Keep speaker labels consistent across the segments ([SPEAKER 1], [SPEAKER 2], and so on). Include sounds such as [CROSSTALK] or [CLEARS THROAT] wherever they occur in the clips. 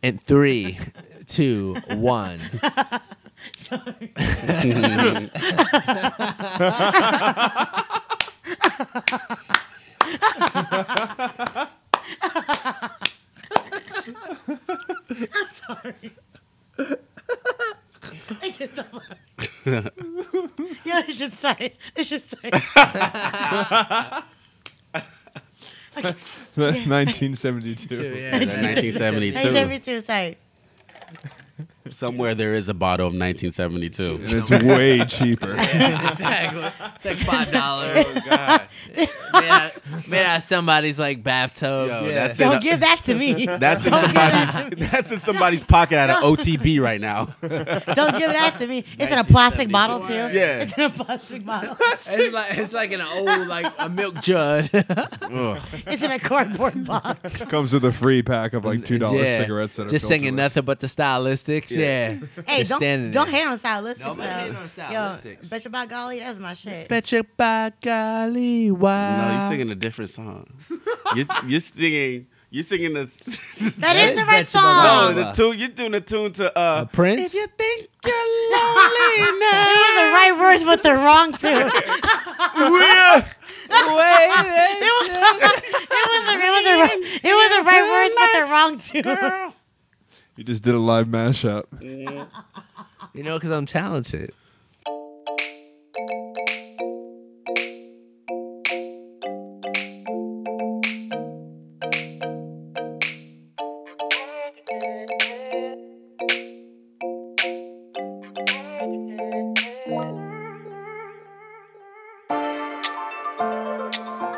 [SPEAKER 1] In three, two, one.
[SPEAKER 2] [LAUGHS] I get the fuck. yeah, I should start. I
[SPEAKER 1] [LAUGHS]
[SPEAKER 2] should start.
[SPEAKER 3] [LAUGHS] 1972.
[SPEAKER 4] [LAUGHS]
[SPEAKER 1] Yeah,
[SPEAKER 4] 1972.
[SPEAKER 2] 1972, sorry.
[SPEAKER 4] Somewhere there is a bottle of 1972.
[SPEAKER 3] And it's way cheaper.
[SPEAKER 1] [LAUGHS] exactly. It's like five dollars.
[SPEAKER 4] God.
[SPEAKER 1] made, out- made out of somebody's like bathtub.
[SPEAKER 4] Yo,
[SPEAKER 1] yeah.
[SPEAKER 4] that's
[SPEAKER 2] Don't
[SPEAKER 4] it.
[SPEAKER 2] give that
[SPEAKER 1] [LAUGHS]
[SPEAKER 2] to me.
[SPEAKER 4] That's in somebody's. That's in somebody's pocket at an OTB right now.
[SPEAKER 2] Don't give that to me. It's in a plastic bottle, too.
[SPEAKER 4] Yeah.
[SPEAKER 2] It's in a plastic bottle.
[SPEAKER 1] It's like it's like an old like a milk jug.
[SPEAKER 4] Ugh.
[SPEAKER 2] It's in a cardboard [LAUGHS] box.
[SPEAKER 3] Comes with a free pack of like two dollars
[SPEAKER 1] Yeah.
[SPEAKER 3] cigarettes. That are
[SPEAKER 1] Just
[SPEAKER 3] filled
[SPEAKER 1] singing
[SPEAKER 3] with-
[SPEAKER 1] nothing but the stylistics. Yeah.
[SPEAKER 2] Hey,
[SPEAKER 1] Just standing
[SPEAKER 2] don't, [LAUGHS] don't
[SPEAKER 1] there.
[SPEAKER 2] hate on stylistics.
[SPEAKER 1] Nobody
[SPEAKER 2] though.
[SPEAKER 1] hating on stylistics.
[SPEAKER 2] Yo, bet you by golly, that's my shit.
[SPEAKER 1] Bet you by golly,
[SPEAKER 4] No,
[SPEAKER 1] wow.
[SPEAKER 4] you're singing a different song. You're, you're singing. You're singing the. [LAUGHS]
[SPEAKER 2] that is
[SPEAKER 1] Bet
[SPEAKER 2] the right
[SPEAKER 1] you by
[SPEAKER 4] no,
[SPEAKER 2] song.
[SPEAKER 1] golly.
[SPEAKER 4] the tune. You're doing a tune to uh. [LAUGHS]
[SPEAKER 1] Uh, Prince.
[SPEAKER 4] think
[SPEAKER 2] [LAUGHS]
[SPEAKER 4] you're lonely
[SPEAKER 2] It was the right words, but the wrong [LAUGHS] two. it, was, it, [LAUGHS]
[SPEAKER 4] now,
[SPEAKER 2] was the, it, was the, right- it was the right words, but the wrong two.
[SPEAKER 3] You just did a live mashup.
[SPEAKER 1] You know, because I'm talented.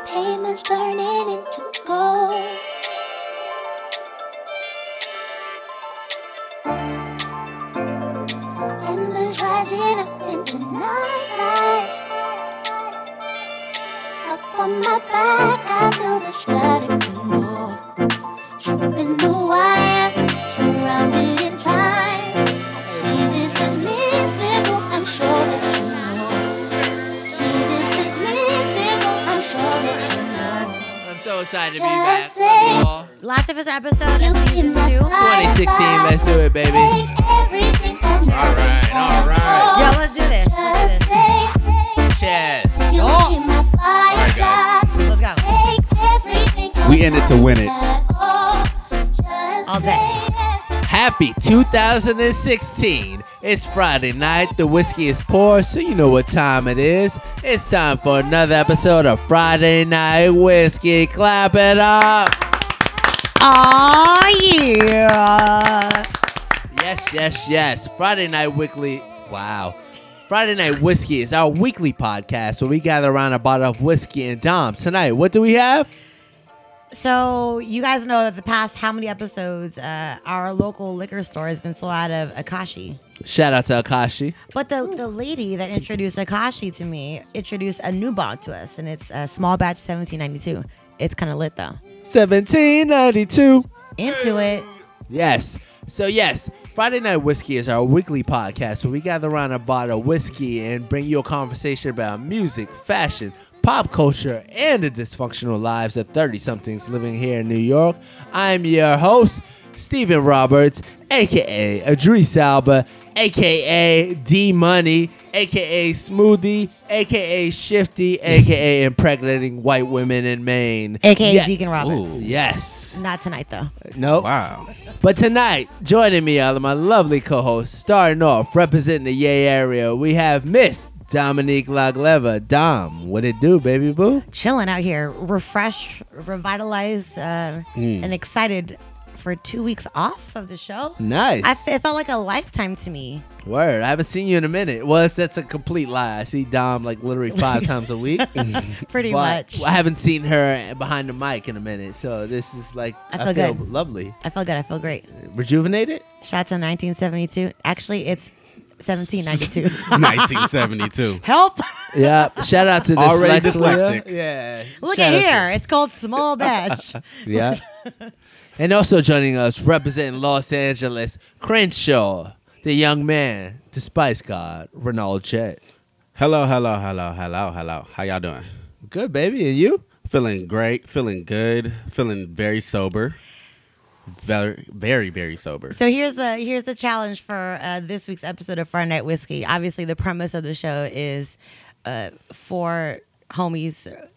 [SPEAKER 5] Payments burning into gold. Embers rising up into night lights. Up on my back, I feel the static and more. Tripping the wire, surrounded in time. I see this as mystical, I'm sure that you know. See, this is mystical, I'm sure that you know.
[SPEAKER 1] I'm so excited to be back.
[SPEAKER 5] Just say
[SPEAKER 1] y'all.
[SPEAKER 2] Last of his episode
[SPEAKER 5] you
[SPEAKER 2] of
[SPEAKER 5] in
[SPEAKER 2] season
[SPEAKER 5] my
[SPEAKER 2] two. Yo,
[SPEAKER 1] 2016, let's do it, baby.
[SPEAKER 5] Alright, alright.
[SPEAKER 2] let's do this. Let's
[SPEAKER 5] Just
[SPEAKER 2] do this.
[SPEAKER 5] say
[SPEAKER 1] Cheers.
[SPEAKER 5] you
[SPEAKER 2] Oh.
[SPEAKER 5] in my firefly.
[SPEAKER 2] Let's go.
[SPEAKER 5] Take everything I'm
[SPEAKER 4] We in it to win it.
[SPEAKER 5] at all. Just
[SPEAKER 2] All
[SPEAKER 5] say yes.
[SPEAKER 1] Happy 2016. It's Friday night. The whiskey is poured, so you know what time it is. It's time for another episode of Friday Night Whiskey. Clap it up.
[SPEAKER 2] Oh yeah.
[SPEAKER 1] Yes, yes, yes. Friday Night Weekly. Wow. Friday Night Whiskey is our weekly podcast where we gather around a bottle of whiskey and Dom. Tonight, what do we have?
[SPEAKER 2] So you guys know that the past how many episodes uh, our local liquor store has been sold out of Akashi.
[SPEAKER 1] Shout out to Akashi.
[SPEAKER 2] But the, the lady that introduced Akashi to me introduced a new bond to us, and it's a small batch 1792. It's kind of lit though.
[SPEAKER 1] 1792.
[SPEAKER 2] Into it.
[SPEAKER 1] Yes. So yes, Friday Night Whiskey is our weekly podcast where we gather around a bottle of whiskey and bring you a conversation about music, fashion, pop culture, and the dysfunctional lives of 30-somethings living here in New York. I'm your host, Stephen Roberts, aka Adris Alba, aka D Money, aka Smoothie, aka Shifty, aka impregnating white women in Maine.
[SPEAKER 2] AKA
[SPEAKER 1] Yeah.
[SPEAKER 2] Deacon Roberts.
[SPEAKER 4] Ooh.
[SPEAKER 1] Yes.
[SPEAKER 2] Not tonight though.
[SPEAKER 1] Nope.
[SPEAKER 4] Wow.
[SPEAKER 1] But tonight, joining me are my lovely co-hosts, starting off representing the Yay area, we have Miss Dominique Lagleva. Dom, what it do, baby boo?
[SPEAKER 2] Chilling out here, refreshed, revitalized, uh, and excited for two weeks off of the show.
[SPEAKER 1] Nice.
[SPEAKER 2] I f- it felt like a lifetime to me.
[SPEAKER 1] Word. I haven't seen you in a minute. Well, that's- that's a complete lie. I see Dom like literally
[SPEAKER 2] [LAUGHS]
[SPEAKER 1] five times a week. but
[SPEAKER 2] Pretty much.
[SPEAKER 1] I haven't seen her behind the mic in a minute. So this is like
[SPEAKER 2] I
[SPEAKER 1] I
[SPEAKER 2] feel
[SPEAKER 1] feel,
[SPEAKER 2] good.
[SPEAKER 1] lovely.
[SPEAKER 2] I feel good. I feel great.
[SPEAKER 1] Rejuvenated?
[SPEAKER 2] Shots in 1972. Actually, it's
[SPEAKER 1] [LAUGHS]
[SPEAKER 2] 1792.
[SPEAKER 4] 1972.
[SPEAKER 2] Help! [LAUGHS]
[SPEAKER 1] Yeah. Shout out to
[SPEAKER 4] Already
[SPEAKER 1] dyslexia.
[SPEAKER 4] dyslexic.
[SPEAKER 1] Yeah.
[SPEAKER 2] Look
[SPEAKER 1] Shout
[SPEAKER 2] at
[SPEAKER 1] out to-
[SPEAKER 2] here. It's called Small Batch.
[SPEAKER 1] Yeah. [LAUGHS] and also joining us, representing Los Angeles, Crenshaw, the young man, the spice god, Renald Chet.
[SPEAKER 4] Hello, hello, hello, hello, hello. How y'all doing?
[SPEAKER 1] Good, baby. And you?
[SPEAKER 4] Feeling great. Feeling good. Feeling very sober. very, very, very sober.
[SPEAKER 2] So here's the here's the challenge for uh, this week's episode of Friday Night Whiskey. Obviously, the premise of the show is uh, four homies, uh,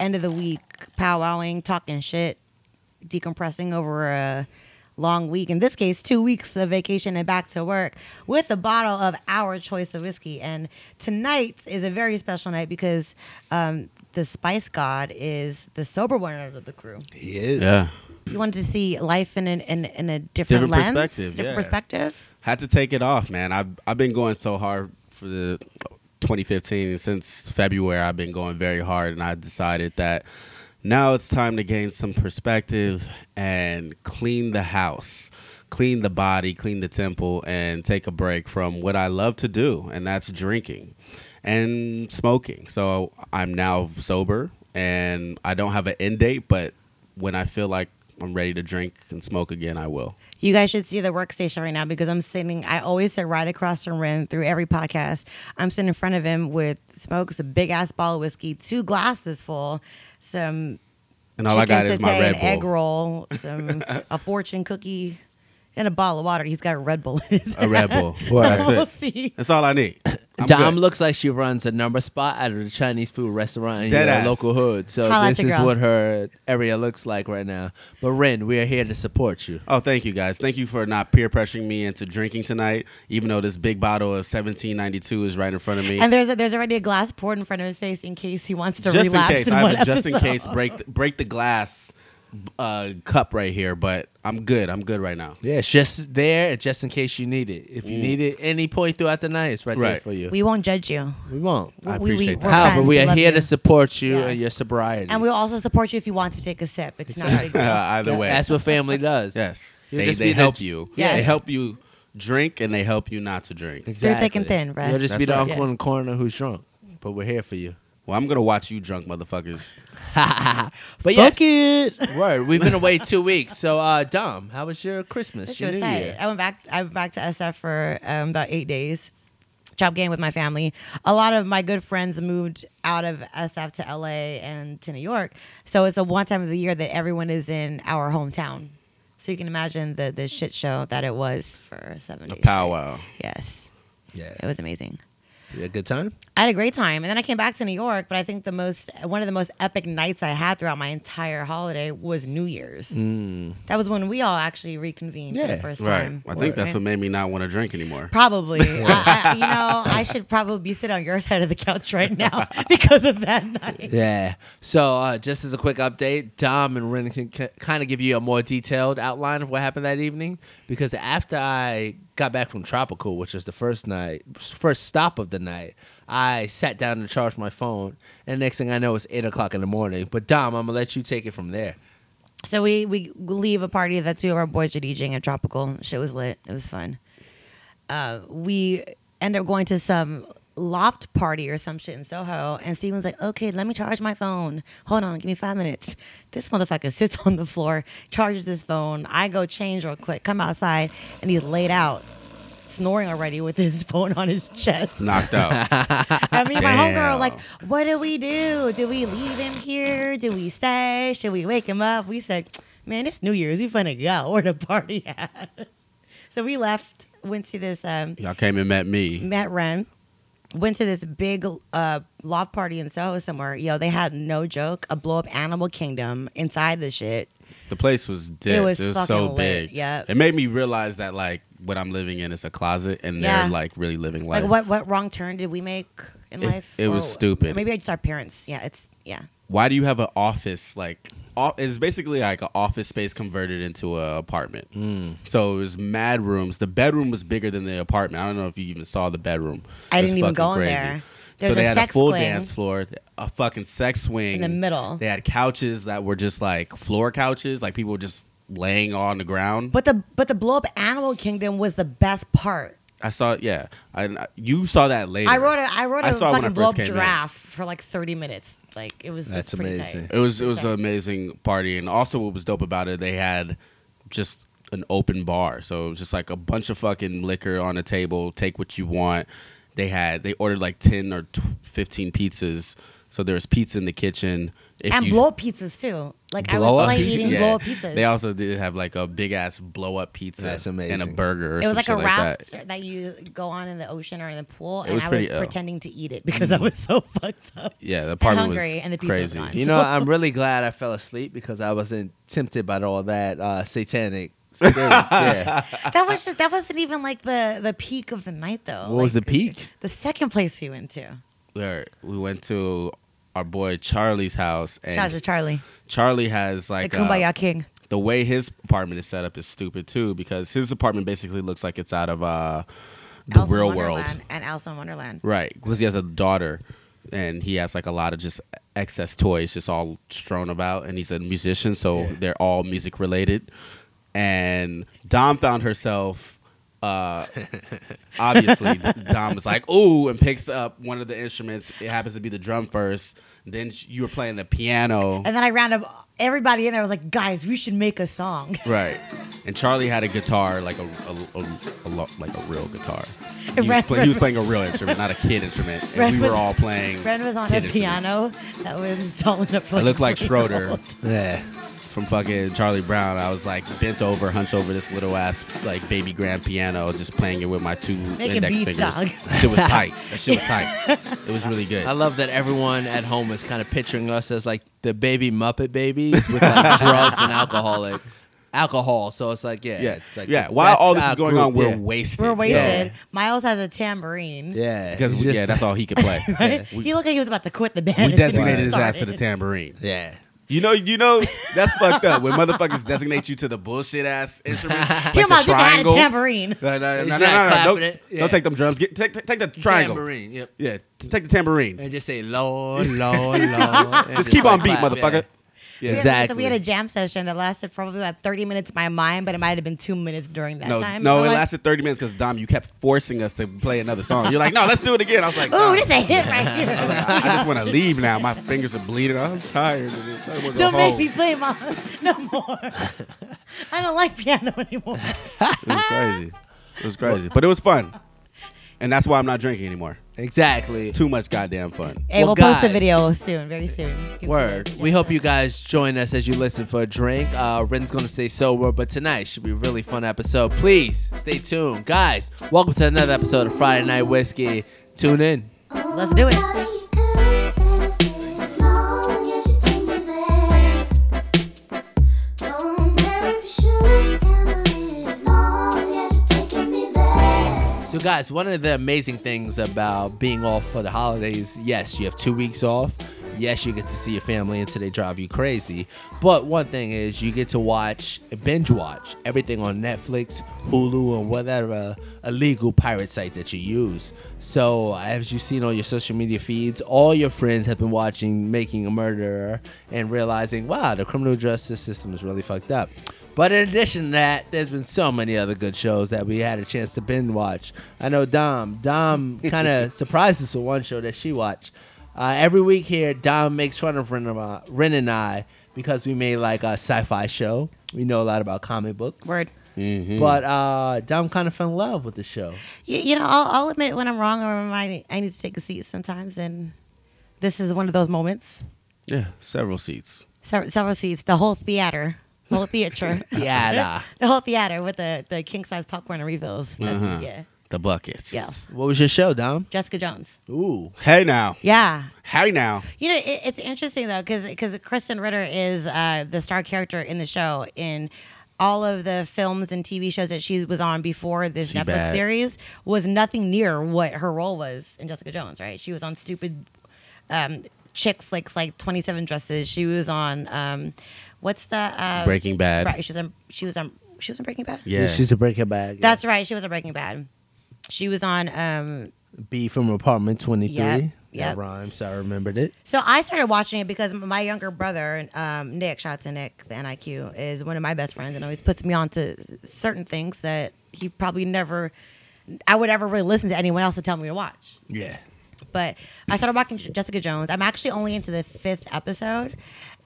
[SPEAKER 2] end of the week powwowing, talking shit, decompressing over a long week. In this case, two weeks of vacation and back to work with a bottle of our choice of whiskey. And tonight is a very special night because um, the Spice God is the sober one out of the crew
[SPEAKER 1] He is.
[SPEAKER 4] yeah,
[SPEAKER 2] you wanted to see life in an, in, in a different,
[SPEAKER 4] Different
[SPEAKER 2] lens,
[SPEAKER 4] perspective,
[SPEAKER 2] different
[SPEAKER 4] yeah.
[SPEAKER 2] perspective.
[SPEAKER 4] had to take it off, man. I've I've been going so hard for the 2015 since February. I've been going very hard, and I decided that now it's time to gain some perspective and clean the house, clean the body, clean the temple, and take a break from what I love to do, and that's drinking and smoking. So I'm now sober, and I don't have an end date, but when I feel like I'm ready to drink and smoke again, I will.
[SPEAKER 2] You guys should see the workstation right now because I'm sitting. I always sit right across from Ren through every podcast. I'm sitting in front of him with smokes, a big ass bottle of whiskey, two glasses full, some
[SPEAKER 4] And all I got is
[SPEAKER 2] chicken
[SPEAKER 4] my
[SPEAKER 2] satay,
[SPEAKER 4] Red
[SPEAKER 2] an
[SPEAKER 4] Bull.
[SPEAKER 2] egg roll, some
[SPEAKER 4] [LAUGHS]
[SPEAKER 2] a fortune cookie, and a bottle of water. He's got a Red Bull in his.
[SPEAKER 4] a Red
[SPEAKER 1] [LAUGHS]
[SPEAKER 4] Bull.
[SPEAKER 1] Word.
[SPEAKER 4] That's
[SPEAKER 2] We'll [LAUGHS]
[SPEAKER 4] it.
[SPEAKER 2] see.
[SPEAKER 4] [LAUGHS] That's all
[SPEAKER 1] [COUGHS]
[SPEAKER 4] I need. I'm
[SPEAKER 1] Dom
[SPEAKER 4] good.
[SPEAKER 1] looks like she runs a number spot out of the Chinese food restaurant in
[SPEAKER 4] Dead
[SPEAKER 1] your
[SPEAKER 4] ass.
[SPEAKER 1] local hood. So
[SPEAKER 2] Holla at
[SPEAKER 1] this
[SPEAKER 2] your
[SPEAKER 1] is
[SPEAKER 2] girl.
[SPEAKER 1] what her area looks like right now. But Ren, we are here to support you.
[SPEAKER 4] Oh, thank you guys. Thank you for not peer pressuring me into drinking tonight, even though this big bottle of 1792 is right in front of me.
[SPEAKER 2] And there's a, there's already a glass poured in front of his face in case he wants to
[SPEAKER 4] just in
[SPEAKER 2] relapse
[SPEAKER 4] case,
[SPEAKER 2] in
[SPEAKER 4] I
[SPEAKER 2] one
[SPEAKER 4] have a just in
[SPEAKER 2] episode.
[SPEAKER 4] case break the, break the glass uh, cup right here, but I'm good. I'm good right now.
[SPEAKER 1] Yeah, it's just there, just in case you need it. If you need it any point throughout the night, it's right, there
[SPEAKER 4] Right.
[SPEAKER 1] for you. We,
[SPEAKER 2] We won't judge you.
[SPEAKER 1] won't.
[SPEAKER 4] I
[SPEAKER 2] We- we-
[SPEAKER 4] appreciate
[SPEAKER 2] we're
[SPEAKER 4] that.
[SPEAKER 1] However,
[SPEAKER 2] friends.
[SPEAKER 1] we are
[SPEAKER 2] love
[SPEAKER 1] here
[SPEAKER 2] you.
[SPEAKER 1] to support you
[SPEAKER 2] Yes.
[SPEAKER 1] and your sobriety.
[SPEAKER 2] And we'll also support you if you want to take a sip. It's not a big
[SPEAKER 4] [LAUGHS] Uh,
[SPEAKER 2] deal.
[SPEAKER 4] either way,
[SPEAKER 1] That's what family does.
[SPEAKER 4] yes,
[SPEAKER 1] You'll
[SPEAKER 4] they,
[SPEAKER 1] just
[SPEAKER 4] they
[SPEAKER 1] be the-
[SPEAKER 4] help you.
[SPEAKER 2] Yes.
[SPEAKER 4] they help you drink and they help you not to
[SPEAKER 1] [LAUGHS]
[SPEAKER 4] drink.
[SPEAKER 1] Exactly.
[SPEAKER 2] thick and thin, right?
[SPEAKER 1] You'll just be
[SPEAKER 4] That's
[SPEAKER 1] the
[SPEAKER 4] right.
[SPEAKER 1] uncle in the corner who's drunk, but we're here for you.
[SPEAKER 4] Well, I'm gonna watch you drunk, motherfuckers.
[SPEAKER 1] [LAUGHS] But
[SPEAKER 2] Fuck
[SPEAKER 1] yes, it. [LAUGHS] Word. We've been away two weeks. So, uh, Dom, how was your Christmas?
[SPEAKER 2] This
[SPEAKER 1] Your
[SPEAKER 2] was
[SPEAKER 1] New
[SPEAKER 2] tight.
[SPEAKER 1] Year?
[SPEAKER 2] I went back. I went back to SF for um, about eight days. Job game with my family. A lot of my good friends moved out of SF to LA and to New York, so it's the one time of the year that everyone is in our hometown. So you can imagine the the shit show that it was for seven
[SPEAKER 4] A
[SPEAKER 2] days.
[SPEAKER 4] powwow.
[SPEAKER 2] Yes,
[SPEAKER 1] Yeah.
[SPEAKER 2] it was amazing.
[SPEAKER 1] You had a good time?
[SPEAKER 2] I had a great time, and then I came back to New York. But I think the most one of the most epic nights I had throughout my entire holiday was New Year's. That was when we all actually reconvened for
[SPEAKER 1] Yeah,
[SPEAKER 2] the first
[SPEAKER 4] Mm. Right.
[SPEAKER 2] time.
[SPEAKER 4] I
[SPEAKER 1] eh.
[SPEAKER 4] think that's
[SPEAKER 2] Right?
[SPEAKER 4] what made me not want to drink anymore. [LAUGHS]
[SPEAKER 2] Probably. I, I, you know, I should probably be sitting on your side of the couch right now [LAUGHS] because of that night.
[SPEAKER 1] Yeah. So, uh, just as a quick update, Dom and Ren can kind of give you a more detailed outline of what happened that evening because after I got back from Tropical, which was the first night, first stop of the night, I sat down to charge my phone, and next thing I know, it's eight o'clock in the morning. But Dom, I'm gonna let you take it from there.
[SPEAKER 2] So we we leave a party that two of our boys were DJing at Tropical. Shit was lit. It was fun. Uh, we end up going to some loft party or some shit in Soho, and Steven's like, "Okay, let me charge my phone. Hold on, give me five minutes." This motherfucker [LAUGHS] sits on the floor, charges his phone. I go change real quick, come outside, and he's laid out, snoring already with his [LAUGHS] phone on his chest.
[SPEAKER 1] [LAUGHS]
[SPEAKER 4] Knocked out.
[SPEAKER 2] I mean, my homegirl,
[SPEAKER 4] Damn.
[SPEAKER 2] like, what do we do? Do we leave him here? Do we stay? Should we wake him up? We said, man, it's New Year's. We finna go. [LAUGHS] Where the party at? [LAUGHS] so we left, went to this, um,
[SPEAKER 4] Y'all came and met me.
[SPEAKER 2] met Ren, went to this big uh, loft party in Soho somewhere. Yo, they had no joke, a blow up Animal Kingdom inside the shit.
[SPEAKER 4] The place was dead. It
[SPEAKER 2] was
[SPEAKER 4] was, so
[SPEAKER 2] fucking lit,
[SPEAKER 4] big.
[SPEAKER 2] yep.
[SPEAKER 4] It made me realize that like what I'm living in is a closet, and
[SPEAKER 2] Yeah.
[SPEAKER 4] they're like really living life.
[SPEAKER 2] Like, what, what wrong turn did we make in
[SPEAKER 4] It-
[SPEAKER 2] life?
[SPEAKER 4] it was stupid.
[SPEAKER 2] Maybe it's our parents. Yeah, it's, yeah.
[SPEAKER 4] Why do you have an office like? o- It's basically like an office space converted into an apartment.
[SPEAKER 2] Hmm.
[SPEAKER 4] So it was mad rooms. The bedroom was bigger than the apartment. I don't know if you even saw the bedroom.
[SPEAKER 2] I
[SPEAKER 4] It was
[SPEAKER 2] didn't even
[SPEAKER 4] fucking
[SPEAKER 2] go in
[SPEAKER 4] crazy.
[SPEAKER 2] there.
[SPEAKER 4] so
[SPEAKER 2] There's
[SPEAKER 4] they
[SPEAKER 2] a
[SPEAKER 4] had a
[SPEAKER 2] sex
[SPEAKER 4] full
[SPEAKER 2] swing.
[SPEAKER 4] dance floor, a fucking sex swing
[SPEAKER 2] In the middle.
[SPEAKER 4] They had couches that were just like floor couches, like people were just laying on the ground.
[SPEAKER 2] But the but the blow up Animal Kingdom was the best part.
[SPEAKER 4] I saw it. Yeah, I, I- you saw that later.
[SPEAKER 2] I wrote a I wrote a
[SPEAKER 4] I saw it when I
[SPEAKER 2] fucking
[SPEAKER 4] first
[SPEAKER 2] blow up
[SPEAKER 4] came in.
[SPEAKER 2] giraffe for like thirty minutes. Like it was
[SPEAKER 1] That's
[SPEAKER 2] it's pretty
[SPEAKER 1] amazing.
[SPEAKER 2] Tight.
[SPEAKER 4] It was it was an amazing party, and also what was dope about it, they had just an open bar, so it was just like a bunch of fucking liquor on the table. Take what you want. They had they ordered like ten or tw- fifteen pizzas. So there's pizza in the kitchen. If
[SPEAKER 2] and
[SPEAKER 4] you-
[SPEAKER 2] blow up pizzas too. Like I
[SPEAKER 1] Blow
[SPEAKER 2] was
[SPEAKER 1] up
[SPEAKER 2] like
[SPEAKER 1] pizzas?
[SPEAKER 2] eating
[SPEAKER 1] Yeah.
[SPEAKER 2] blow up pizzas.
[SPEAKER 4] They also did have like a big ass blow up pizza
[SPEAKER 1] That's
[SPEAKER 4] and a
[SPEAKER 1] amazing.
[SPEAKER 4] burger. Or
[SPEAKER 2] it was like a
[SPEAKER 4] like
[SPEAKER 2] raft
[SPEAKER 4] That.
[SPEAKER 2] that. you go on in the ocean or in the pool,
[SPEAKER 4] It
[SPEAKER 2] and
[SPEAKER 4] was
[SPEAKER 2] I was
[SPEAKER 4] pretty uh, Mm. ill.
[SPEAKER 2] pretending to eat it because I was so [LAUGHS] fucked up.
[SPEAKER 4] Yeah, the apartment
[SPEAKER 2] hungry,
[SPEAKER 4] was
[SPEAKER 2] and the pizza was
[SPEAKER 4] crazy.
[SPEAKER 2] gone.
[SPEAKER 1] You know, I'm really glad I fell asleep because I wasn't tempted by all that uh, satanic spirit. yeah.
[SPEAKER 2] That was just that wasn't even like the the peak of the night though.
[SPEAKER 1] What was the
[SPEAKER 2] Like,
[SPEAKER 1] peak?
[SPEAKER 2] The second place we went to,
[SPEAKER 4] Where we went to our boy Charlie's house, and
[SPEAKER 2] shout out to Charlie,
[SPEAKER 4] Charlie has
[SPEAKER 2] the
[SPEAKER 4] like uh,
[SPEAKER 2] Kumbaya King.
[SPEAKER 4] the way his apartment is set up is stupid too because his apartment basically looks like it's out of uh, the
[SPEAKER 2] Alice in
[SPEAKER 4] real
[SPEAKER 2] Wonderland
[SPEAKER 4] world.
[SPEAKER 2] and Alice in Wonderland.
[SPEAKER 4] Right, because he has a daughter, and he has like a lot of just excess toys, just all strewn about. And he's a musician, so they're all music related. And Dom found herself, uh, obviously, Dom is like, "Ooh!" and picks up one of the instruments. It happens to be the drum first. Then sh- you were playing the piano,
[SPEAKER 2] And then I round up everybody in there. I was like, guys, we should make a song.
[SPEAKER 4] right? And Charlie had a guitar, like a, a, a, a lo- like a real guitar. He was,
[SPEAKER 2] Red
[SPEAKER 4] play- he was playing a real instrument, not a kid instrument. And
[SPEAKER 2] Red
[SPEAKER 4] we were
[SPEAKER 2] was-
[SPEAKER 4] all playing.
[SPEAKER 2] Friend was on a
[SPEAKER 4] kid instruments.
[SPEAKER 2] piano that was [LAUGHS] tall enough.
[SPEAKER 4] I looked like Schroeder
[SPEAKER 1] Yeah.
[SPEAKER 4] from fucking Charlie Brown. I was like bent over, hunched over this little ass like baby grand piano, just playing it with my two
[SPEAKER 2] Making
[SPEAKER 4] index
[SPEAKER 2] beats,
[SPEAKER 4] fingers.
[SPEAKER 2] dog.
[SPEAKER 4] That shit was
[SPEAKER 2] [LAUGHS]
[SPEAKER 4] tight. That shit was tight. It was really good.
[SPEAKER 1] I love that everyone at home is kind of picturing us as like the baby Muppet babies with
[SPEAKER 4] [LAUGHS]
[SPEAKER 1] like drugs and alcoholic alcohol. So it's like, yeah,
[SPEAKER 4] yeah,
[SPEAKER 1] it's like
[SPEAKER 4] yeah. While all this
[SPEAKER 1] that's
[SPEAKER 4] is
[SPEAKER 1] our
[SPEAKER 4] going
[SPEAKER 1] group,
[SPEAKER 4] on, we're
[SPEAKER 1] yeah.
[SPEAKER 4] wasted.
[SPEAKER 2] We're wasted.
[SPEAKER 4] So-
[SPEAKER 2] Miles has a tambourine. [LAUGHS]
[SPEAKER 1] yeah,
[SPEAKER 4] because
[SPEAKER 1] it's
[SPEAKER 4] we-
[SPEAKER 1] just-
[SPEAKER 4] yeah, that's
[SPEAKER 1] [LAUGHS]
[SPEAKER 4] all he could play.
[SPEAKER 2] Right?
[SPEAKER 4] We,
[SPEAKER 2] he looked like he was about to quit the [LAUGHS] band.
[SPEAKER 4] we designated his ass to the
[SPEAKER 2] town.
[SPEAKER 4] tambourine.
[SPEAKER 1] yeah.
[SPEAKER 4] You know, you know, that's fucked up. When motherfuckers designate you to the
[SPEAKER 2] [LAUGHS]
[SPEAKER 4] bullshit ass instrument, like
[SPEAKER 2] Here,
[SPEAKER 4] the
[SPEAKER 2] Miles, you had a
[SPEAKER 4] triangle. [LAUGHS]
[SPEAKER 2] tambourine.
[SPEAKER 4] No, no, no,
[SPEAKER 1] He's
[SPEAKER 4] no,
[SPEAKER 1] not
[SPEAKER 4] no, no,
[SPEAKER 1] clapping
[SPEAKER 4] Don't,
[SPEAKER 1] it. Yeah.
[SPEAKER 4] don't take them drums. Get, take, take, take the triangle.
[SPEAKER 1] Tambourine, yep.
[SPEAKER 4] Yeah, t- take the tambourine.
[SPEAKER 1] And just say, Lord, Lord, Lord. and
[SPEAKER 4] [LAUGHS] just keep on
[SPEAKER 1] like,
[SPEAKER 4] beat,
[SPEAKER 1] clap,
[SPEAKER 4] motherfucker.
[SPEAKER 1] Yeah.
[SPEAKER 2] Yeah,
[SPEAKER 1] Exactly.
[SPEAKER 2] So we had a jam session that lasted probably about 30 minutes by mine, but it might have been two minutes during that
[SPEAKER 4] No,
[SPEAKER 2] time.
[SPEAKER 4] no,
[SPEAKER 2] We're
[SPEAKER 4] it
[SPEAKER 2] like,
[SPEAKER 4] lasted 30 minutes because Dom, you kept forcing us to play another song. You're like, no, let's do it again. I was like,
[SPEAKER 2] Ooh,
[SPEAKER 4] "Dom,
[SPEAKER 2] this is a hit
[SPEAKER 4] [LAUGHS]
[SPEAKER 2] right
[SPEAKER 4] I, was
[SPEAKER 2] here.
[SPEAKER 4] like, I- I just want to leave now. My fingers are bleeding. I'm tired. I'm tired. I wanna go
[SPEAKER 2] Don't make
[SPEAKER 4] home."
[SPEAKER 2] me play mom [LAUGHS] no more. I don't like piano
[SPEAKER 4] [LAUGHS]
[SPEAKER 2] anymore.
[SPEAKER 4] It was crazy. It was crazy, but it was fun, and that's why I'm not drinking anymore.
[SPEAKER 1] Exactly.
[SPEAKER 4] Too much goddamn fun.
[SPEAKER 2] Hey,
[SPEAKER 1] Well,
[SPEAKER 2] we'll post the
[SPEAKER 1] guys.
[SPEAKER 2] video soon, very soon. You can see
[SPEAKER 1] Word.
[SPEAKER 2] it.
[SPEAKER 1] We hope you guys join us as you listen for a drink. Uh, Ren's gonna stay sober, but tonight should be a really fun episode. Please stay tuned, guys. Welcome to another episode of Friday Night Whiskey. Tune in.
[SPEAKER 2] Let's do it.
[SPEAKER 1] So, guys, one of the amazing things about being off for the holidays, yes, you have two weeks off. Yes, you get to see your family until they drive you crazy. But one thing is, you get to watch, binge watch everything on Netflix, Hulu, and whatever illegal pirate site that you use. So, as you've seen on your social media feeds, all your friends have been watching Making a Murderer and realizing, wow, the criminal justice system is really fucked up. But in addition to that, there's been so many other good shows that we had a chance to binge watch. I know Dom. [LAUGHS] Dom kind of surprised us with one show that she watched. Uh, every week here, Dom makes fun of Ren, uh, Ren and I because we made like a sci-fi show. We know a lot about comic books.
[SPEAKER 2] Word.
[SPEAKER 1] But uh, Dom kind of fell in love with the show.
[SPEAKER 2] You, you know, I'll, I'll admit when I'm wrong or when I, I need to take a seat sometimes, and this is one of those moments.
[SPEAKER 4] Yeah, several seats.
[SPEAKER 2] Several, several seats, the whole theater, the whole theater,
[SPEAKER 1] Yeah.
[SPEAKER 2] [LAUGHS] the whole theater with the, the king size popcorn and refills. That's-
[SPEAKER 4] Uh-huh.
[SPEAKER 2] Yeah.
[SPEAKER 4] The buckets.
[SPEAKER 2] Yes.
[SPEAKER 1] What was your show, Dom?
[SPEAKER 2] Jessica Jones.
[SPEAKER 1] Ooh.
[SPEAKER 4] Hey now.
[SPEAKER 2] Yeah.
[SPEAKER 4] Hey now.
[SPEAKER 2] You know, it, it's interesting though, because Kristen Ritter is uh, the star character in the show in all of the films and TV shows that she was on before this
[SPEAKER 4] She
[SPEAKER 2] Netflix
[SPEAKER 4] bad.
[SPEAKER 2] series was nothing near what her role was in Jessica Jones. Right? She was on stupid um, chick flicks like Twenty Seven Dresses. She was on um, what's the uh,
[SPEAKER 4] Breaking Bad.
[SPEAKER 2] Right? She was on. She was on. She was on Breaking Bad.
[SPEAKER 4] Yeah.
[SPEAKER 1] She's a breaker bag.
[SPEAKER 2] That's right. She was on Breaking Bad. She was on um,
[SPEAKER 1] B from Apartment 23.
[SPEAKER 2] Yep,
[SPEAKER 1] That
[SPEAKER 2] yep.
[SPEAKER 1] rhymes. I remembered it.
[SPEAKER 2] So I started watching it because my younger brother, um, Nick, shout out to Nick, the NIQ, is one of my best friends and always puts me on to certain things that he probably never, I would ever really listen to anyone else to tell me to watch.
[SPEAKER 1] Yeah.
[SPEAKER 2] But I started watching J- Jessica Jones. I'm actually only into the fifth episode,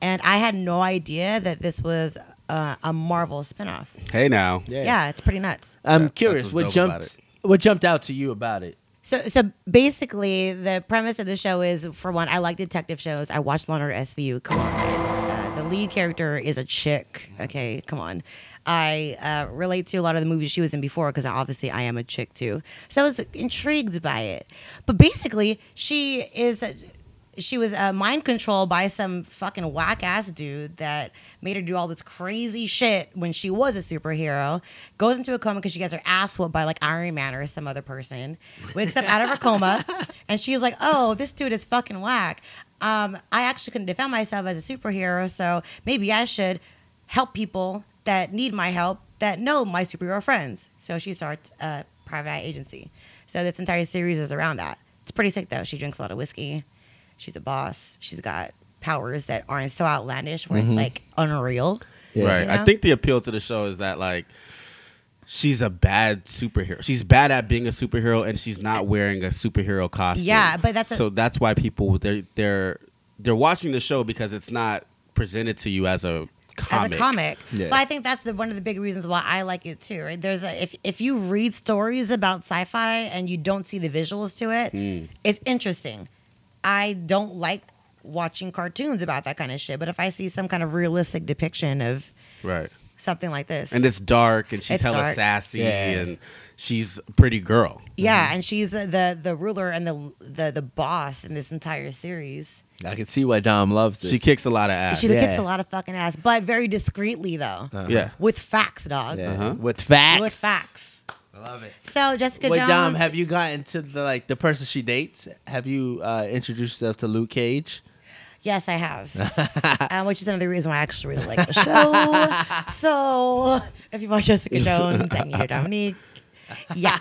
[SPEAKER 2] and I had no idea that this was uh, a Marvel spinoff.
[SPEAKER 4] Hey now.
[SPEAKER 1] Yeah.
[SPEAKER 2] Yeah, it's pretty nuts.
[SPEAKER 1] I'm
[SPEAKER 4] That- that's
[SPEAKER 1] curious
[SPEAKER 4] what's
[SPEAKER 1] what
[SPEAKER 4] dope about
[SPEAKER 1] jumped what jumped out to you about it.
[SPEAKER 2] So, so basically, the premise of the show is for one, I like detective shows. I watched Law and Order SVU. Come on, guys. Uh, the lead character is a chick. Okay, come on. I uh, relate to a lot of the movies she was in before because obviously I am a chick too. So I was intrigued by it. But basically, she is. she was uh, mind controlled by some fucking whack ass dude that made her do all this crazy shit when she was a superhero. Goes into a coma because she gets her ass whooped by like Iron Man or some other person. Wakes up out of her coma, and she's like, "Oh, this dude is fucking whack." Um, I actually couldn't defend myself as a superhero, so maybe I should help people that need my help that know my superhero friends. So she starts a private eye agency. So this entire series is around that. It's pretty sick though. She drinks a lot of whiskey. She's a boss. She's got powers that aren't so outlandish where it's
[SPEAKER 4] Mm-hmm.
[SPEAKER 2] like unreal.
[SPEAKER 4] Right.
[SPEAKER 2] You know?
[SPEAKER 4] I think the appeal to the show is that like she's a bad superhero. She's bad at being a superhero, and she's not wearing a superhero costume.
[SPEAKER 2] Yeah, but that's a-
[SPEAKER 4] so that's why people they're they're they're watching the show because it's not presented to you as a comic.
[SPEAKER 2] As a comic,
[SPEAKER 1] Yeah.
[SPEAKER 2] but I think that's the, one of the big reasons why I like it too. Right? There's a if if you read stories about sci-fi and you don't see the visuals to it,
[SPEAKER 4] Mm.
[SPEAKER 2] it's interesting. I don't like watching cartoons about that kind of shit, but if I see some kind of realistic depiction of
[SPEAKER 4] right?
[SPEAKER 2] something like this,
[SPEAKER 4] And it's dark, and she's
[SPEAKER 2] It's
[SPEAKER 4] hella
[SPEAKER 2] dark.
[SPEAKER 4] sassy,
[SPEAKER 1] Yeah.
[SPEAKER 4] and she's a pretty girl.
[SPEAKER 2] yeah, and she's the- the the ruler and the the the boss in this entire series.
[SPEAKER 1] I can see why Dom loves this.
[SPEAKER 4] She kicks a lot of ass.
[SPEAKER 2] She
[SPEAKER 1] Yeah. Uh.
[SPEAKER 2] kicks a lot of fucking ass, but very discreetly though,
[SPEAKER 4] yeah.
[SPEAKER 2] with facts, dog,
[SPEAKER 1] Yeah.
[SPEAKER 4] Uh-huh.
[SPEAKER 1] with facts.
[SPEAKER 2] with facts.
[SPEAKER 1] I love it.
[SPEAKER 2] So Jessica
[SPEAKER 1] Wait,
[SPEAKER 2] Jones.
[SPEAKER 1] Dom, have you gotten to the like the person she dates? Have you uh, introduced yourself to Luke Cage?
[SPEAKER 2] Yes, I
[SPEAKER 1] [LAUGHS]
[SPEAKER 2] have. um, which is another reason why I actually really like
[SPEAKER 1] [LAUGHS]
[SPEAKER 2] the show. so if you want Jessica Jones and you Dominique,
[SPEAKER 1] [LAUGHS]
[SPEAKER 2] yeah.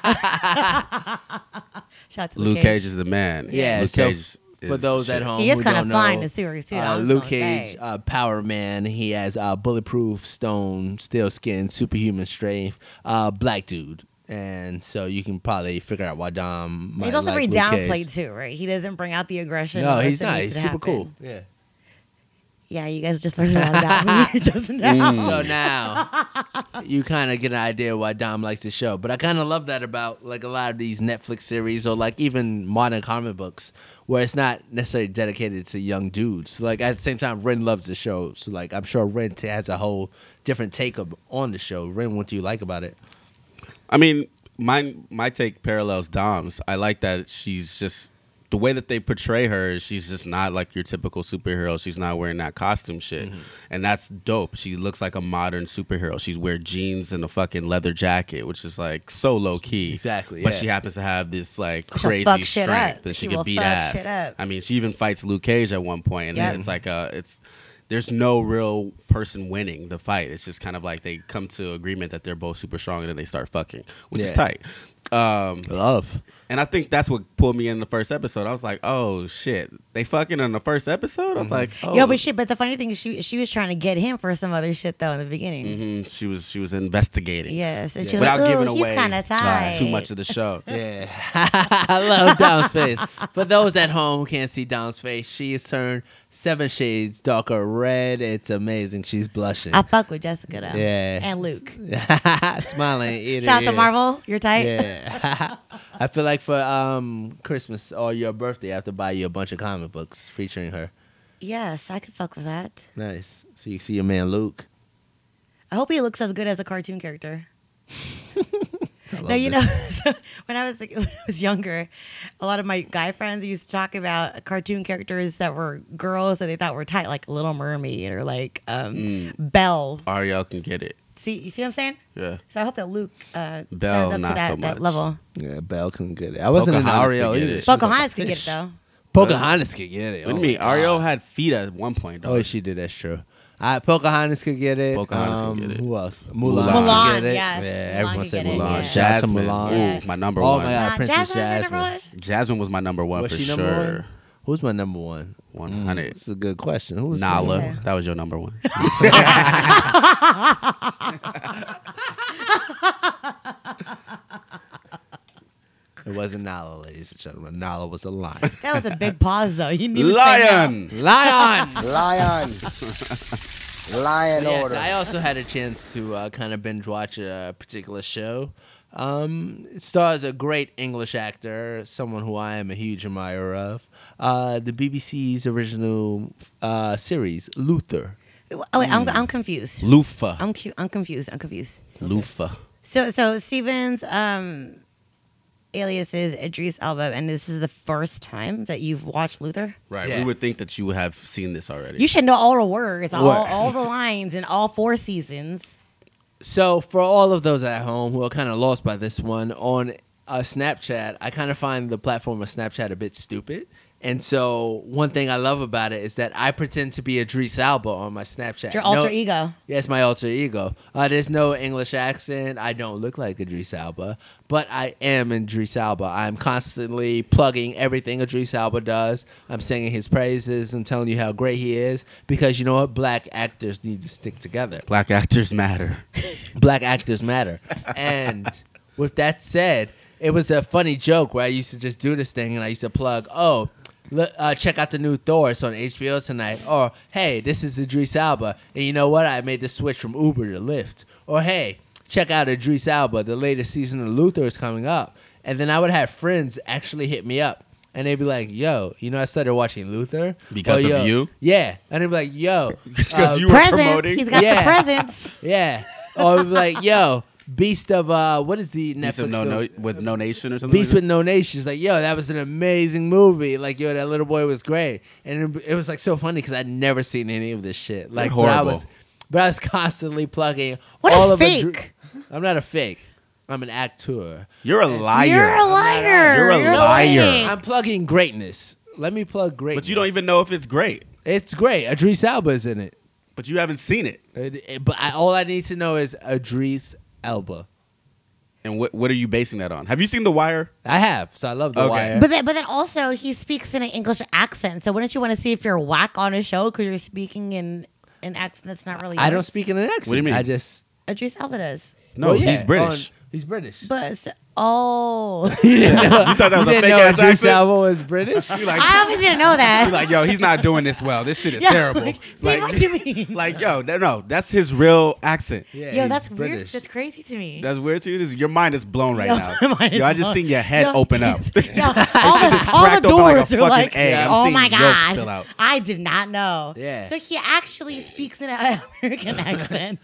[SPEAKER 2] Shout out to
[SPEAKER 4] Luke Cage is the man.
[SPEAKER 1] Yeah,
[SPEAKER 4] Luke
[SPEAKER 1] so
[SPEAKER 4] Cage is
[SPEAKER 1] for those
[SPEAKER 4] the
[SPEAKER 1] at
[SPEAKER 4] shit.
[SPEAKER 1] home,
[SPEAKER 2] He is
[SPEAKER 1] who
[SPEAKER 2] kinda
[SPEAKER 1] don't
[SPEAKER 2] fine
[SPEAKER 1] know,
[SPEAKER 2] and serious, too,
[SPEAKER 1] Uh,
[SPEAKER 2] I'm
[SPEAKER 1] Luke
[SPEAKER 2] gonna
[SPEAKER 1] Cage,
[SPEAKER 2] say.
[SPEAKER 1] uh, Power Man. He has uh, bulletproof stone, steel skin, superhuman strength. Uh, black dude, and so you can probably figure out why Dom. Might
[SPEAKER 2] He's also
[SPEAKER 1] like
[SPEAKER 2] very
[SPEAKER 1] Luke Cage.
[SPEAKER 2] downplayed too, right? He doesn't bring out the aggression.
[SPEAKER 1] No,
[SPEAKER 2] unless
[SPEAKER 1] he's
[SPEAKER 2] it
[SPEAKER 1] not.
[SPEAKER 2] needs
[SPEAKER 1] He's
[SPEAKER 2] to
[SPEAKER 1] super cool.
[SPEAKER 2] happen.
[SPEAKER 1] Yeah.
[SPEAKER 2] Yeah, you guys just learned a lot about me [LAUGHS] just now.
[SPEAKER 1] So now you kind of get an idea why Dom likes the show. But I kind of love that about like a lot of these Netflix series or like even modern comic books where it's not necessarily dedicated to young dudes. Like at the same time, Ren loves the show. So like I'm sure Ren t- has a whole different take of, on the show. Ren, what do you like about it?
[SPEAKER 4] I mean, my my take parallels Dom's. I like that she's just the way that they portray her. is She's just not like your typical superhero. She's not wearing that costume shit,
[SPEAKER 1] Mm-hmm.
[SPEAKER 4] and that's dope. She looks like a modern superhero. She's wearing jeans and a fucking leather jacket, which is like so low key.
[SPEAKER 1] Exactly,
[SPEAKER 4] But
[SPEAKER 1] yeah.
[SPEAKER 4] she happens to have this like
[SPEAKER 2] She'll
[SPEAKER 4] crazy
[SPEAKER 2] fuck shit up.
[SPEAKER 4] strength, and she,
[SPEAKER 2] She will
[SPEAKER 4] can beat
[SPEAKER 2] fuck
[SPEAKER 4] ass.
[SPEAKER 2] shit up.
[SPEAKER 4] I mean, she even fights Luke Cage at one point, and
[SPEAKER 2] Yep.
[SPEAKER 4] it's like a it's. There's no real person winning the fight. It's just kind of like they come to agreement that they're both super strong, and then they start fucking, which is
[SPEAKER 1] Yeah.
[SPEAKER 4] tight. Um,
[SPEAKER 1] Love.
[SPEAKER 4] and I think that's what pulled me in the first episode. I was like, oh shit, they fucking in the first episode. I was like, oh,
[SPEAKER 2] Yo, Mm-hmm. but she. But the funny thing is, she she was trying to get him for some other shit though in the beginning.
[SPEAKER 4] Mhm, she was she was investigating.
[SPEAKER 2] Yes, and she was
[SPEAKER 4] without
[SPEAKER 2] like,
[SPEAKER 4] giving
[SPEAKER 2] "Ooh,
[SPEAKER 4] away
[SPEAKER 2] he's kind of tired.
[SPEAKER 4] too much of
[SPEAKER 2] [LAUGHS]
[SPEAKER 4] the show.
[SPEAKER 1] Yeah. [LAUGHS] I love Dom's face. For those at home who can't see Dom's face, she is turned seven shades darker red. It's amazing. She's blushing.
[SPEAKER 2] I fuck with Jessica though.
[SPEAKER 1] Yeah.
[SPEAKER 2] and Luke.
[SPEAKER 1] [LAUGHS] Smiling. ear
[SPEAKER 2] Shout out
[SPEAKER 1] ear.
[SPEAKER 2] to Marvel. You're tight.
[SPEAKER 1] Yeah. [LAUGHS] I feel like for um Christmas or your birthday, I have to buy you a bunch of comic books featuring her.
[SPEAKER 2] Yes, I could fuck with that.
[SPEAKER 1] Nice. So you see your man Luke.
[SPEAKER 2] I hope he looks as good as a cartoon character.
[SPEAKER 1] I love
[SPEAKER 2] Now you
[SPEAKER 1] this.
[SPEAKER 2] know, [LAUGHS] so when I was like, [LAUGHS] when I was younger, a lot of my guy friends used to talk about cartoon characters that were girls that they thought were tight, like Little Mermaid or like um,
[SPEAKER 4] Mm.
[SPEAKER 2] Belle.
[SPEAKER 4] Ariel can get it.
[SPEAKER 2] See, you see what I'm saying?
[SPEAKER 4] Yeah,
[SPEAKER 2] So I hope that Luke uh,
[SPEAKER 4] Belle,
[SPEAKER 2] stands up
[SPEAKER 4] not
[SPEAKER 2] to that,
[SPEAKER 4] so
[SPEAKER 2] that
[SPEAKER 4] much.
[SPEAKER 2] level.
[SPEAKER 1] Yeah, Belle can get it. I wasn't an
[SPEAKER 4] Pocahontas
[SPEAKER 1] Ariel
[SPEAKER 4] could get
[SPEAKER 1] either.
[SPEAKER 4] it.
[SPEAKER 1] She was like a
[SPEAKER 2] Pocahontas could get it
[SPEAKER 1] fish.
[SPEAKER 2] though.
[SPEAKER 1] Pocahontas could get it.
[SPEAKER 4] what do
[SPEAKER 1] Oh
[SPEAKER 4] you mean?
[SPEAKER 1] my God.
[SPEAKER 4] Ariel had feet at one point. Though.
[SPEAKER 1] Oh, she did. That's true. All right, Pocahontas could get it. Um,
[SPEAKER 4] Pocahontas could get it.
[SPEAKER 1] Who else?
[SPEAKER 4] Mulan.
[SPEAKER 1] Mulan, could
[SPEAKER 2] Mulan,
[SPEAKER 1] get it.
[SPEAKER 2] yes. Mulan
[SPEAKER 1] Yeah, everyone
[SPEAKER 2] could
[SPEAKER 1] said
[SPEAKER 2] get it,
[SPEAKER 1] Mulan.
[SPEAKER 2] yeah.
[SPEAKER 1] Shout out to
[SPEAKER 4] Jasmine.
[SPEAKER 1] Mulan.
[SPEAKER 2] Yeah.
[SPEAKER 4] Ooh, my number
[SPEAKER 1] Oh
[SPEAKER 4] one.
[SPEAKER 1] my God,
[SPEAKER 2] Nah,
[SPEAKER 1] Princess
[SPEAKER 2] Jasmine's your number
[SPEAKER 1] Jasmine.
[SPEAKER 2] one?
[SPEAKER 4] Jasmine was my number one
[SPEAKER 1] Was
[SPEAKER 4] for
[SPEAKER 1] she number one? Mm.
[SPEAKER 4] sure.
[SPEAKER 1] Who's my number one?
[SPEAKER 4] One
[SPEAKER 1] Mm,
[SPEAKER 4] hundred.
[SPEAKER 1] This is a good question. Who was my
[SPEAKER 4] Nala,
[SPEAKER 1] number one?
[SPEAKER 2] Yeah.
[SPEAKER 4] that was your number one.
[SPEAKER 1] It wasn't Nala, ladies and gentlemen. Nala was a lion.
[SPEAKER 2] That was
[SPEAKER 1] [LAUGHS]
[SPEAKER 2] a big pause though. You knew.
[SPEAKER 4] Lion.
[SPEAKER 1] lion.
[SPEAKER 6] [LAUGHS] Lion. Lion
[SPEAKER 1] Yes,
[SPEAKER 6] order.
[SPEAKER 1] I also had a chance to uh, kind of binge watch a particular show. Um, it stars a great English actor, someone who I am a huge admirer of. Uh, the BBC's original uh, series, Luther.
[SPEAKER 2] Oh, wait,
[SPEAKER 1] Hmm.
[SPEAKER 2] I'm, I'm confused.
[SPEAKER 4] Loofah.
[SPEAKER 2] I'm cu- I'm confused. I'm confused.
[SPEAKER 4] Loofah.
[SPEAKER 2] So so Stevens um alias is Idris Elba and this is the first time that you've watched Luther?
[SPEAKER 4] Right.
[SPEAKER 1] Yeah.
[SPEAKER 4] We would think that you would have seen this already.
[SPEAKER 2] You should know all the words, all,
[SPEAKER 1] Word.
[SPEAKER 2] all the lines in all four seasons.
[SPEAKER 1] So, for all of those at home who are kind of lost by this one, on uh, Snapchat, I kind of find the platform of Snapchat a bit stupid. And so, one thing I love about it is that I pretend to be Idris Alba on my Snapchat.
[SPEAKER 2] It's your alter
[SPEAKER 1] No-
[SPEAKER 2] ego.
[SPEAKER 1] Yes, my alter ego. Uh, there's no English accent. I don't look like Idris Alba, but I am Idris Alba. I'm constantly plugging everything Idris Alba does. I'm singing his praises. I'm telling you how great he is because you know what? Black actors need to stick together.
[SPEAKER 4] Black actors matter.
[SPEAKER 1] Black actors matter. and with that said, it was a funny joke where I used to just do this thing and I used to plug, oh, look, uh, check out the new Thor. It's on HBO tonight. Or, hey, this is Idris Alba. And you know what? I made the switch from Uber to Lyft. Or, hey, check out Idris Alba. The latest season of Luther is coming up. And then I would have friends actually hit me up. And they'd be like, yo, you know, I started watching Luther.
[SPEAKER 4] Because
[SPEAKER 1] Oh,
[SPEAKER 4] of
[SPEAKER 1] yo.
[SPEAKER 4] you?
[SPEAKER 1] Yeah. And they'd be like, yo.
[SPEAKER 4] [LAUGHS] Because
[SPEAKER 1] uh,
[SPEAKER 4] you were
[SPEAKER 2] Presents.
[SPEAKER 4] promoting.
[SPEAKER 2] He's got
[SPEAKER 1] Yeah.
[SPEAKER 2] the presents.
[SPEAKER 1] yeah. Or be like, yo, Beast of uh, what is the Netflix?
[SPEAKER 4] Beast of no,
[SPEAKER 1] film?
[SPEAKER 4] no, with no nation or something.
[SPEAKER 1] Beast
[SPEAKER 4] like
[SPEAKER 1] with No Nations. Like, yo, that was an amazing movie. Like, yo, that little boy was great, and it, it was like so funny because I'd never seen any of this shit. Like, but I
[SPEAKER 4] horrible.
[SPEAKER 1] was, but I was constantly plugging
[SPEAKER 2] What a
[SPEAKER 1] all of
[SPEAKER 2] fake.
[SPEAKER 1] Adri- I'm not a fake. I'm an actor.
[SPEAKER 4] that? You're a liar.
[SPEAKER 2] You're a liar.
[SPEAKER 4] You're a liar.
[SPEAKER 2] lying.
[SPEAKER 1] I'm plugging greatness. Let me plug greatness.
[SPEAKER 4] But you don't even know if it's great.
[SPEAKER 1] It's great. Idris Elba's in it.
[SPEAKER 4] But you haven't seen it.
[SPEAKER 1] It- it- but I, all I need to know is Idris Elba.
[SPEAKER 4] And what what are you basing that on? Have you seen The Wire?
[SPEAKER 1] I have, so I love The
[SPEAKER 4] Okay.
[SPEAKER 1] Wire.
[SPEAKER 2] But then, but then also he speaks in an English accent. So wouldn't you want to see if you're whack on a show because you're speaking in an accent that's not really?
[SPEAKER 1] I
[SPEAKER 2] yours?
[SPEAKER 1] don't speak in an accent.
[SPEAKER 4] you mean?
[SPEAKER 1] I just
[SPEAKER 2] Idris Elba does.
[SPEAKER 4] No,
[SPEAKER 1] Well, yeah,
[SPEAKER 4] he's British.
[SPEAKER 1] on- he's British.
[SPEAKER 2] But s- oh,
[SPEAKER 1] you didn't know,
[SPEAKER 4] [LAUGHS] you thought that was
[SPEAKER 1] you
[SPEAKER 4] a
[SPEAKER 1] didn't
[SPEAKER 4] fake
[SPEAKER 1] know
[SPEAKER 4] ass
[SPEAKER 1] Idris
[SPEAKER 4] accent?
[SPEAKER 1] Elba was
[SPEAKER 4] [LAUGHS]
[SPEAKER 1] British.
[SPEAKER 4] You like,
[SPEAKER 2] I obviously didn't know
[SPEAKER 4] you
[SPEAKER 2] that.
[SPEAKER 4] like, yo, he's not doing this well. This shit is
[SPEAKER 2] Yeah,
[SPEAKER 4] terrible.
[SPEAKER 2] like, see what
[SPEAKER 4] [LAUGHS]
[SPEAKER 2] you mean.
[SPEAKER 4] Like, yo, no, no, that's his real accent.
[SPEAKER 1] Yeah,
[SPEAKER 2] Yo,
[SPEAKER 1] he's
[SPEAKER 2] that's weird.
[SPEAKER 1] British.
[SPEAKER 2] That's crazy to me.
[SPEAKER 4] That's weird to you. This- your mind is blown right
[SPEAKER 2] Yo, [LAUGHS]
[SPEAKER 4] now.
[SPEAKER 2] my mind is
[SPEAKER 4] Yo, I just
[SPEAKER 2] blown.
[SPEAKER 4] seen your head
[SPEAKER 2] Yo,
[SPEAKER 4] open up.
[SPEAKER 2] [LAUGHS] Yo, all the, all
[SPEAKER 4] cracked
[SPEAKER 2] the
[SPEAKER 4] open like a
[SPEAKER 2] doors are
[SPEAKER 4] fucking
[SPEAKER 2] like,
[SPEAKER 4] egg. I'm
[SPEAKER 2] oh
[SPEAKER 4] seeing
[SPEAKER 2] my
[SPEAKER 4] yolks spill
[SPEAKER 2] god,
[SPEAKER 4] out.
[SPEAKER 2] I did not know.
[SPEAKER 1] Yeah.
[SPEAKER 2] So he actually speaks in an [LAUGHS] American accent,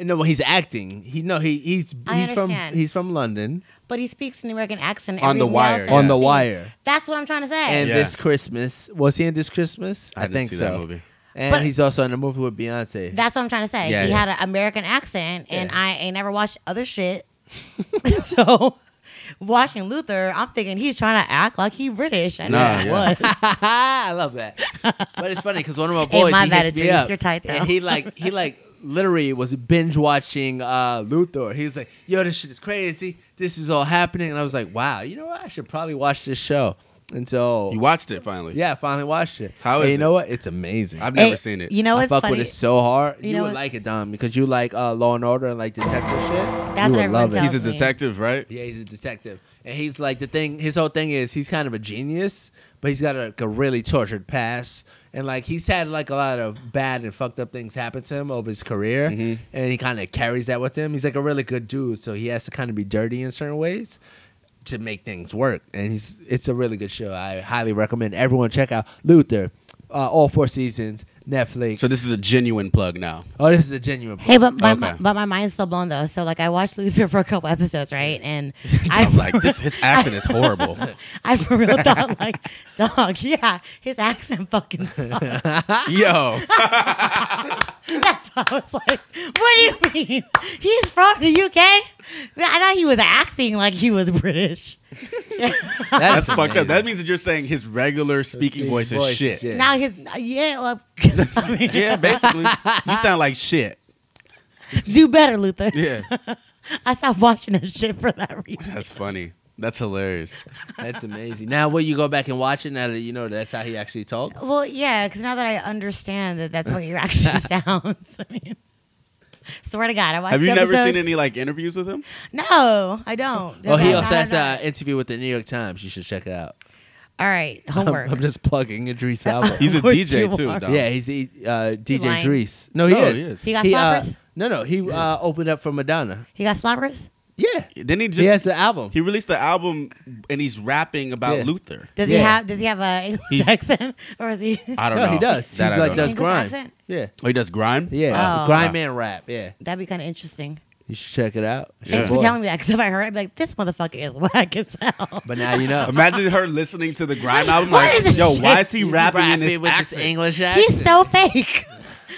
[SPEAKER 1] no, well, he's acting. He no, he he's
[SPEAKER 2] I
[SPEAKER 1] he's from
[SPEAKER 2] understand.
[SPEAKER 1] he's from London
[SPEAKER 2] but he speaks in an American accent.
[SPEAKER 4] On The
[SPEAKER 2] everyone else
[SPEAKER 4] Wire,
[SPEAKER 2] I've
[SPEAKER 4] Yeah.
[SPEAKER 1] on The
[SPEAKER 2] seen-
[SPEAKER 1] Wire.
[SPEAKER 2] That's what I'm trying to say.
[SPEAKER 1] And
[SPEAKER 4] Yeah.
[SPEAKER 1] this Christmas was he in this Christmas?
[SPEAKER 4] I
[SPEAKER 1] I,
[SPEAKER 4] didn't
[SPEAKER 1] think
[SPEAKER 4] see
[SPEAKER 1] so.
[SPEAKER 4] that movie.
[SPEAKER 1] And
[SPEAKER 2] But-
[SPEAKER 1] he's also in a movie with Beyonce.
[SPEAKER 2] That's what I'm trying to say.
[SPEAKER 4] Yeah,
[SPEAKER 2] he
[SPEAKER 4] yeah.
[SPEAKER 2] had an American accent, and
[SPEAKER 1] Yeah.
[SPEAKER 2] I ain't never watched other
[SPEAKER 4] [LAUGHS]
[SPEAKER 2] shit. [LAUGHS] so, watching Luther, I'm thinking he's trying to act like he British. And
[SPEAKER 4] [LAUGHS] Nah,
[SPEAKER 2] I
[SPEAKER 4] yeah.
[SPEAKER 2] was.
[SPEAKER 1] [LAUGHS] I love that. But it's funny because one of my
[SPEAKER 2] Hey,
[SPEAKER 1] boys
[SPEAKER 2] my
[SPEAKER 1] he
[SPEAKER 2] bad,
[SPEAKER 1] hits me
[SPEAKER 2] Idris,
[SPEAKER 1] up.
[SPEAKER 2] you're tight, though.
[SPEAKER 1] and he like he like literally was binge watching uh, Luthor. He was like, "Yo, this shit is crazy. This is all happening." And I was like, "Wow, you know what? I should probably watch this show." And so
[SPEAKER 4] You watched it finally.
[SPEAKER 1] yeah, I finally watched it.
[SPEAKER 4] How
[SPEAKER 1] And
[SPEAKER 4] is
[SPEAKER 1] you
[SPEAKER 4] it?
[SPEAKER 1] know what? It's amazing.
[SPEAKER 4] I've
[SPEAKER 1] i
[SPEAKER 4] never
[SPEAKER 2] Hey,
[SPEAKER 4] seen it.
[SPEAKER 2] You know what's
[SPEAKER 1] fuck
[SPEAKER 2] funny?
[SPEAKER 1] with it so hard.
[SPEAKER 2] You
[SPEAKER 1] You,
[SPEAKER 2] know
[SPEAKER 1] would
[SPEAKER 2] what-
[SPEAKER 1] like it, Dom, because you like uh, Law and Order and like detective shit.
[SPEAKER 2] That's
[SPEAKER 1] you
[SPEAKER 2] what
[SPEAKER 1] would
[SPEAKER 2] everyone
[SPEAKER 1] love it.
[SPEAKER 2] tells
[SPEAKER 4] he's a
[SPEAKER 2] me.
[SPEAKER 4] detective, right?
[SPEAKER 1] Yeah, he's a detective, and he's like the thing. His whole thing is he's kind of a genius, but he's got a, like, a really tortured past, and like he's had like a lot of bad and fucked up things happen to him over his career,
[SPEAKER 4] Mm-hmm.
[SPEAKER 1] and he kind of carries that with him. He's like a really good dude, so he has to kind of be dirty in certain ways to make things work, and he's it's a really good show. I highly recommend everyone check out Luther, uh, all four seasons, Netflix.
[SPEAKER 4] So this is a genuine plug now.
[SPEAKER 1] oh, this is a
[SPEAKER 4] [LAUGHS]
[SPEAKER 1] genuine.
[SPEAKER 2] Hey, but my,
[SPEAKER 4] Okay.
[SPEAKER 2] my- but my mind's still blown though. So like, I watched Luther for a couple episodes,
[SPEAKER 4] [LAUGHS]
[SPEAKER 2] right? And I
[SPEAKER 4] I'm like, this his accent is horrible.
[SPEAKER 2] [LAUGHS]
[SPEAKER 4] [LAUGHS]
[SPEAKER 2] I for real thought like, [LAUGHS] dog, yeah, his accent fucking
[SPEAKER 4] [LAUGHS]
[SPEAKER 2] sucks.
[SPEAKER 4] Yo,
[SPEAKER 2] That's why I was like, what do you mean? He's from the UK. I thought he was acting like he was
[SPEAKER 4] [LAUGHS]
[SPEAKER 2] British.
[SPEAKER 4] that's fucked up. That means that you're saying his regular speaking voice is shit.
[SPEAKER 2] Now his yeah,
[SPEAKER 4] [LAUGHS]
[SPEAKER 2] well, I mean,
[SPEAKER 4] Yeah, basically, you sound like shit.
[SPEAKER 2] do better, Luther.
[SPEAKER 4] Yeah,
[SPEAKER 2] I stopped watching that shit for that reason.
[SPEAKER 4] [LAUGHS] that's funny. That's hilarious.
[SPEAKER 1] That's amazing. Now, will you go back and watch it now that you know that's how he actually talks?
[SPEAKER 2] Well, yeah, because now that I understand that that's what your
[SPEAKER 4] [LAUGHS]
[SPEAKER 2] actually sounds. I mean, swear to God, I watched.
[SPEAKER 4] Have you never seen
[SPEAKER 2] episodes-
[SPEAKER 4] any like interviews
[SPEAKER 2] [LAUGHS]
[SPEAKER 4] with him?
[SPEAKER 2] No, I don't.
[SPEAKER 1] Oh, he
[SPEAKER 2] No,
[SPEAKER 1] also
[SPEAKER 2] no,
[SPEAKER 1] has
[SPEAKER 2] no.
[SPEAKER 1] an interview with the New York Times. You should check it out.
[SPEAKER 2] All right,
[SPEAKER 1] I'm,
[SPEAKER 2] homework.
[SPEAKER 1] I'm just plugging
[SPEAKER 2] [LAUGHS]
[SPEAKER 1] Idris Elba.
[SPEAKER 4] He's a
[SPEAKER 2] course
[SPEAKER 4] DJ
[SPEAKER 2] you
[SPEAKER 4] too.
[SPEAKER 2] are.
[SPEAKER 4] Dom.
[SPEAKER 1] yeah, he's the, uh, DJ
[SPEAKER 2] lying.
[SPEAKER 1] Idris. No, he
[SPEAKER 4] No,
[SPEAKER 1] is.
[SPEAKER 4] he is.
[SPEAKER 2] He got
[SPEAKER 1] uh,
[SPEAKER 2] floppers?
[SPEAKER 1] no, no, he uh, opened up for Madonna.
[SPEAKER 2] He got slobbers.
[SPEAKER 1] Yeah.
[SPEAKER 4] Then he just
[SPEAKER 1] He has the album.
[SPEAKER 4] he released the album and he's rapping about
[SPEAKER 1] Yeah.
[SPEAKER 4] Luther.
[SPEAKER 2] Does
[SPEAKER 1] Yeah.
[SPEAKER 2] he have? Does he have a English
[SPEAKER 4] He's-
[SPEAKER 2] accent, [LAUGHS] or is
[SPEAKER 4] [LAUGHS]
[SPEAKER 2] he?
[SPEAKER 4] I don't
[SPEAKER 1] no,
[SPEAKER 4] know.
[SPEAKER 1] he does.
[SPEAKER 4] That
[SPEAKER 1] he
[SPEAKER 4] I
[SPEAKER 1] like does
[SPEAKER 4] don't know.
[SPEAKER 2] English
[SPEAKER 1] grime.
[SPEAKER 2] accent?
[SPEAKER 1] Yeah.
[SPEAKER 4] Oh, he does grime.
[SPEAKER 1] Yeah.
[SPEAKER 2] Oh.
[SPEAKER 1] Grime and rap. Yeah.
[SPEAKER 2] That'd be kind of interesting.
[SPEAKER 1] You should check it out.
[SPEAKER 2] Thanks
[SPEAKER 1] Boy.
[SPEAKER 2] for telling me that. Because if I heard, it, I'd be like, "This motherfucker is whack as hell."
[SPEAKER 1] But now you know.
[SPEAKER 4] [LAUGHS] Imagine her listening to the grime album.
[SPEAKER 2] What
[SPEAKER 4] Like,
[SPEAKER 2] is this
[SPEAKER 4] yo,
[SPEAKER 2] shit?
[SPEAKER 4] why is he rapping, in
[SPEAKER 1] Rapping
[SPEAKER 4] this
[SPEAKER 1] with
[SPEAKER 4] accent?
[SPEAKER 1] this English accent.
[SPEAKER 2] He's so fake.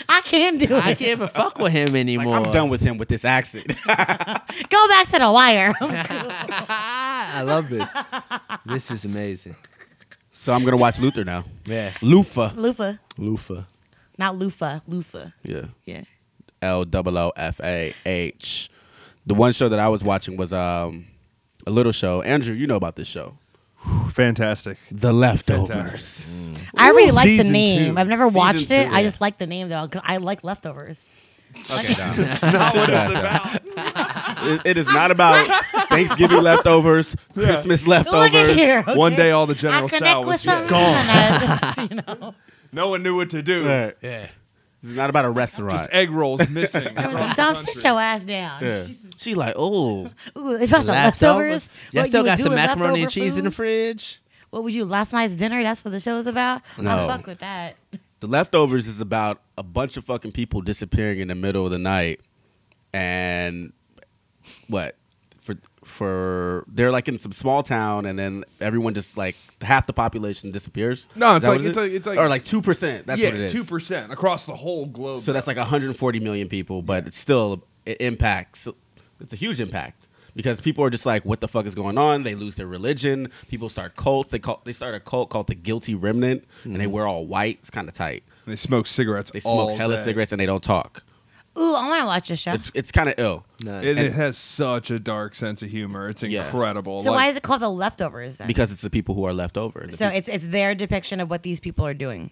[SPEAKER 2] I can't do it.
[SPEAKER 1] I can't even fuck with him
[SPEAKER 4] Like,
[SPEAKER 1] anymore.
[SPEAKER 4] I'm done with him with this accent. [LAUGHS]
[SPEAKER 2] Go back to the wire. [LAUGHS]
[SPEAKER 1] I love this. This is amazing.
[SPEAKER 4] so I'm gonna watch Luther now.
[SPEAKER 1] Yeah.
[SPEAKER 4] Lufa.
[SPEAKER 2] loofah,
[SPEAKER 1] Lufa.
[SPEAKER 2] not loofah, loofah.
[SPEAKER 4] Yeah.
[SPEAKER 2] Yeah.
[SPEAKER 4] L O O F A H. The one show that I was watching was um a little show. Andrew, you know about this show.
[SPEAKER 3] Fantastic.
[SPEAKER 4] The Leftovers.
[SPEAKER 2] I really like the
[SPEAKER 3] Season
[SPEAKER 2] name.
[SPEAKER 3] two.
[SPEAKER 2] I've never
[SPEAKER 4] Season
[SPEAKER 2] watched
[SPEAKER 4] two,
[SPEAKER 2] it. I
[SPEAKER 4] yeah.
[SPEAKER 2] just like the name though, because I like leftovers.
[SPEAKER 4] Okay, Dom. [LAUGHS] It's not what it's about. [LAUGHS] It- it is not about Thanksgiving
[SPEAKER 3] [LAUGHS]
[SPEAKER 4] leftovers, Christmas
[SPEAKER 2] Look at
[SPEAKER 4] leftovers.
[SPEAKER 2] here.
[SPEAKER 3] One
[SPEAKER 2] okay?
[SPEAKER 3] day, all the
[SPEAKER 2] I
[SPEAKER 3] General Sal
[SPEAKER 2] connect
[SPEAKER 3] was
[SPEAKER 2] with
[SPEAKER 3] just
[SPEAKER 2] some.
[SPEAKER 3] gone.
[SPEAKER 2] you know,
[SPEAKER 3] No one knew what to do.
[SPEAKER 1] Yeah.
[SPEAKER 4] It's not about a restaurant.
[SPEAKER 3] Just egg
[SPEAKER 2] [LAUGHS]
[SPEAKER 3] rolls missing. [LAUGHS] across the
[SPEAKER 2] Dom,
[SPEAKER 3] country.
[SPEAKER 2] sit your ass down.
[SPEAKER 4] She like, oh,
[SPEAKER 2] Ooh, it's about the leftovers.
[SPEAKER 1] Leftovers. Y'all
[SPEAKER 2] What
[SPEAKER 1] still
[SPEAKER 2] you would
[SPEAKER 1] got
[SPEAKER 2] do
[SPEAKER 1] some
[SPEAKER 2] with
[SPEAKER 1] macaroni
[SPEAKER 2] leftover
[SPEAKER 1] and cheese in the
[SPEAKER 2] food?
[SPEAKER 1] fridge?
[SPEAKER 2] What would you last night's dinner? That's what the show is about.
[SPEAKER 4] No.
[SPEAKER 2] I fuck with that.
[SPEAKER 4] The Leftovers is about a bunch of fucking people disappearing in the middle of the night, and what for for they're like in some small town, and then everyone just like half the population disappears.
[SPEAKER 3] No,
[SPEAKER 4] Is
[SPEAKER 3] it's
[SPEAKER 4] that
[SPEAKER 3] like-
[SPEAKER 4] what it
[SPEAKER 3] it's
[SPEAKER 4] is?
[SPEAKER 3] like- it's like-
[SPEAKER 4] or like two percent. That's what it
[SPEAKER 3] yeah,
[SPEAKER 4] is.
[SPEAKER 3] two percent across the whole globe.
[SPEAKER 4] So that's like 140 million people, but it's still it impacts. It's a huge impact because people are just like, "What the fuck is going on?" They lose their religion. People start cults. They call they start a cult called the Guilty Remnant, and they
[SPEAKER 1] Mm-hmm.
[SPEAKER 4] wear all white. It's kind of tight.
[SPEAKER 3] they smoke cigarettes.
[SPEAKER 4] They
[SPEAKER 3] all
[SPEAKER 4] smoke hella
[SPEAKER 3] day.
[SPEAKER 4] cigarettes and they don't talk.
[SPEAKER 2] Ooh, I want to watch this show.
[SPEAKER 4] It's it's kind of ill.
[SPEAKER 1] Nice.
[SPEAKER 3] It, it has such a dark sense of humor. It's
[SPEAKER 4] Yeah.
[SPEAKER 3] incredible.
[SPEAKER 2] so
[SPEAKER 3] Like,
[SPEAKER 2] why is it called the leftovers then?
[SPEAKER 4] Because it's the people who are left over. The
[SPEAKER 2] so
[SPEAKER 4] peop-
[SPEAKER 2] it's it's their depiction of what these people are doing.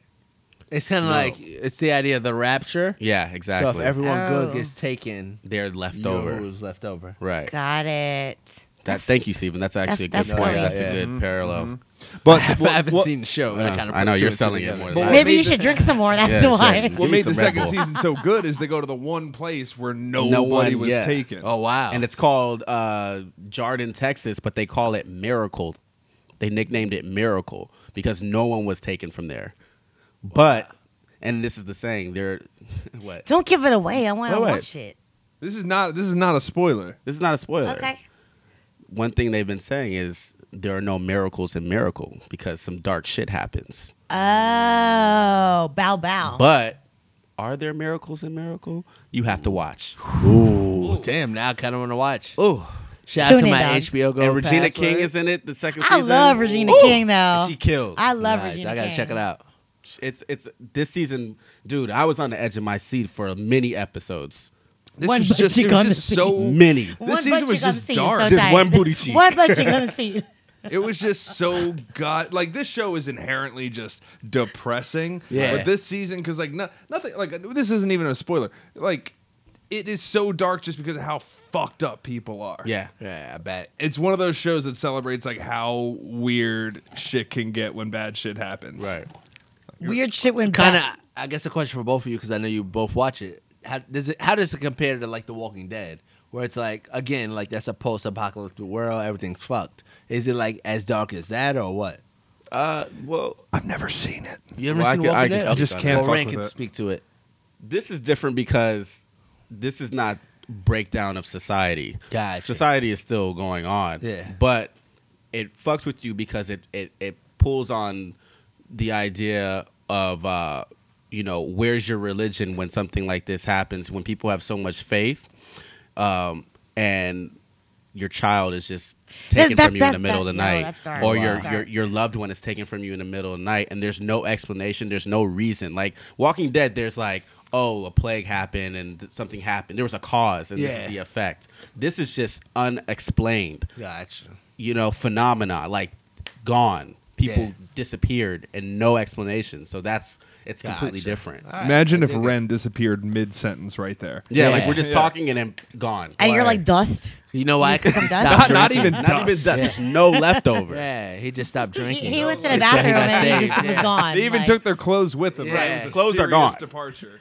[SPEAKER 1] It's kind of like it's the idea of the rapture.
[SPEAKER 4] yeah, exactly.
[SPEAKER 1] So if everyone good
[SPEAKER 2] Oh.
[SPEAKER 1] gets taken,
[SPEAKER 4] They're left
[SPEAKER 1] you know
[SPEAKER 4] over.
[SPEAKER 1] who's left over.
[SPEAKER 4] Right.
[SPEAKER 2] Got it.
[SPEAKER 4] That, thank you, Stephen. That's actually
[SPEAKER 2] That's-
[SPEAKER 4] a good
[SPEAKER 2] that's
[SPEAKER 4] point.
[SPEAKER 2] good.
[SPEAKER 4] That's
[SPEAKER 1] Yeah.
[SPEAKER 4] a good parallel.
[SPEAKER 1] Mm-hmm.
[SPEAKER 3] but
[SPEAKER 1] I
[SPEAKER 4] [LAUGHS]
[SPEAKER 1] haven't,
[SPEAKER 3] what-
[SPEAKER 1] I haven't
[SPEAKER 3] what-
[SPEAKER 1] seen the show.
[SPEAKER 4] Yeah.
[SPEAKER 1] kind of
[SPEAKER 4] I know, you're selling it more than I
[SPEAKER 2] Maybe you should drink some more. That's
[SPEAKER 4] Yeah,
[SPEAKER 2] why.
[SPEAKER 4] sure.
[SPEAKER 3] What
[SPEAKER 4] Give me
[SPEAKER 3] made
[SPEAKER 4] some
[SPEAKER 3] the
[SPEAKER 4] Red
[SPEAKER 3] second
[SPEAKER 4] Bull.
[SPEAKER 3] season so good is they go to the one place where nobody
[SPEAKER 4] one-
[SPEAKER 3] was
[SPEAKER 4] yeah.
[SPEAKER 3] taken.
[SPEAKER 1] Oh wow!
[SPEAKER 4] and it's called uh, Jardin, Texas, but they call it Miracle. They nicknamed it Miracle because no one was taken from there. But, and this is the saying, they're [LAUGHS] what?
[SPEAKER 2] [LAUGHS] Don't give it away. I want to
[SPEAKER 4] Wait, wait.
[SPEAKER 2] watch it.
[SPEAKER 3] This is not this is not a spoiler.
[SPEAKER 4] This is not a spoiler.
[SPEAKER 2] Okay.
[SPEAKER 4] One thing they've been saying is there are no miracles in Miracle because some dark shit happens.
[SPEAKER 2] Oh, bow bow.
[SPEAKER 4] But are there miracles in Miracle? You have to watch.
[SPEAKER 1] Ooh, damn. Now I kind of want to watch.
[SPEAKER 4] Oh,
[SPEAKER 1] Shout out
[SPEAKER 2] Tune
[SPEAKER 1] to
[SPEAKER 2] in,
[SPEAKER 1] my
[SPEAKER 2] dog.
[SPEAKER 1] HBO Go.
[SPEAKER 4] and Regina
[SPEAKER 1] password.
[SPEAKER 4] King is in it. The second
[SPEAKER 2] I
[SPEAKER 4] season.
[SPEAKER 2] love Regina
[SPEAKER 4] Ooh.
[SPEAKER 2] King though.
[SPEAKER 4] She kills.
[SPEAKER 2] I love
[SPEAKER 1] Nice.
[SPEAKER 2] Regina.
[SPEAKER 1] I gotta
[SPEAKER 2] King.
[SPEAKER 1] check it out.
[SPEAKER 4] It's it's this season, dude. I was on the edge of my seat for many episodes.
[SPEAKER 3] This
[SPEAKER 2] One
[SPEAKER 3] was
[SPEAKER 2] butt
[SPEAKER 3] just,
[SPEAKER 2] cheek
[SPEAKER 3] it was
[SPEAKER 2] on the
[SPEAKER 3] just
[SPEAKER 2] seat.
[SPEAKER 3] so
[SPEAKER 4] Many.
[SPEAKER 2] One
[SPEAKER 3] This season
[SPEAKER 2] butt
[SPEAKER 3] was
[SPEAKER 2] cheek on
[SPEAKER 3] just
[SPEAKER 2] the seat,
[SPEAKER 3] dark.
[SPEAKER 2] So
[SPEAKER 4] Just
[SPEAKER 2] tight.
[SPEAKER 4] one booty cheek.
[SPEAKER 2] One butt cheek on the seat.
[SPEAKER 3] [LAUGHS] It was just so god like this show is inherently just depressing.
[SPEAKER 1] Yeah.
[SPEAKER 3] But this season, because like no, nothing like this isn't even a spoiler. Like it is so dark just because of how fucked up people are.
[SPEAKER 4] Yeah.
[SPEAKER 1] Yeah, I bet.
[SPEAKER 3] It's one of those shows that celebrates like how weird shit can get when bad shit happens.
[SPEAKER 2] Weird shit went
[SPEAKER 1] Kind of.
[SPEAKER 2] back.
[SPEAKER 1] I guess a question for both of you because I know you both watch it. How does it? How does it compare to like The Walking Dead, where it's like again like that's a post-apocalyptic world, everything's fucked. Is it like as dark as that or what?
[SPEAKER 4] Uh, well,
[SPEAKER 3] I've never seen it.
[SPEAKER 1] You ever
[SPEAKER 4] Well, I
[SPEAKER 1] seen
[SPEAKER 4] can- I
[SPEAKER 1] Walking
[SPEAKER 4] can
[SPEAKER 1] Dead?
[SPEAKER 4] speak
[SPEAKER 1] Okay,
[SPEAKER 3] Just
[SPEAKER 1] cool.
[SPEAKER 3] can't
[SPEAKER 1] Well,
[SPEAKER 3] fuck
[SPEAKER 1] Rand
[SPEAKER 3] with
[SPEAKER 1] can
[SPEAKER 3] it.
[SPEAKER 1] speak to it.
[SPEAKER 4] this is different because this is not breakdown of society.
[SPEAKER 1] Gotcha.
[SPEAKER 4] Society is still going on.
[SPEAKER 1] Yeah.
[SPEAKER 4] But it fucks with you because it it, it pulls on the idea of uh, you know where's your religion when something like this happens when people have so much faith, um, and your child is just taken
[SPEAKER 2] that-
[SPEAKER 4] from you in
[SPEAKER 2] that-
[SPEAKER 4] the middle
[SPEAKER 2] that-
[SPEAKER 4] of the
[SPEAKER 2] no,
[SPEAKER 4] night,
[SPEAKER 2] that's dark.
[SPEAKER 4] or
[SPEAKER 2] Wow.
[SPEAKER 4] your,
[SPEAKER 2] That's dark.
[SPEAKER 4] your your loved one is taken from you in the middle of the night, and there's no explanation, there's no reason. Like Walking Dead, there's like, oh, a plague happened and th- something happened. There was a cause, and this
[SPEAKER 1] Yeah.
[SPEAKER 4] is the effect. This is just unexplained,
[SPEAKER 1] Gotcha.
[SPEAKER 4] you know, phenomena. Like gone, people
[SPEAKER 1] Yeah.
[SPEAKER 4] disappeared, and no explanation. So that's it's completely
[SPEAKER 1] Gotcha. Uh,
[SPEAKER 4] different.
[SPEAKER 1] All right,
[SPEAKER 3] Imagine
[SPEAKER 1] I
[SPEAKER 3] if
[SPEAKER 1] dig it.
[SPEAKER 3] Ren disappeared mid sentence right there.
[SPEAKER 4] Yeah, like
[SPEAKER 1] Yeah.
[SPEAKER 4] we're just
[SPEAKER 3] Yeah.
[SPEAKER 4] talking and then gone.
[SPEAKER 2] And you're
[SPEAKER 1] Why?
[SPEAKER 2] like dust.
[SPEAKER 1] You know why? [LAUGHS]
[SPEAKER 2] He's
[SPEAKER 1] Because he
[SPEAKER 2] from Dust?
[SPEAKER 1] stopped
[SPEAKER 3] Not- not
[SPEAKER 1] drinking.
[SPEAKER 3] even
[SPEAKER 4] Not even
[SPEAKER 3] dust.
[SPEAKER 4] dust. There's no leftover.
[SPEAKER 1] Yeah, he just stopped
[SPEAKER 2] He,
[SPEAKER 1] drinking.
[SPEAKER 2] he went
[SPEAKER 1] So
[SPEAKER 2] to the
[SPEAKER 1] he got
[SPEAKER 2] bathroom and he
[SPEAKER 1] saved.
[SPEAKER 2] just was
[SPEAKER 1] Yeah.
[SPEAKER 2] gone.
[SPEAKER 3] They even
[SPEAKER 2] like-
[SPEAKER 3] took their clothes with them.
[SPEAKER 1] Yeah.
[SPEAKER 3] Right? It was a
[SPEAKER 4] Clothes are
[SPEAKER 3] serious
[SPEAKER 4] gone.
[SPEAKER 3] Departure.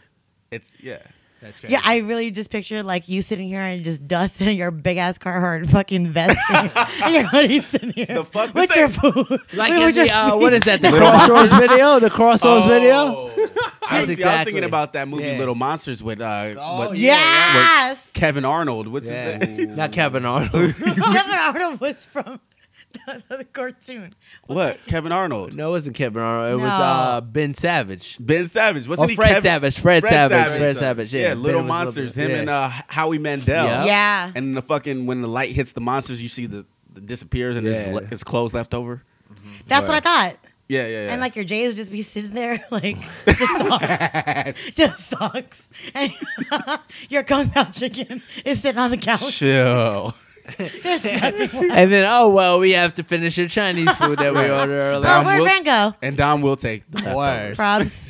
[SPEAKER 4] It's yeah.
[SPEAKER 1] That's
[SPEAKER 2] Yeah, I really just pictured like you sitting here and just dust [LAUGHS] in your big ass Carhartt fucking vest. [LAUGHS] and you're already sitting here
[SPEAKER 4] The fuck
[SPEAKER 2] with
[SPEAKER 4] was
[SPEAKER 2] your
[SPEAKER 4] that?
[SPEAKER 2] food.
[SPEAKER 1] like
[SPEAKER 2] with
[SPEAKER 1] in
[SPEAKER 2] your
[SPEAKER 1] the uh,
[SPEAKER 2] feet.
[SPEAKER 1] what is
[SPEAKER 2] [LAUGHS]
[SPEAKER 1] that? The
[SPEAKER 3] [LAUGHS]
[SPEAKER 1] crossroads video? The crossroads
[SPEAKER 2] Oh.
[SPEAKER 1] video?
[SPEAKER 4] I, was,
[SPEAKER 1] That's
[SPEAKER 4] I was
[SPEAKER 1] exactly-
[SPEAKER 4] thinking about that movie
[SPEAKER 1] yeah.
[SPEAKER 4] Little Monsters with uh,
[SPEAKER 1] Oh,
[SPEAKER 4] with
[SPEAKER 1] yeah, yeah.
[SPEAKER 2] [LAUGHS] Yes.
[SPEAKER 4] Kevin Arnold. What's
[SPEAKER 1] Yeah.
[SPEAKER 4] his [LAUGHS] name?
[SPEAKER 1] Not Kevin Arnold.
[SPEAKER 2] [LAUGHS] Kevin
[SPEAKER 1] [LAUGHS]
[SPEAKER 2] Arnold was from [LAUGHS] the, the cartoon.
[SPEAKER 4] What? Kevin Arnold.
[SPEAKER 1] no, it wasn't Kevin Arnold. It was
[SPEAKER 2] No.
[SPEAKER 1] uh, Ben Savage.
[SPEAKER 4] Ben Savage. Wasn't
[SPEAKER 1] oh,
[SPEAKER 4] he
[SPEAKER 1] Fred
[SPEAKER 4] Kevin-
[SPEAKER 1] Savage. Fred, Savage. Fred
[SPEAKER 4] uh,
[SPEAKER 1] Savage. Yeah, Ben
[SPEAKER 4] Little
[SPEAKER 1] was
[SPEAKER 4] Monsters.
[SPEAKER 1] little-
[SPEAKER 4] Him
[SPEAKER 1] yeah.
[SPEAKER 4] and uh, Howie Mandel.
[SPEAKER 1] Yeah.
[SPEAKER 2] Yeah.
[SPEAKER 4] And the fucking when the light hits the monsters, you see the, the disappears and his,
[SPEAKER 1] Yeah.
[SPEAKER 4] le- his clothes left over.
[SPEAKER 2] That's what I thought.
[SPEAKER 4] Yeah, yeah, yeah.
[SPEAKER 2] And like your J's would just be sitting there [LAUGHS]
[SPEAKER 1] [LAUGHS]
[SPEAKER 2] like just socks. [LAUGHS] just socks. And [LAUGHS] your Kung Pao chicken is sitting on the couch.
[SPEAKER 4] chill.
[SPEAKER 2] There's
[SPEAKER 4] uh,
[SPEAKER 2] nothing.
[SPEAKER 1] and then oh well, we have to finish your Chinese food that we ordered earlier.
[SPEAKER 2] Oh,
[SPEAKER 4] I'm
[SPEAKER 2] where'd
[SPEAKER 4] look-
[SPEAKER 2] Ran go?
[SPEAKER 4] And Dom will take the
[SPEAKER 1] Worse.
[SPEAKER 2] Props.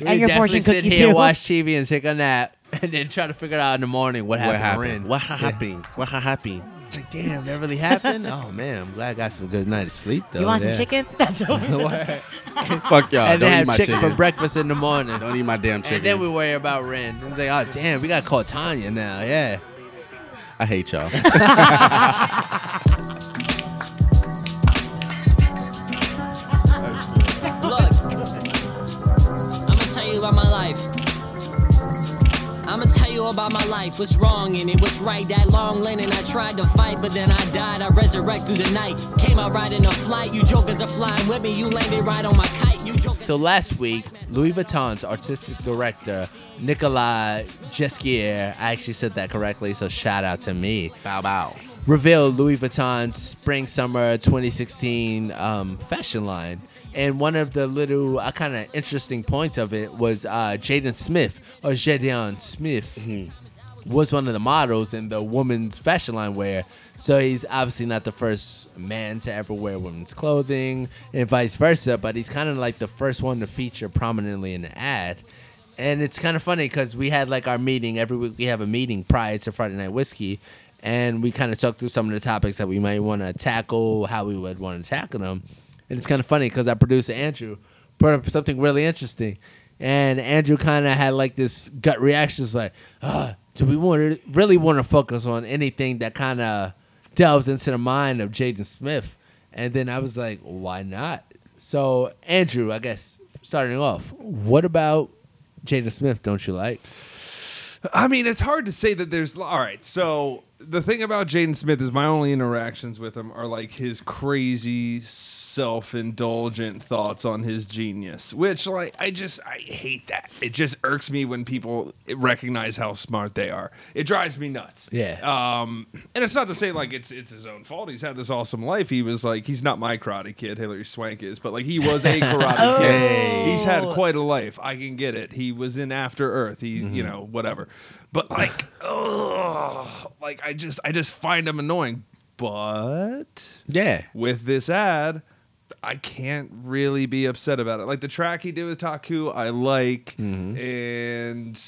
[SPEAKER 1] [LAUGHS] We
[SPEAKER 2] and your
[SPEAKER 1] definitely
[SPEAKER 2] fortune
[SPEAKER 1] sit
[SPEAKER 2] cookie
[SPEAKER 1] here,
[SPEAKER 2] too.
[SPEAKER 1] watch TV, and take a nap, and then try to figure out in the morning what,
[SPEAKER 4] What
[SPEAKER 1] happened.
[SPEAKER 4] happened?
[SPEAKER 1] Ren.
[SPEAKER 4] What happened? What happened?
[SPEAKER 1] It's like, damn, that really happened. oh man, I'm glad I got some good night of sleep though.
[SPEAKER 2] you want
[SPEAKER 1] yeah.
[SPEAKER 2] some chicken? [LAUGHS]
[SPEAKER 1] [LAUGHS]
[SPEAKER 2] That's over.
[SPEAKER 1] Word.
[SPEAKER 4] Fuck y'all.
[SPEAKER 1] and
[SPEAKER 4] Uh, Don't
[SPEAKER 1] then
[SPEAKER 4] eat
[SPEAKER 1] have
[SPEAKER 4] my
[SPEAKER 1] chicken,
[SPEAKER 4] chicken.
[SPEAKER 1] for breakfast in the morning.
[SPEAKER 4] Don't eat my damn chicken.
[SPEAKER 1] And then we worry about Ren. I'm like, oh damn, we gotta call Tanya now. Yeah.
[SPEAKER 4] I hate [LAUGHS] y'all.
[SPEAKER 6] Look, I'ma tell you about my life. I'ma tell you about my life. What's wrong in it? What's right? That long lane and I tried to fight, but then I died. I resurrect through the night. Came out riding a flight. You jokers are flying with me. You landed right on my kite. You jokers.
[SPEAKER 1] So last week, Louis Vuitton's artistic director, Nicolas Jesquier, I actually said that correctly, so shout out to me.
[SPEAKER 4] bow bow.
[SPEAKER 1] revealed Louis Vuitton's spring summer 2016 um, fashion line. And one of the little uh, kind of interesting points of it was uh, Jaden Smith or Jadeon Smith was one of the models in the woman's fashion line wear. So he's obviously not the first man to ever wear women's clothing and vice versa, but he's kind of like the first one to feature prominently in an ad. And it's kind of funny because we had like our meeting every week. We have a meeting prior to Friday Night Whiskey, and we kind of talked through some of the topics that we might want to tackle, how we would want to tackle them. And it's kind of funny because our producer Andrew brought up something really interesting, and Andrew kind of had like this gut reaction, it's like, "Ugh, do we want to really want to focus on anything that kind of delves into the mind of Jaden Smith? And then I was like, why not? So Andrew, I guess starting off, what about Jaden Smith? Don't you like?
[SPEAKER 3] I mean, it's hard to say that there's. All right, so the thing about Jaden Smith is my only interactions with him are like his crazy, self-indulgent thoughts on his genius, which like I just I hate that. It just irks me when people recognize how smart they are. It drives me nuts.
[SPEAKER 1] Yeah.
[SPEAKER 4] Uh,
[SPEAKER 3] Um, and it's not to say like it's it's his own fault. He's had this awesome life. He was like he's not my karate kid. Hillary Swank is, but like he was a karate kid. He's had quite a life. I can get it. He was in After Earth. He you know whatever. But like, ugh, like I just I just find him annoying. But
[SPEAKER 4] Yeah.
[SPEAKER 3] with this ad, I can't really be upset about it. Like the track he did with Taku, I like, and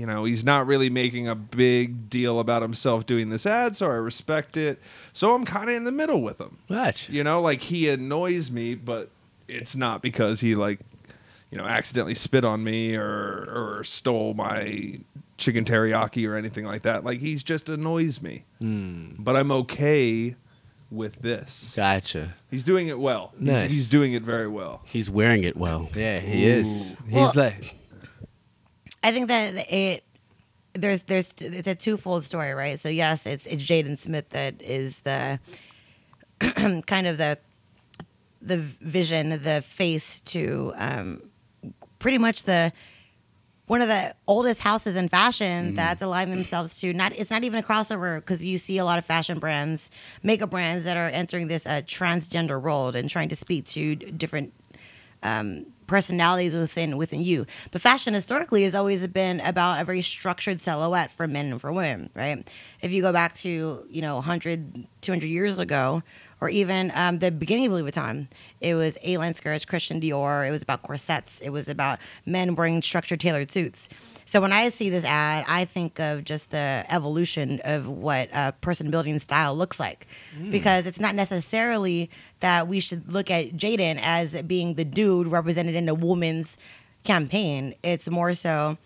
[SPEAKER 3] you know he's not really making a big deal about himself doing this ad, so I respect it. So I'm kind of in the middle with him.
[SPEAKER 1] Much.
[SPEAKER 3] You know, like he annoys me, but it's not because he like, you know, accidentally spit on me or or stole my chicken teriyaki or anything like that. Like he's just annoys me. But I'm okay with this.
[SPEAKER 1] Gotcha.
[SPEAKER 3] He's doing it well. He's-
[SPEAKER 1] Nice.
[SPEAKER 3] He's, doing it very well.
[SPEAKER 4] He's wearing it well.
[SPEAKER 1] Yeah, he is. He's
[SPEAKER 2] Well-
[SPEAKER 1] like,
[SPEAKER 2] I think that it there's there's it's a twofold story, right? So yes, it's it's Jaden Smith that is the [CLEARS THROAT] kind of the the vision, the face to um, pretty much the one of the oldest houses in fashion that's aligned themselves to not it's not even a crossover because you see a lot of fashion brands makeup brands that are entering this uh, transgender world and trying to speak to d- different personalities within within you. But fashion historically has always been about a very structured silhouette for men and for women, right? If you go back to, you know, 100, 200 years ago, or even um, the beginning of Louis Vuitton, it was A-line skirts, Christian Dior, it was about corsets, it was about men wearing structured tailored suits. So when I see this ad, I think of just the evolution of what a person building style looks like, because it's not necessarily that we should look at Jaden as being the dude represented in a woman's campaign. It's more so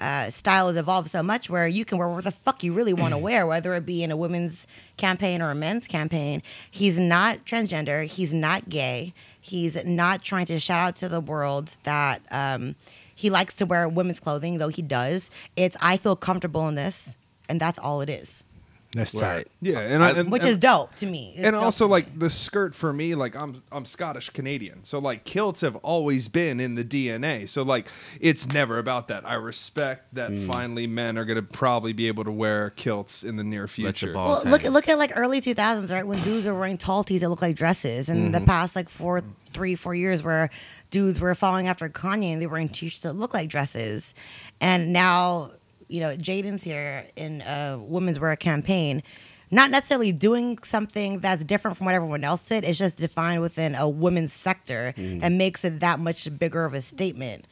[SPEAKER 2] uh, style has evolved so much where you can wear whatever the fuck you really want to wear, whether it be in a women's campaign or a men's campaign. He's not transgender. He's not gay. He's not trying to shout out to the world that um, he likes to wear women's clothing, though he does. It's I feel comfortable in this, and that's all it is,
[SPEAKER 1] That's
[SPEAKER 4] Right.
[SPEAKER 1] right.
[SPEAKER 3] Yeah, and, I, and
[SPEAKER 2] which
[SPEAKER 3] and-
[SPEAKER 2] is dope to me. It's
[SPEAKER 3] and
[SPEAKER 2] dope
[SPEAKER 3] also
[SPEAKER 2] to me.
[SPEAKER 3] like the skirt for me like i'm i'm scottish canadian so like kilts have always been in the dna so like it's never about that i respect that
[SPEAKER 1] Hmm.
[SPEAKER 3] finally men are going to probably be able to wear kilts in the near future
[SPEAKER 4] ball-
[SPEAKER 2] Well,
[SPEAKER 4] Awesome.
[SPEAKER 2] look at look at like early two thousands, right? When dudes were wearing tall tees that look like dresses, and
[SPEAKER 3] Mm-hmm.
[SPEAKER 2] the past like four, three, four years, where dudes were following after Kanye and they were wearing t-shirts that look like dresses, and now you know Jaden's here in a women's wear campaign, not necessarily doing something that's different from what everyone else did. It's just defined within a women's sector
[SPEAKER 3] Mm.
[SPEAKER 2] and makes it that much bigger of a statement.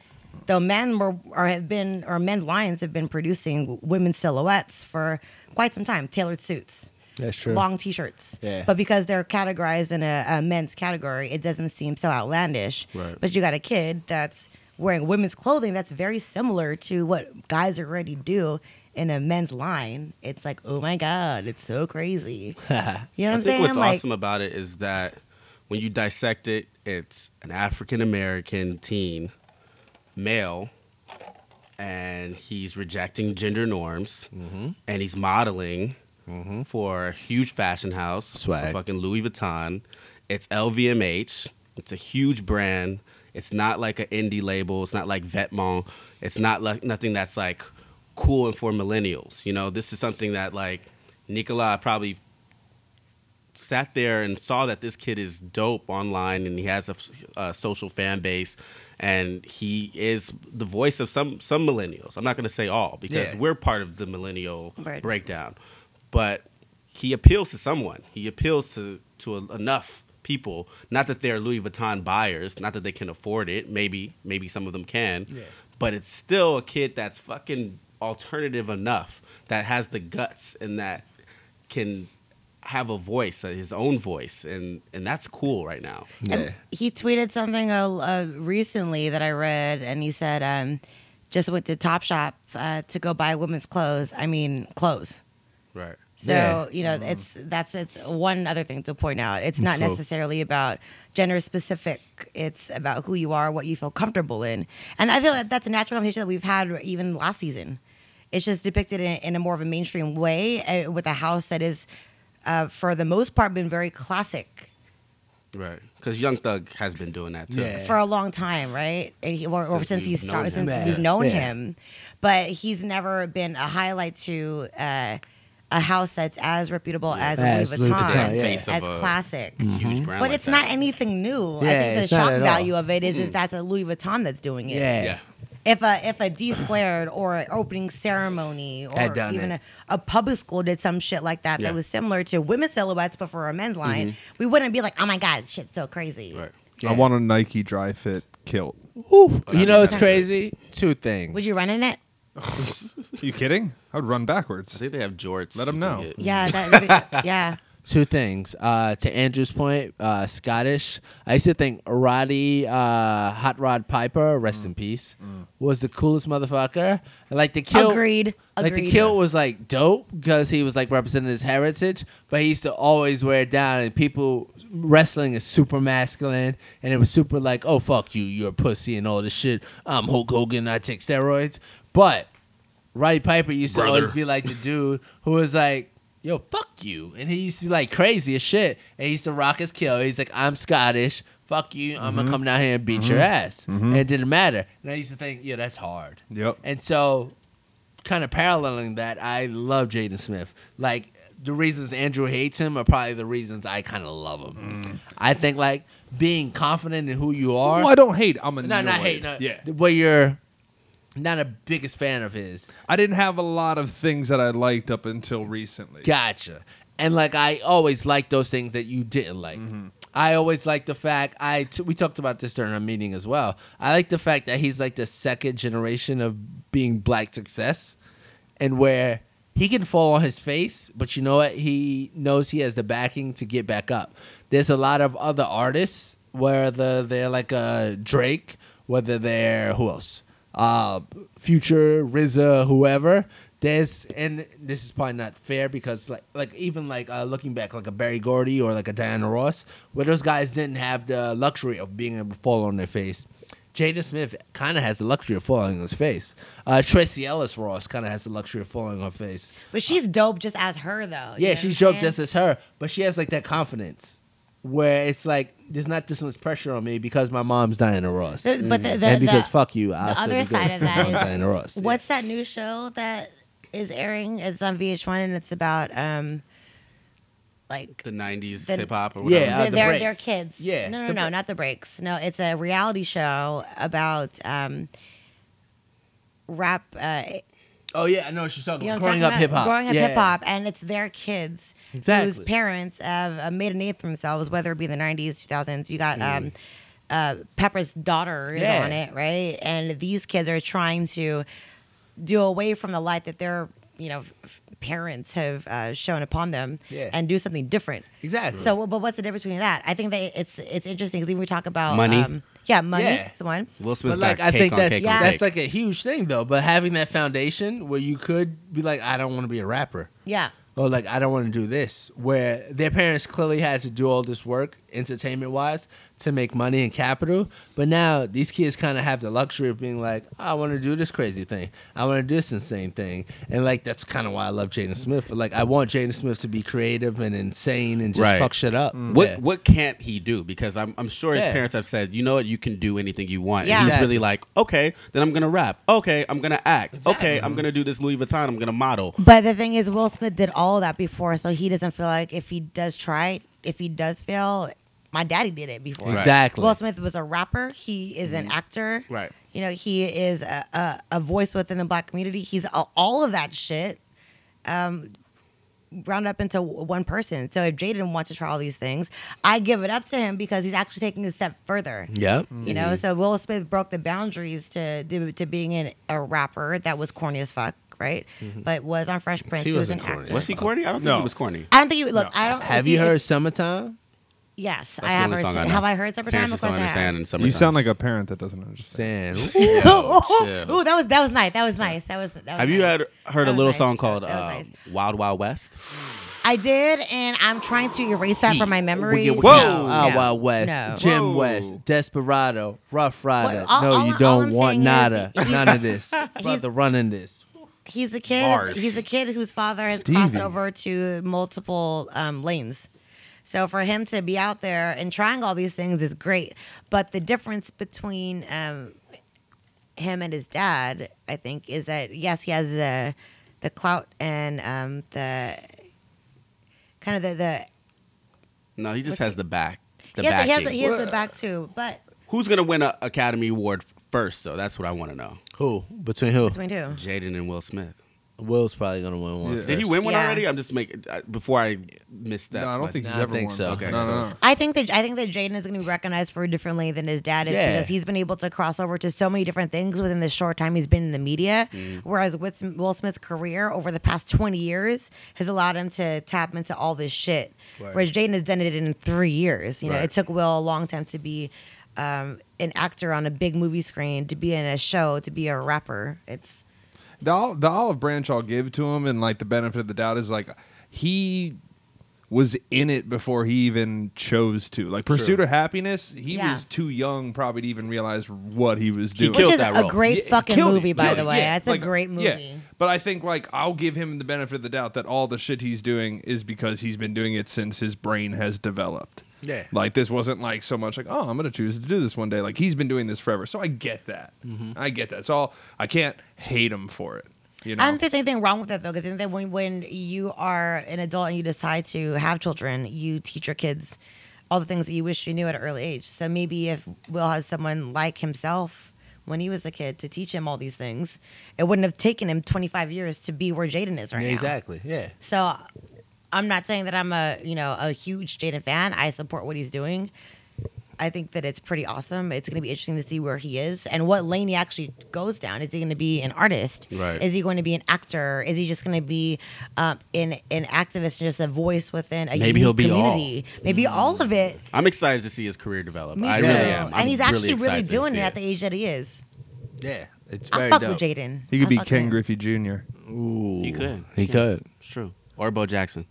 [SPEAKER 2] Though men were or have been or men's lines have been producing women's silhouettes for quite some time, tailored suits,
[SPEAKER 1] That's true.
[SPEAKER 2] long t-shirts.
[SPEAKER 1] Yeah.
[SPEAKER 2] But because they're categorized in a, a men's category, it doesn't seem so outlandish.
[SPEAKER 4] Right.
[SPEAKER 2] But you got a kid that's wearing women's clothing that's very similar to what guys already do in a men's line. It's like, oh my god, it's so
[SPEAKER 4] [LAUGHS]
[SPEAKER 2] crazy. you know what
[SPEAKER 4] I
[SPEAKER 2] I'm
[SPEAKER 4] think
[SPEAKER 2] saying?
[SPEAKER 4] what's
[SPEAKER 2] like,
[SPEAKER 4] awesome about it is that when you dissect it, it's an African American teen, male, and he's rejecting gender norms, and he's modeling for a huge fashion house, for
[SPEAKER 1] Swag.
[SPEAKER 4] fucking Louis Vuitton. It's LVMH. It's a huge brand. It's not like an indie label. It's not like Vetements. It's not like nothing that's like cool and for millennials. You know, this is something that like Nicola probably sat there and saw that this kid is dope online and he has a, f- a social fan base and he is the voice of some some millennials. I'm not going to say all because
[SPEAKER 1] Yeah.
[SPEAKER 4] we're part of the millennial
[SPEAKER 2] Right.
[SPEAKER 4] breakdown, but he appeals to someone. He appeals to to a, enough people. Not that they're Louis Vuitton buyers. Not that they can afford it. Maybe maybe some of them can,
[SPEAKER 1] Yeah.
[SPEAKER 4] but it's still a kid that's fucking alternative enough that has the guts and that can have a voice, uh, his own voice, and and that's cool right now.
[SPEAKER 1] Yeah.
[SPEAKER 2] he tweeted something uh, uh, recently that I read, and he said, um, "Just went to Topshop uh, to go buy women's clothes. I mean, clothes."
[SPEAKER 4] Right.
[SPEAKER 2] So
[SPEAKER 1] Yeah.
[SPEAKER 2] you know, it's that's it's one other thing to point out. It's not
[SPEAKER 1] cool.
[SPEAKER 2] necessarily about gender specific. It's about who you are, what you feel comfortable in, and I feel that that's a natural conversation that we've had even last season. It's just depicted in, in a more of a mainstream way uh, with a house that is, uh, for the most part, been very classic
[SPEAKER 4] Right. Because Young Thug has been doing that too.
[SPEAKER 1] Yeah.
[SPEAKER 2] for a long time, right? And he, or, or
[SPEAKER 4] Since
[SPEAKER 2] since
[SPEAKER 4] we've
[SPEAKER 2] he's started,
[SPEAKER 4] known him.
[SPEAKER 2] since
[SPEAKER 1] Yeah.
[SPEAKER 2] we've known
[SPEAKER 1] Yeah.
[SPEAKER 2] him, but he's never been a highlight to uh, a house that's as reputable as,
[SPEAKER 1] As
[SPEAKER 2] Louis
[SPEAKER 1] Louis
[SPEAKER 2] Vuitton,
[SPEAKER 1] Vuitton, yeah. Mm-hmm.
[SPEAKER 4] Face of
[SPEAKER 2] as
[SPEAKER 4] a-
[SPEAKER 2] classic.
[SPEAKER 4] Huge brand.
[SPEAKER 2] But
[SPEAKER 4] like
[SPEAKER 2] it's
[SPEAKER 4] that.
[SPEAKER 2] not anything new.
[SPEAKER 1] Yeah,
[SPEAKER 2] I think
[SPEAKER 1] it's
[SPEAKER 2] the
[SPEAKER 1] not
[SPEAKER 2] shock
[SPEAKER 1] at all.
[SPEAKER 2] value of it is is that's a Louis Vuitton that's doing it.
[SPEAKER 1] Yeah.
[SPEAKER 4] Yeah.
[SPEAKER 2] If a if a D squared or an opening ceremony or
[SPEAKER 1] Had done
[SPEAKER 2] even a,
[SPEAKER 1] it.
[SPEAKER 2] a public school did some shit like that
[SPEAKER 4] Yeah.
[SPEAKER 2] that was similar to women's silhouettes but for a men's line,
[SPEAKER 1] Mm-hmm.
[SPEAKER 2] we wouldn't be like, oh my god, shit's so crazy.
[SPEAKER 4] Right.
[SPEAKER 1] Yeah.
[SPEAKER 3] i want a nike dry fit kilt
[SPEAKER 1] Ooh. You
[SPEAKER 4] mean,
[SPEAKER 1] know it's
[SPEAKER 4] that's-
[SPEAKER 1] crazy? Two things.
[SPEAKER 2] Would you run in it?
[SPEAKER 3] [LAUGHS] you kidding i would run
[SPEAKER 4] I
[SPEAKER 3] backwards
[SPEAKER 4] think they have jorts.
[SPEAKER 3] Let 'em
[SPEAKER 4] you can
[SPEAKER 3] know.
[SPEAKER 4] get.
[SPEAKER 1] Mm.
[SPEAKER 2] Yeah, that, would
[SPEAKER 1] [LAUGHS]
[SPEAKER 2] be- yeah.
[SPEAKER 1] Two things. Uh, to Andrew's point, uh, Scottish. I used to think Roddy uh, Hot Rod Piper, rest in peace, was the coolest motherfucker. And, Like the kilt,
[SPEAKER 2] Agreed.
[SPEAKER 1] Like
[SPEAKER 2] Agreed.
[SPEAKER 1] the kilt was like dope because he was like representing his heritage, but he used to always wear it down. And people wrestling is super masculine, and it was super like, oh fuck you, you're a pussy and all this shit. I'm Hulk Hogan, I take steroids. But Roddy Piper used
[SPEAKER 4] Brother.
[SPEAKER 1] to always be like the dude who was like, yo, fuck you. And he used to be like crazy as shit. And he used to rock his kill. He's like, I'm Scottish. Fuck you. I'm going to come down here and beat your ass. And it didn't matter. And I used to think, yeah, that's hard.
[SPEAKER 3] yep
[SPEAKER 1] And so, kind of paralleling that, I love Jaden Smith. Like, the reasons Andrew hates him are probably the reasons I kind of love
[SPEAKER 3] Mm.
[SPEAKER 1] him. I think, like, being confident in who you are.
[SPEAKER 3] well, i don't hate i'm a
[SPEAKER 1] No, not
[SPEAKER 3] annoyed.
[SPEAKER 1] hate. Not,
[SPEAKER 3] yeah
[SPEAKER 1] But you're not a biggest fan of his.
[SPEAKER 3] i didn't have a lot of things that i liked up until recently
[SPEAKER 1] Gotcha. And like I always like those things that you didn't like.
[SPEAKER 3] Mm-hmm.
[SPEAKER 1] I always like the fact I t- we talked about this during our meeting as well. I like the fact that he's like the second generation of being black success, and where he can fall on his face, but you know what? He knows he has the backing to get back up. There's a lot of other artists, whether uh, they're like a Drake, whether they're who else, uh, Future, RZA, whoever. There's and this is probably not fair because like like even like uh, looking back like a Barry Gordy or like a Diana Ross, where those guys didn't have the luxury of being able to fall on their face. Jada Smith kind of has the luxury of falling on his face. Uh, Tracy Ellis Ross kind of has the luxury of falling on her face.
[SPEAKER 2] But she's dope just as her though.
[SPEAKER 1] Yeah,
[SPEAKER 2] You
[SPEAKER 1] she's
[SPEAKER 2] know what
[SPEAKER 1] dope
[SPEAKER 2] I'm
[SPEAKER 1] just
[SPEAKER 2] saying?
[SPEAKER 1] as her, but she has like that confidence where it's like there's not this much pressure on me because my mom's Diana Ross,
[SPEAKER 2] Uh, but the- the-
[SPEAKER 1] and because
[SPEAKER 2] the-
[SPEAKER 1] fuck you, I'll
[SPEAKER 2] the
[SPEAKER 1] still
[SPEAKER 2] other
[SPEAKER 1] be good
[SPEAKER 2] side of
[SPEAKER 1] because my
[SPEAKER 2] that
[SPEAKER 1] mom's
[SPEAKER 2] is-
[SPEAKER 1] Diana Ross.
[SPEAKER 2] [LAUGHS] What's that new show that is airing? It's on VH1 and it's about um like
[SPEAKER 4] The '90s
[SPEAKER 2] The-
[SPEAKER 4] hip hop or
[SPEAKER 1] Yeah,
[SPEAKER 4] whatever.
[SPEAKER 1] uh, the
[SPEAKER 2] they're, they're
[SPEAKER 1] breaks.
[SPEAKER 2] kids.
[SPEAKER 1] Yeah,
[SPEAKER 2] No, no,
[SPEAKER 1] the
[SPEAKER 2] no,
[SPEAKER 1] break-
[SPEAKER 2] not the breaks. No, it's a reality show about um rap uh
[SPEAKER 1] Oh yeah, I know what you're talking
[SPEAKER 2] you know,
[SPEAKER 1] about.
[SPEAKER 2] what
[SPEAKER 1] Growing
[SPEAKER 2] I'm talking
[SPEAKER 1] up
[SPEAKER 2] about?
[SPEAKER 1] hip hop.
[SPEAKER 2] Growing up
[SPEAKER 1] Yeah.
[SPEAKER 2] hip hop, and it's their kids whose
[SPEAKER 1] Exactly.
[SPEAKER 2] parents have uh, made a name for themselves, whether it be the '90s, 2000s. You got um, uh, Pepper's daughter is
[SPEAKER 1] Yeah.
[SPEAKER 2] on it, right? And these kids are trying to do away from the light that their you know f- f- parents have uh, shown upon them,
[SPEAKER 1] Yeah.
[SPEAKER 2] and do something different.
[SPEAKER 1] Exactly.
[SPEAKER 2] So, well, but what's the difference between that? I think that it's it's interesting because even we talk about um,
[SPEAKER 4] Money.
[SPEAKER 2] yeah, money
[SPEAKER 1] Yeah.
[SPEAKER 2] is one.
[SPEAKER 4] Will Smith
[SPEAKER 1] but like
[SPEAKER 4] got
[SPEAKER 1] I
[SPEAKER 4] cake
[SPEAKER 1] think
[SPEAKER 4] on
[SPEAKER 1] that's
[SPEAKER 4] cake
[SPEAKER 2] Yeah.
[SPEAKER 4] on
[SPEAKER 1] that's
[SPEAKER 4] cake.
[SPEAKER 1] like a huge thing though. But having that foundation where you could be like, I don't want to be a rapper.
[SPEAKER 2] Yeah.
[SPEAKER 1] or Oh, like I don't want to do this, where their parents clearly had to do all this work, entertainment wise, to make money and capital. But now these kids kind of have the luxury of being like, I want to do this crazy thing, I want to do this insane thing, and like that's kind of why I love Jaden Smith. Like I want Jaden Smith to be creative and insane and just
[SPEAKER 4] Right. Mm.
[SPEAKER 1] fuck shit up.
[SPEAKER 4] What
[SPEAKER 1] Yeah.
[SPEAKER 4] what can't he do? Because I'm I'm sure his
[SPEAKER 1] Yeah.
[SPEAKER 4] parents have said, you know what, you can do anything you want.
[SPEAKER 2] Yeah.
[SPEAKER 4] And he's
[SPEAKER 1] Exactly.
[SPEAKER 4] really like, okay, then I'm gonna rap. Okay, I'm gonna act.
[SPEAKER 1] Exactly.
[SPEAKER 4] Okay, I'm gonna do this Louis Vuitton. I'm gonna model.
[SPEAKER 2] But the thing is, Will Smith did all of that before, so he doesn't feel like if he does try, if he does fail, my daddy did it before.
[SPEAKER 4] Right.
[SPEAKER 1] Exactly.
[SPEAKER 2] Will Smith was a rapper. He is an actor.
[SPEAKER 4] Right.
[SPEAKER 2] You know, he is a, a, a voice within the black community. He's a, all of that shit um, round up into w- one person. So if Jaden wants to try all these things, I give it up to him because he's actually taking it a step further.
[SPEAKER 1] Yep.
[SPEAKER 4] Mm.
[SPEAKER 2] You
[SPEAKER 4] Mm-hmm.
[SPEAKER 2] know, so Will Smith broke the boundaries to to, to being in a rapper that was corny as fuck, right? But was on Fresh Prince. He, was an
[SPEAKER 1] wasn't corny.
[SPEAKER 2] actor.
[SPEAKER 4] Was he Mm-hmm. corny? I don't
[SPEAKER 3] No.
[SPEAKER 4] think he was corny.
[SPEAKER 2] I don't think you look.
[SPEAKER 3] No.
[SPEAKER 2] I don't.
[SPEAKER 1] Have
[SPEAKER 2] if
[SPEAKER 1] you
[SPEAKER 2] he-
[SPEAKER 1] heard
[SPEAKER 2] if-
[SPEAKER 1] "Summertime"?
[SPEAKER 2] yes, I
[SPEAKER 4] That's the
[SPEAKER 2] have
[SPEAKER 4] only
[SPEAKER 2] heard.
[SPEAKER 4] song I
[SPEAKER 2] some-
[SPEAKER 4] know.
[SPEAKER 2] Have I heard separate time?
[SPEAKER 4] Parents
[SPEAKER 2] Of
[SPEAKER 4] just
[SPEAKER 2] course
[SPEAKER 4] don't
[SPEAKER 2] I
[SPEAKER 4] understand.
[SPEAKER 2] have.
[SPEAKER 4] And
[SPEAKER 3] You sound like
[SPEAKER 4] sometimes-
[SPEAKER 3] a parent that doesn't understand.
[SPEAKER 1] Sam.
[SPEAKER 4] [LAUGHS]
[SPEAKER 2] [LAUGHS] Ooh,
[SPEAKER 4] chill.
[SPEAKER 2] ooh, that was that was nice. That was nice. That was. That was
[SPEAKER 4] Have you
[SPEAKER 2] nice.
[SPEAKER 4] had, heard
[SPEAKER 2] That
[SPEAKER 4] a
[SPEAKER 2] was
[SPEAKER 4] little
[SPEAKER 2] nice.
[SPEAKER 4] song called
[SPEAKER 2] That was
[SPEAKER 4] um,
[SPEAKER 2] nice.
[SPEAKER 4] Wild Wild West?
[SPEAKER 2] I did, and I'm trying to erase that from my memory.
[SPEAKER 1] Whoa!
[SPEAKER 2] No,
[SPEAKER 1] Ah,
[SPEAKER 2] no,
[SPEAKER 1] Wild West,
[SPEAKER 2] no.
[SPEAKER 1] Jim
[SPEAKER 3] Whoa.
[SPEAKER 1] West, Desperado, Rough Rider.
[SPEAKER 2] Well, all-
[SPEAKER 1] no,
[SPEAKER 2] all-
[SPEAKER 1] you
[SPEAKER 2] all
[SPEAKER 1] don't
[SPEAKER 2] I'm
[SPEAKER 1] want
[SPEAKER 2] saying is
[SPEAKER 1] nada.
[SPEAKER 2] he-
[SPEAKER 1] None of
[SPEAKER 2] [LAUGHS]
[SPEAKER 1] this. Brother, running this.
[SPEAKER 2] He's a kid.
[SPEAKER 4] Bars.
[SPEAKER 2] He's a kid whose father has
[SPEAKER 3] Stevie.
[SPEAKER 2] crossed over to multiple um, lanes. So for him to be out there and trying all these things is great. But the difference between um, him and his dad, I think, is that yes, he has the the clout and um, the kind of the the
[SPEAKER 4] No, he just has the back. The
[SPEAKER 2] he has, the- he has,
[SPEAKER 4] backing.
[SPEAKER 2] the- he has the back too. But
[SPEAKER 4] Who's gonna win an Academy Award f- first? Though that's what I want to know.
[SPEAKER 1] Who? Between who?
[SPEAKER 2] between two,
[SPEAKER 4] Jaden and Will Smith.
[SPEAKER 1] Will's probably gonna win one.
[SPEAKER 3] Yeah.
[SPEAKER 1] first.
[SPEAKER 4] Did he win one
[SPEAKER 2] Yeah.
[SPEAKER 4] already? I'm just making I- before I missed that.
[SPEAKER 3] No, I don't think
[SPEAKER 1] No,
[SPEAKER 3] he's
[SPEAKER 1] I
[SPEAKER 3] ever
[SPEAKER 1] think
[SPEAKER 3] won.
[SPEAKER 1] so.
[SPEAKER 3] Okay,
[SPEAKER 4] Okay,
[SPEAKER 3] no, no,
[SPEAKER 4] so-
[SPEAKER 3] no.
[SPEAKER 2] I think that I think that Jaden is going to be recognized for differently than his dad is
[SPEAKER 1] Yeah.
[SPEAKER 2] because he's been able to cross over to so many different things within the short time he's been in the media. Whereas with Will Smith's career over the past twenty years has allowed him to tap into all this shit. Whereas Jaden has done it in three years. You know,
[SPEAKER 4] Right.
[SPEAKER 2] it took Will a long time to be um, an actor on a big movie screen, to be in a show, to be a rapper. It's
[SPEAKER 3] the, ol- the olive branch I'll give to him, and like the benefit of the doubt is like he was in it before he even chose to. Like Pursuit of Happiness, he
[SPEAKER 2] Yeah.
[SPEAKER 3] was too young probably to even realize what he was
[SPEAKER 4] He
[SPEAKER 3] doing.
[SPEAKER 4] killed
[SPEAKER 2] which is
[SPEAKER 4] that
[SPEAKER 2] a
[SPEAKER 4] role.
[SPEAKER 2] great
[SPEAKER 3] Yeah,
[SPEAKER 2] fucking
[SPEAKER 3] killed it,
[SPEAKER 2] movie, by
[SPEAKER 3] killed
[SPEAKER 2] the
[SPEAKER 3] it,
[SPEAKER 2] way.
[SPEAKER 3] yeah.
[SPEAKER 2] It's
[SPEAKER 3] Like,
[SPEAKER 2] a great movie.
[SPEAKER 3] Yeah. But I think like I'll give him the benefit of the doubt that all the shit he's doing is because he's been doing it since his brain has developed.
[SPEAKER 1] Yeah.
[SPEAKER 3] Like this wasn't like so much like, oh, I'm gonna choose to do this one day. Like he's been doing this forever. So I get that.
[SPEAKER 1] Mm-hmm.
[SPEAKER 3] I get that. So I'll, I can't hate him for it. You know?
[SPEAKER 2] I don't think there's anything wrong with that though, because then when when you are an adult and you decide to have children, you teach your kids all the things that you wish you knew at an early age. So maybe if Will has someone like himself when he was a kid to teach him all these things, it wouldn't have taken him 25 years to be where Jaden is right
[SPEAKER 1] Yeah,
[SPEAKER 2] now.
[SPEAKER 1] exactly. Yeah.
[SPEAKER 2] So I'm not saying that I'm a you know a huge Jaden fan. I support what he's doing. I think that it's pretty awesome. It's going to be interesting to see where he is and what lane he actually goes down. Is he going to be an artist?
[SPEAKER 4] Right.
[SPEAKER 2] Is he going to be an actor? Is he just going to be um, an an activist and just a voice within a
[SPEAKER 4] Maybe
[SPEAKER 2] unique
[SPEAKER 4] he'll be all.
[SPEAKER 2] community? Maybe all of it.
[SPEAKER 4] I'm excited to see his career develop.
[SPEAKER 2] Me
[SPEAKER 4] I
[SPEAKER 2] too.
[SPEAKER 4] really am. I'm
[SPEAKER 2] and he's actually really
[SPEAKER 4] excited to
[SPEAKER 2] doing
[SPEAKER 4] see
[SPEAKER 2] it at the age that he is.
[SPEAKER 1] Yeah. It's
[SPEAKER 2] I
[SPEAKER 1] very
[SPEAKER 2] fuck
[SPEAKER 1] dope.
[SPEAKER 2] with Jaden.
[SPEAKER 3] He could
[SPEAKER 2] I
[SPEAKER 3] be
[SPEAKER 2] fuck
[SPEAKER 3] Ken
[SPEAKER 2] with him.
[SPEAKER 3] Griffey Jr.
[SPEAKER 1] Ooh.
[SPEAKER 4] He could.
[SPEAKER 1] He could.
[SPEAKER 4] It's true. Or Bo Jackson.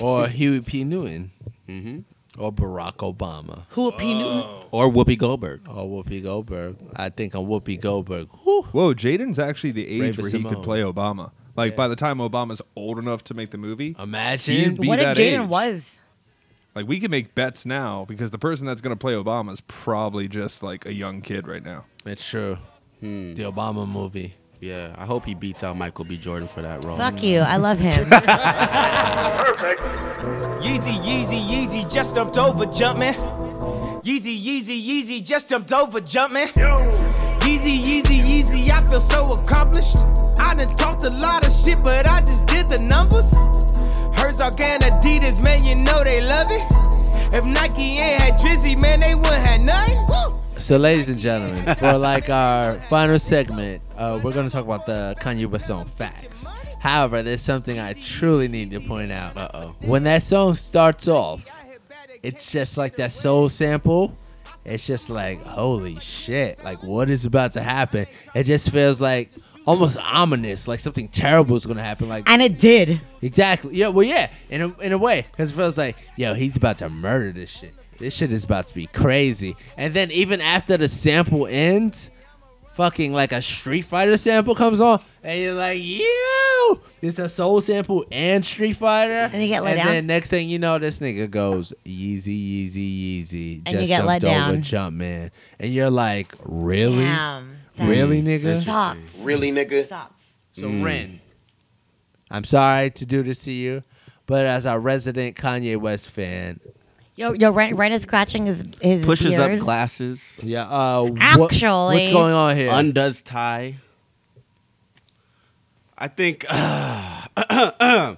[SPEAKER 1] Or Huey P. Newton.
[SPEAKER 4] Mm-hmm.
[SPEAKER 1] Or Barack Obama.
[SPEAKER 2] Who a P Newton?
[SPEAKER 4] Or Whoopi Goldberg.
[SPEAKER 1] Or Whoopi Goldberg. I think I'm Whoopi Goldberg. Whew.
[SPEAKER 3] Whoa, Jaden's actually the age
[SPEAKER 1] Raven
[SPEAKER 3] where he
[SPEAKER 1] Simone.
[SPEAKER 3] could play Obama. Like
[SPEAKER 1] Yeah.
[SPEAKER 3] by the time Obama's old enough to make the movie,
[SPEAKER 1] Imagine.
[SPEAKER 3] Be
[SPEAKER 2] What if
[SPEAKER 3] that
[SPEAKER 2] Jaden
[SPEAKER 3] age.
[SPEAKER 2] was?
[SPEAKER 3] like we can make bets now because the person that's going to play Obama is probably just like a young kid right now.
[SPEAKER 1] It's true.
[SPEAKER 4] Hmm.
[SPEAKER 1] The Obama movie.
[SPEAKER 4] Yeah. I hope he beats out Michael B. Jordan for that role.
[SPEAKER 3] Mm.
[SPEAKER 2] Fuck you. I love him.
[SPEAKER 3] [LAUGHS]
[SPEAKER 7] Yeezy, Yeezy, Yeezy just jumped over jumping. Yeezy, Yeezy, Yeezy just jumped over jumping. Yeezy, Yeezy, Yeezy, I feel so accomplished. I done talked a lot of shit, but I just did the numbers. Herzog and Adidas, man, you know they love it. If Nike ain't had Drizzy, man, they wouldn't have nothing. Woo!
[SPEAKER 1] So, ladies and gentlemen, for like our final segment, uh, we're gonna talk about the Kanye West song "Facts." However, there's something I truly need to point out.
[SPEAKER 4] Uh-oh.
[SPEAKER 1] When that song starts off, it's just like that soul sample. It's just like, holy shit! Like, what is about to happen? It just feels like almost ominous, like something terrible is gonna happen. Like,
[SPEAKER 2] and it did.
[SPEAKER 1] Exactly. Yeah. Well, yeah. In a, in a way, because it feels like, yo, he's about to murder this shit. This shit is about to be crazy. And then even after the sample ends, fucking like a Street Fighter sample comes on, and you're like, yo, it's a Soul sample and Street Fighter.
[SPEAKER 2] And you get let down?
[SPEAKER 1] then next thing you know, this nigga goes Yeezy, Yeezy, Yeezy.
[SPEAKER 2] And you get let
[SPEAKER 1] jumped over
[SPEAKER 2] down.
[SPEAKER 1] Jump man, and you're like, really,
[SPEAKER 2] Damn. That
[SPEAKER 1] really, nigga.
[SPEAKER 2] Sucks.
[SPEAKER 8] Really, nigga?
[SPEAKER 2] Sucks.
[SPEAKER 1] So Ren, Mm. I'm sorry to do this to you, but as a resident Kanye West fan,
[SPEAKER 2] Yo, yo, Ren, Ren is scratching his his
[SPEAKER 4] Pushes
[SPEAKER 2] beard.
[SPEAKER 4] up glasses.
[SPEAKER 1] yeah, uh, what- what's
[SPEAKER 2] Actually-
[SPEAKER 1] going on here?
[SPEAKER 4] Undoes tie. I think. [CLEARS THROAT]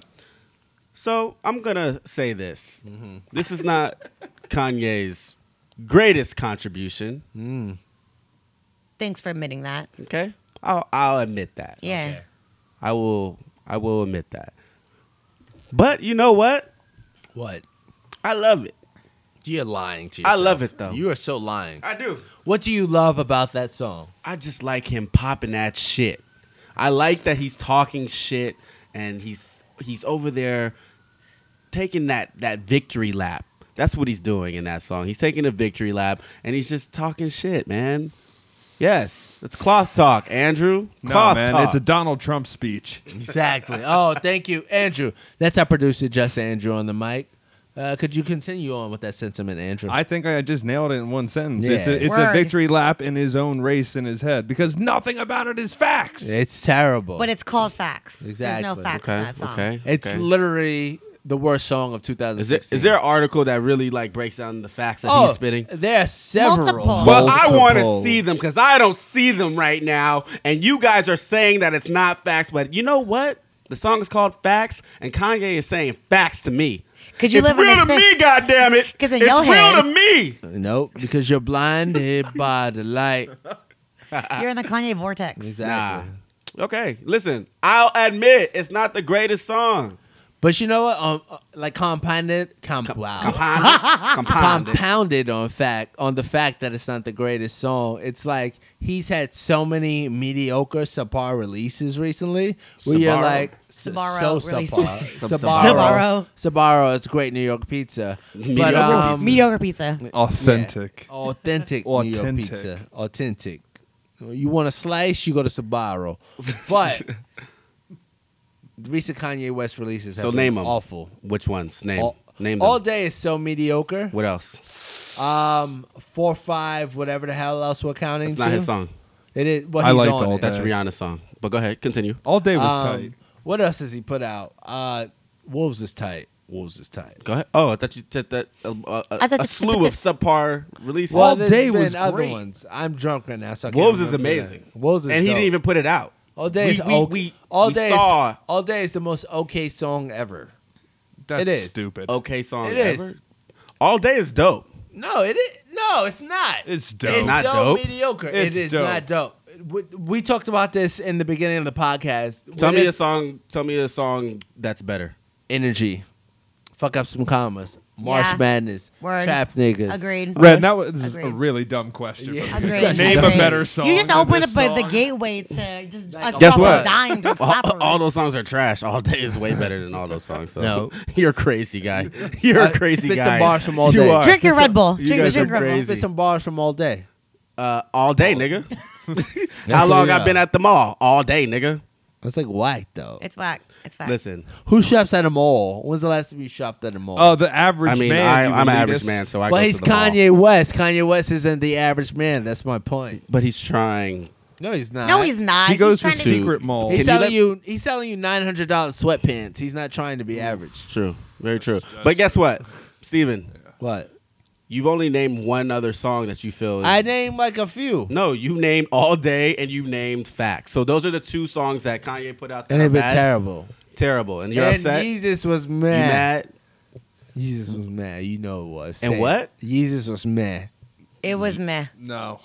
[SPEAKER 4] so I'm gonna say this. This is not Kanye's greatest contribution.
[SPEAKER 2] Thanks for admitting that.
[SPEAKER 4] Okay, I'll, I'll admit that.
[SPEAKER 2] Yeah.
[SPEAKER 1] Okay.
[SPEAKER 4] I will. I will admit that. But you know what?
[SPEAKER 1] what?
[SPEAKER 4] I love it.
[SPEAKER 1] You're lying to
[SPEAKER 4] I
[SPEAKER 1] yourself.
[SPEAKER 4] love it, though.
[SPEAKER 1] You are so lying.
[SPEAKER 4] I do.
[SPEAKER 1] What do you love about that song?
[SPEAKER 4] I just like him popping that shit. I like that he's talking shit and he's he's over there taking that that victory lap. That's what he's doing in that song. He's taking a victory lap and he's just talking shit, man. Yes, it's cloth talk, Andrew.
[SPEAKER 3] No,
[SPEAKER 4] Cloth
[SPEAKER 3] man,
[SPEAKER 4] talk.
[SPEAKER 3] it's a Donald Trump speech.
[SPEAKER 1] [LAUGHS] Exactly. oh, thank you, Andrew. That's our producer, Just Andrew, on the mic. Uh, could you continue on with that sentiment, Andrew?
[SPEAKER 3] I think I just nailed it in one sentence. It's
[SPEAKER 1] Yeah.
[SPEAKER 3] a, it's a
[SPEAKER 2] Word.
[SPEAKER 3] victory lap in his own race in his head because nothing about it is facts.
[SPEAKER 1] it's terrible.
[SPEAKER 2] But it's called facts. There's
[SPEAKER 1] Exactly.
[SPEAKER 2] no facts in
[SPEAKER 4] okay,
[SPEAKER 2] that song.
[SPEAKER 4] okay.
[SPEAKER 1] it's
[SPEAKER 4] okay.
[SPEAKER 1] literally the worst song of
[SPEAKER 4] is,
[SPEAKER 1] 2016.
[SPEAKER 4] there, is there an article that really like breaks down the facts that
[SPEAKER 1] oh,
[SPEAKER 4] he's spitting?
[SPEAKER 1] There are several.
[SPEAKER 2] Multiple.
[SPEAKER 4] But I want to
[SPEAKER 3] Multiple.
[SPEAKER 4] see them because I don't see them right now. And you guys are saying that it's not facts, but you know what? The song is called Facts, and Kanye is saying facts to me.
[SPEAKER 2] 'Cause you
[SPEAKER 4] it's
[SPEAKER 2] live in
[SPEAKER 4] real
[SPEAKER 2] a
[SPEAKER 4] to
[SPEAKER 2] cit-
[SPEAKER 4] me, goddamn it.
[SPEAKER 2] 'Cause in
[SPEAKER 4] it's
[SPEAKER 2] your
[SPEAKER 4] real
[SPEAKER 2] head-
[SPEAKER 4] to me.
[SPEAKER 1] Nope, because you're blinded by the light.
[SPEAKER 2] You're in the Kanye vortex.
[SPEAKER 1] Exactly.
[SPEAKER 4] Okay, listen. I'll admit it's not the greatest song.
[SPEAKER 1] But you know what? Um, uh, like compounded, com- wow.
[SPEAKER 2] [LAUGHS]
[SPEAKER 4] Compounded, compounded.
[SPEAKER 1] compounded on fact on the fact that it's not the greatest song. It's like he's had so many mediocre subpar releases recently. Where you're
[SPEAKER 4] Sbarro?
[SPEAKER 1] like s-
[SPEAKER 2] Sbarro
[SPEAKER 1] so
[SPEAKER 2] releases.
[SPEAKER 1] subpar. Sabaro.
[SPEAKER 2] Sbarro.
[SPEAKER 1] Sabaro. It's great New York pizza. But
[SPEAKER 4] Mediocre
[SPEAKER 1] um,
[SPEAKER 2] Mediocre pizza.
[SPEAKER 3] Authentic.
[SPEAKER 1] authentic New York
[SPEAKER 3] Authentic.
[SPEAKER 1] pizza. Authentic. You want a slice, you go to Sabaro. But recent Kanye West releases have
[SPEAKER 4] So
[SPEAKER 1] been
[SPEAKER 4] name 'em.
[SPEAKER 1] awful.
[SPEAKER 4] Which ones? Name,
[SPEAKER 1] All,
[SPEAKER 4] name them.
[SPEAKER 1] all day is so mediocre.
[SPEAKER 4] what else?
[SPEAKER 1] Um, four, five, whatever the hell else we're counting.
[SPEAKER 4] It's not
[SPEAKER 1] to.
[SPEAKER 4] his song.
[SPEAKER 1] It is. Well,
[SPEAKER 3] I
[SPEAKER 1] he's
[SPEAKER 3] liked
[SPEAKER 1] on
[SPEAKER 3] all
[SPEAKER 1] it.
[SPEAKER 4] That's
[SPEAKER 3] Uh,
[SPEAKER 4] Rihanna's song. But go ahead, continue.
[SPEAKER 3] All day was
[SPEAKER 1] Um,
[SPEAKER 3] tight.
[SPEAKER 1] What else has he put out? Uh, Wolves is tight. Wolves is tight.
[SPEAKER 4] Go ahead. Oh, I thought you said that uh, uh,
[SPEAKER 2] I thought
[SPEAKER 4] a
[SPEAKER 2] you
[SPEAKER 4] slew of subpar releases.
[SPEAKER 1] Well,
[SPEAKER 3] All
[SPEAKER 1] there's
[SPEAKER 3] Day
[SPEAKER 1] been
[SPEAKER 3] was
[SPEAKER 1] other
[SPEAKER 3] great.
[SPEAKER 1] ones. I'm drunk right now, so I can't
[SPEAKER 4] Wolves is
[SPEAKER 1] remember that.
[SPEAKER 4] amazing.
[SPEAKER 1] Wolves is
[SPEAKER 4] and he
[SPEAKER 1] dope.
[SPEAKER 4] didn't even put it out.
[SPEAKER 1] all day is
[SPEAKER 4] we, we,
[SPEAKER 1] o-
[SPEAKER 4] we-
[SPEAKER 1] all
[SPEAKER 4] we
[SPEAKER 1] day
[SPEAKER 4] saw
[SPEAKER 1] Is, all day is the most okay song ever.
[SPEAKER 3] That's
[SPEAKER 1] it is.
[SPEAKER 3] stupid.
[SPEAKER 4] okay song.
[SPEAKER 1] It is.
[SPEAKER 4] ever. All day is dope.
[SPEAKER 1] No, it is. No, it's not.
[SPEAKER 3] It's dope.
[SPEAKER 1] It's
[SPEAKER 4] Not
[SPEAKER 1] so
[SPEAKER 4] dope.
[SPEAKER 1] mediocre.
[SPEAKER 3] It's
[SPEAKER 1] it is
[SPEAKER 3] dope.
[SPEAKER 1] not dope. We, we talked about this in the beginning of the podcast.
[SPEAKER 4] Tell
[SPEAKER 1] What
[SPEAKER 4] me
[SPEAKER 1] is-
[SPEAKER 4] a song. Tell me a song that's better.
[SPEAKER 1] energy fuck up some commas. March
[SPEAKER 2] Yeah.
[SPEAKER 1] Madness.
[SPEAKER 2] Word.
[SPEAKER 1] Trap niggas.
[SPEAKER 2] Agreed.
[SPEAKER 3] Ren, that was this is a
[SPEAKER 2] Agreed.
[SPEAKER 3] really dumb question.
[SPEAKER 1] Yeah.
[SPEAKER 3] but
[SPEAKER 1] You're
[SPEAKER 2] Agreed.
[SPEAKER 1] such a
[SPEAKER 3] Name
[SPEAKER 1] dumb-
[SPEAKER 3] a better song.
[SPEAKER 2] You just
[SPEAKER 3] than
[SPEAKER 2] opened up
[SPEAKER 3] this
[SPEAKER 2] uh, the
[SPEAKER 3] song.
[SPEAKER 2] gateway to just a
[SPEAKER 1] Guess
[SPEAKER 2] couple
[SPEAKER 4] what?
[SPEAKER 2] Dying to
[SPEAKER 4] [LAUGHS] All,
[SPEAKER 2] flappers.
[SPEAKER 4] all those songs are trash. All day is way better than all those songs. So
[SPEAKER 1] No.
[SPEAKER 4] [LAUGHS] you're a crazy guy. [LAUGHS] You're
[SPEAKER 1] I
[SPEAKER 4] a crazy
[SPEAKER 1] spit some
[SPEAKER 4] guy.
[SPEAKER 1] bars from all
[SPEAKER 4] you
[SPEAKER 1] day.
[SPEAKER 4] Are.
[SPEAKER 2] Drink your Red Bull.
[SPEAKER 4] You
[SPEAKER 2] Drink-
[SPEAKER 4] guys are
[SPEAKER 2] drink Red Bull.
[SPEAKER 1] Spit
[SPEAKER 4] crazy.
[SPEAKER 1] some bars from all day.
[SPEAKER 4] Uh, all day, [LAUGHS] nigga.
[SPEAKER 1] That's
[SPEAKER 4] How long
[SPEAKER 1] what we
[SPEAKER 4] I've been
[SPEAKER 1] are.
[SPEAKER 4] at the mall? All day, nigga.
[SPEAKER 1] That's like whack though.
[SPEAKER 2] It's whack. It's whack.
[SPEAKER 4] Listen,
[SPEAKER 1] Who shops at a mall? When's the last time you shopped at a mall?
[SPEAKER 3] Oh, the average
[SPEAKER 4] I mean,
[SPEAKER 3] man. you
[SPEAKER 4] I, I'm an
[SPEAKER 3] elitist.
[SPEAKER 4] average man, so I.
[SPEAKER 1] but
[SPEAKER 4] go
[SPEAKER 1] he's
[SPEAKER 4] to the mall.
[SPEAKER 1] Kanye West. Kanye West isn't the average man. That's my point.
[SPEAKER 4] But he's trying.
[SPEAKER 1] No, he's not.
[SPEAKER 2] No, he's not.
[SPEAKER 3] He
[SPEAKER 2] He's
[SPEAKER 3] goes to
[SPEAKER 2] trying
[SPEAKER 4] see-
[SPEAKER 3] secret mall.
[SPEAKER 1] He's
[SPEAKER 4] Can you
[SPEAKER 1] selling
[SPEAKER 4] let-
[SPEAKER 1] you, He's selling you nine hundred dollars sweatpants. He's not trying to be average.
[SPEAKER 4] True. Very true. but guess what, Steven?
[SPEAKER 1] What?
[SPEAKER 4] You've only named one other song that you feel. Is,
[SPEAKER 1] I named like a few.
[SPEAKER 4] no, you named all day and you named facts. So those are the two songs that Kanye put out. That
[SPEAKER 1] And
[SPEAKER 4] are
[SPEAKER 1] they've been
[SPEAKER 4] bad,
[SPEAKER 1] terrible.
[SPEAKER 4] terrible. And you're
[SPEAKER 1] and
[SPEAKER 4] upset.
[SPEAKER 1] Jesus was
[SPEAKER 4] You
[SPEAKER 1] mad.
[SPEAKER 4] mad?
[SPEAKER 1] Jesus was mad. You know it was.
[SPEAKER 4] And
[SPEAKER 1] Say it.
[SPEAKER 4] what?
[SPEAKER 1] Jesus was mad.
[SPEAKER 2] It was meh.
[SPEAKER 3] No,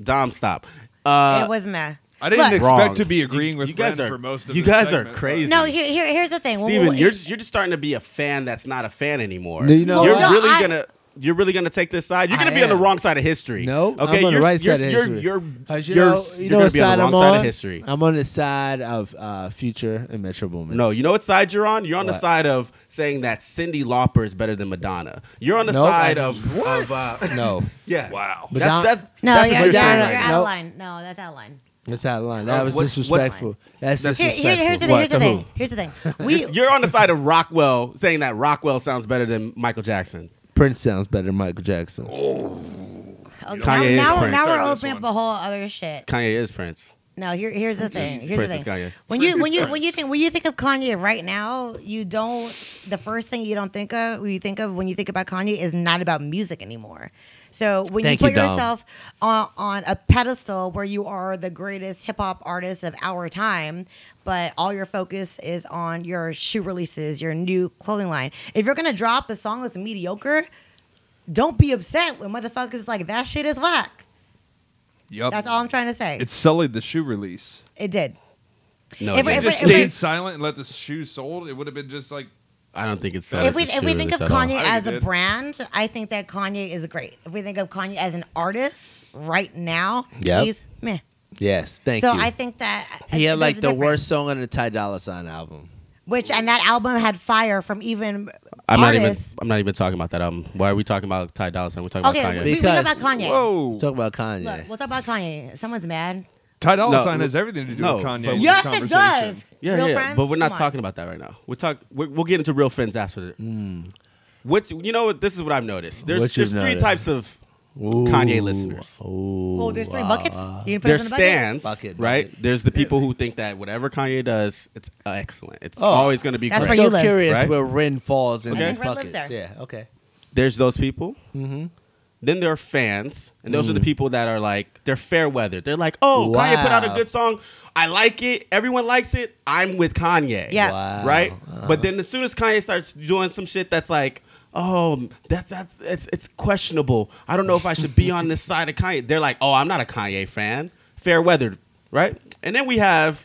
[SPEAKER 4] Dom, stop. Uh,
[SPEAKER 2] it was meh.
[SPEAKER 3] I didn't
[SPEAKER 2] Look-
[SPEAKER 3] expect
[SPEAKER 4] Wrong.
[SPEAKER 3] to be agreeing with
[SPEAKER 4] you guys
[SPEAKER 3] Ren
[SPEAKER 4] are-
[SPEAKER 3] for most of
[SPEAKER 4] you
[SPEAKER 3] this
[SPEAKER 4] guys are
[SPEAKER 3] segment, but-
[SPEAKER 4] crazy.
[SPEAKER 2] No, here, here, here's the thing. When-
[SPEAKER 4] Steven,
[SPEAKER 2] when-
[SPEAKER 4] you're just, you're just starting to be a fan that's not a fan anymore.
[SPEAKER 1] No, you know
[SPEAKER 4] are
[SPEAKER 1] what? No,
[SPEAKER 4] really
[SPEAKER 2] I-
[SPEAKER 4] gonna you're really gonna take this side. You're
[SPEAKER 1] I
[SPEAKER 4] gonna be on the
[SPEAKER 1] am.
[SPEAKER 4] wrong side of history.
[SPEAKER 1] No,
[SPEAKER 4] okay,
[SPEAKER 1] I'm on the
[SPEAKER 4] you're,
[SPEAKER 1] right
[SPEAKER 4] you're,
[SPEAKER 1] side of
[SPEAKER 4] you're,
[SPEAKER 1] history.
[SPEAKER 4] You're,
[SPEAKER 1] Cause you
[SPEAKER 4] you're,
[SPEAKER 1] know, you
[SPEAKER 4] you're
[SPEAKER 1] know
[SPEAKER 4] gonna
[SPEAKER 1] what
[SPEAKER 4] be on
[SPEAKER 1] side
[SPEAKER 4] the
[SPEAKER 1] I'm
[SPEAKER 4] wrong side
[SPEAKER 1] on.
[SPEAKER 4] of history.
[SPEAKER 1] I'm on the side of uh, Future and Metro Boomin.
[SPEAKER 4] No, you know what side you're on? You're on the
[SPEAKER 1] What?
[SPEAKER 4] side of saying that Cindy Lauper is better than Madonna. You're on the
[SPEAKER 1] Nope,
[SPEAKER 4] side
[SPEAKER 1] I-
[SPEAKER 4] of of uh,
[SPEAKER 1] [LAUGHS] no,
[SPEAKER 4] yeah.
[SPEAKER 3] Wow.
[SPEAKER 1] Madon-
[SPEAKER 4] That's, that's,
[SPEAKER 2] no,
[SPEAKER 4] that's
[SPEAKER 2] you're,
[SPEAKER 4] what you're
[SPEAKER 2] you're,
[SPEAKER 4] saying
[SPEAKER 1] no,
[SPEAKER 4] right
[SPEAKER 1] no,
[SPEAKER 2] out
[SPEAKER 4] now.
[SPEAKER 1] no.
[SPEAKER 2] of line. No, that's out of line.
[SPEAKER 1] that's out of line. That
[SPEAKER 4] Uh,
[SPEAKER 1] was
[SPEAKER 4] what's- what's-
[SPEAKER 1] disrespectful. That's
[SPEAKER 2] Here,
[SPEAKER 1] disrespectful.
[SPEAKER 2] here, here's the thing.
[SPEAKER 1] What?
[SPEAKER 2] Here's the
[SPEAKER 1] To
[SPEAKER 2] thing.
[SPEAKER 1] who?
[SPEAKER 2] Here's the thing. We
[SPEAKER 4] You're on the side of Rockwell saying that Rockwell sounds better than Michael Jackson.
[SPEAKER 1] Prince sounds better than Michael Jackson.
[SPEAKER 2] okay,
[SPEAKER 4] Kanye is
[SPEAKER 2] now, now,
[SPEAKER 4] Prince.
[SPEAKER 2] now we're
[SPEAKER 3] Start this
[SPEAKER 2] opening up
[SPEAKER 3] one.
[SPEAKER 2] a whole other shit.
[SPEAKER 4] Kanye is Prince.
[SPEAKER 2] No, here, here's the thing.
[SPEAKER 4] is-
[SPEAKER 2] Here's
[SPEAKER 4] Prince
[SPEAKER 2] the
[SPEAKER 4] is
[SPEAKER 2] thing.
[SPEAKER 4] Kanye.
[SPEAKER 2] When
[SPEAKER 3] Prince
[SPEAKER 2] you
[SPEAKER 3] is
[SPEAKER 2] when you when
[SPEAKER 3] Prince.
[SPEAKER 2] you think when you think of Kanye right now, you don't. The first thing you don't think of, when you think of when you think about Kanye, is not about music anymore. So when
[SPEAKER 1] Thank
[SPEAKER 2] you
[SPEAKER 1] you,
[SPEAKER 2] put
[SPEAKER 1] Dom.
[SPEAKER 2] yourself on on a pedestal where you are the greatest hip hop artist of our time, but all your focus is on your shoe releases, your new clothing line. If you're gonna drop a song that's mediocre, don't be upset when motherfuckers like that shit is whack.
[SPEAKER 3] Yup.
[SPEAKER 2] That's all I'm trying to say.
[SPEAKER 3] It sullied the shoe release.
[SPEAKER 2] it did.
[SPEAKER 4] No,
[SPEAKER 2] If-
[SPEAKER 4] he
[SPEAKER 2] if-
[SPEAKER 4] didn't.
[SPEAKER 3] Just
[SPEAKER 2] if-
[SPEAKER 3] stayed silent and let the shoe sold. It would have been just like
[SPEAKER 4] I don't think it's
[SPEAKER 2] if we if we think of Kanye
[SPEAKER 3] I
[SPEAKER 2] as
[SPEAKER 3] did.
[SPEAKER 2] a brand, I think that Kanye is great. If we think of Kanye as an artist right now,
[SPEAKER 1] Yep.
[SPEAKER 2] he's meh.
[SPEAKER 1] Yes, thank
[SPEAKER 2] so
[SPEAKER 1] you.
[SPEAKER 2] I think that
[SPEAKER 1] he had
[SPEAKER 2] I think
[SPEAKER 1] like
[SPEAKER 2] there's
[SPEAKER 1] the
[SPEAKER 2] a
[SPEAKER 1] worst
[SPEAKER 2] difference.
[SPEAKER 1] song on the Ty Dolla Sign album.
[SPEAKER 2] Which and that album had fire from even
[SPEAKER 4] I'm not even.
[SPEAKER 2] artists.
[SPEAKER 4] I'm not even talking about that album. Why are we talking about Ty Dolla Sign? We're talking
[SPEAKER 2] okay,
[SPEAKER 4] about
[SPEAKER 2] we,
[SPEAKER 4] Kanye.
[SPEAKER 2] we know about
[SPEAKER 1] Because-
[SPEAKER 2] Kanye.
[SPEAKER 3] whoa.
[SPEAKER 1] Talk about Kanye.
[SPEAKER 2] Look, we'll talk about Kanye. Someone's mad.
[SPEAKER 3] Ty Dolla
[SPEAKER 4] No,
[SPEAKER 3] Sign has
[SPEAKER 4] no,
[SPEAKER 3] everything to do
[SPEAKER 4] no,
[SPEAKER 3] with Kanye.
[SPEAKER 4] but-
[SPEAKER 3] in this
[SPEAKER 2] Yes, it
[SPEAKER 3] conversation.
[SPEAKER 2] does.
[SPEAKER 4] Yeah,
[SPEAKER 2] Real
[SPEAKER 4] yeah,
[SPEAKER 2] friends?
[SPEAKER 4] but we're not
[SPEAKER 2] Come on.
[SPEAKER 4] talking about that right now. We're talk. We're, we'll get into real friends after. What's you know what? This is what I've noticed. There's
[SPEAKER 1] Hmm. What you've
[SPEAKER 4] there's three
[SPEAKER 1] noticed?
[SPEAKER 4] types of Kanye listeners.
[SPEAKER 2] Oh, there's three buckets. You didn't put
[SPEAKER 4] There's
[SPEAKER 2] us in a bucket?
[SPEAKER 4] stands,
[SPEAKER 1] Bucket,
[SPEAKER 4] right?
[SPEAKER 1] bucket.
[SPEAKER 4] There's the people who think that whatever Kanye does, it's excellent. It's
[SPEAKER 1] Oh,
[SPEAKER 4] always going to be
[SPEAKER 2] that's
[SPEAKER 1] I'm
[SPEAKER 4] great.
[SPEAKER 1] so
[SPEAKER 2] where you live,
[SPEAKER 1] curious
[SPEAKER 4] right?
[SPEAKER 1] where Ren falls in
[SPEAKER 4] Okay.
[SPEAKER 1] these
[SPEAKER 2] Ren lives
[SPEAKER 1] buckets.
[SPEAKER 2] there.
[SPEAKER 1] Yeah, okay.
[SPEAKER 4] There's those people. Then there are fans, and those are the people that are like they're fair weather. They're like, oh, Kanye put out a
[SPEAKER 1] Wow.
[SPEAKER 4] good song. I like it. Everyone likes it. I'm with Kanye.
[SPEAKER 2] Yeah.
[SPEAKER 1] Wow.
[SPEAKER 4] right? But then as soon as Kanye starts doing some shit that's like, oh, that's that's it's it's questionable. I don't know if I should be on this side of Kanye. They're like, oh, I'm not a Kanye fan. Fair weathered, right? And then we have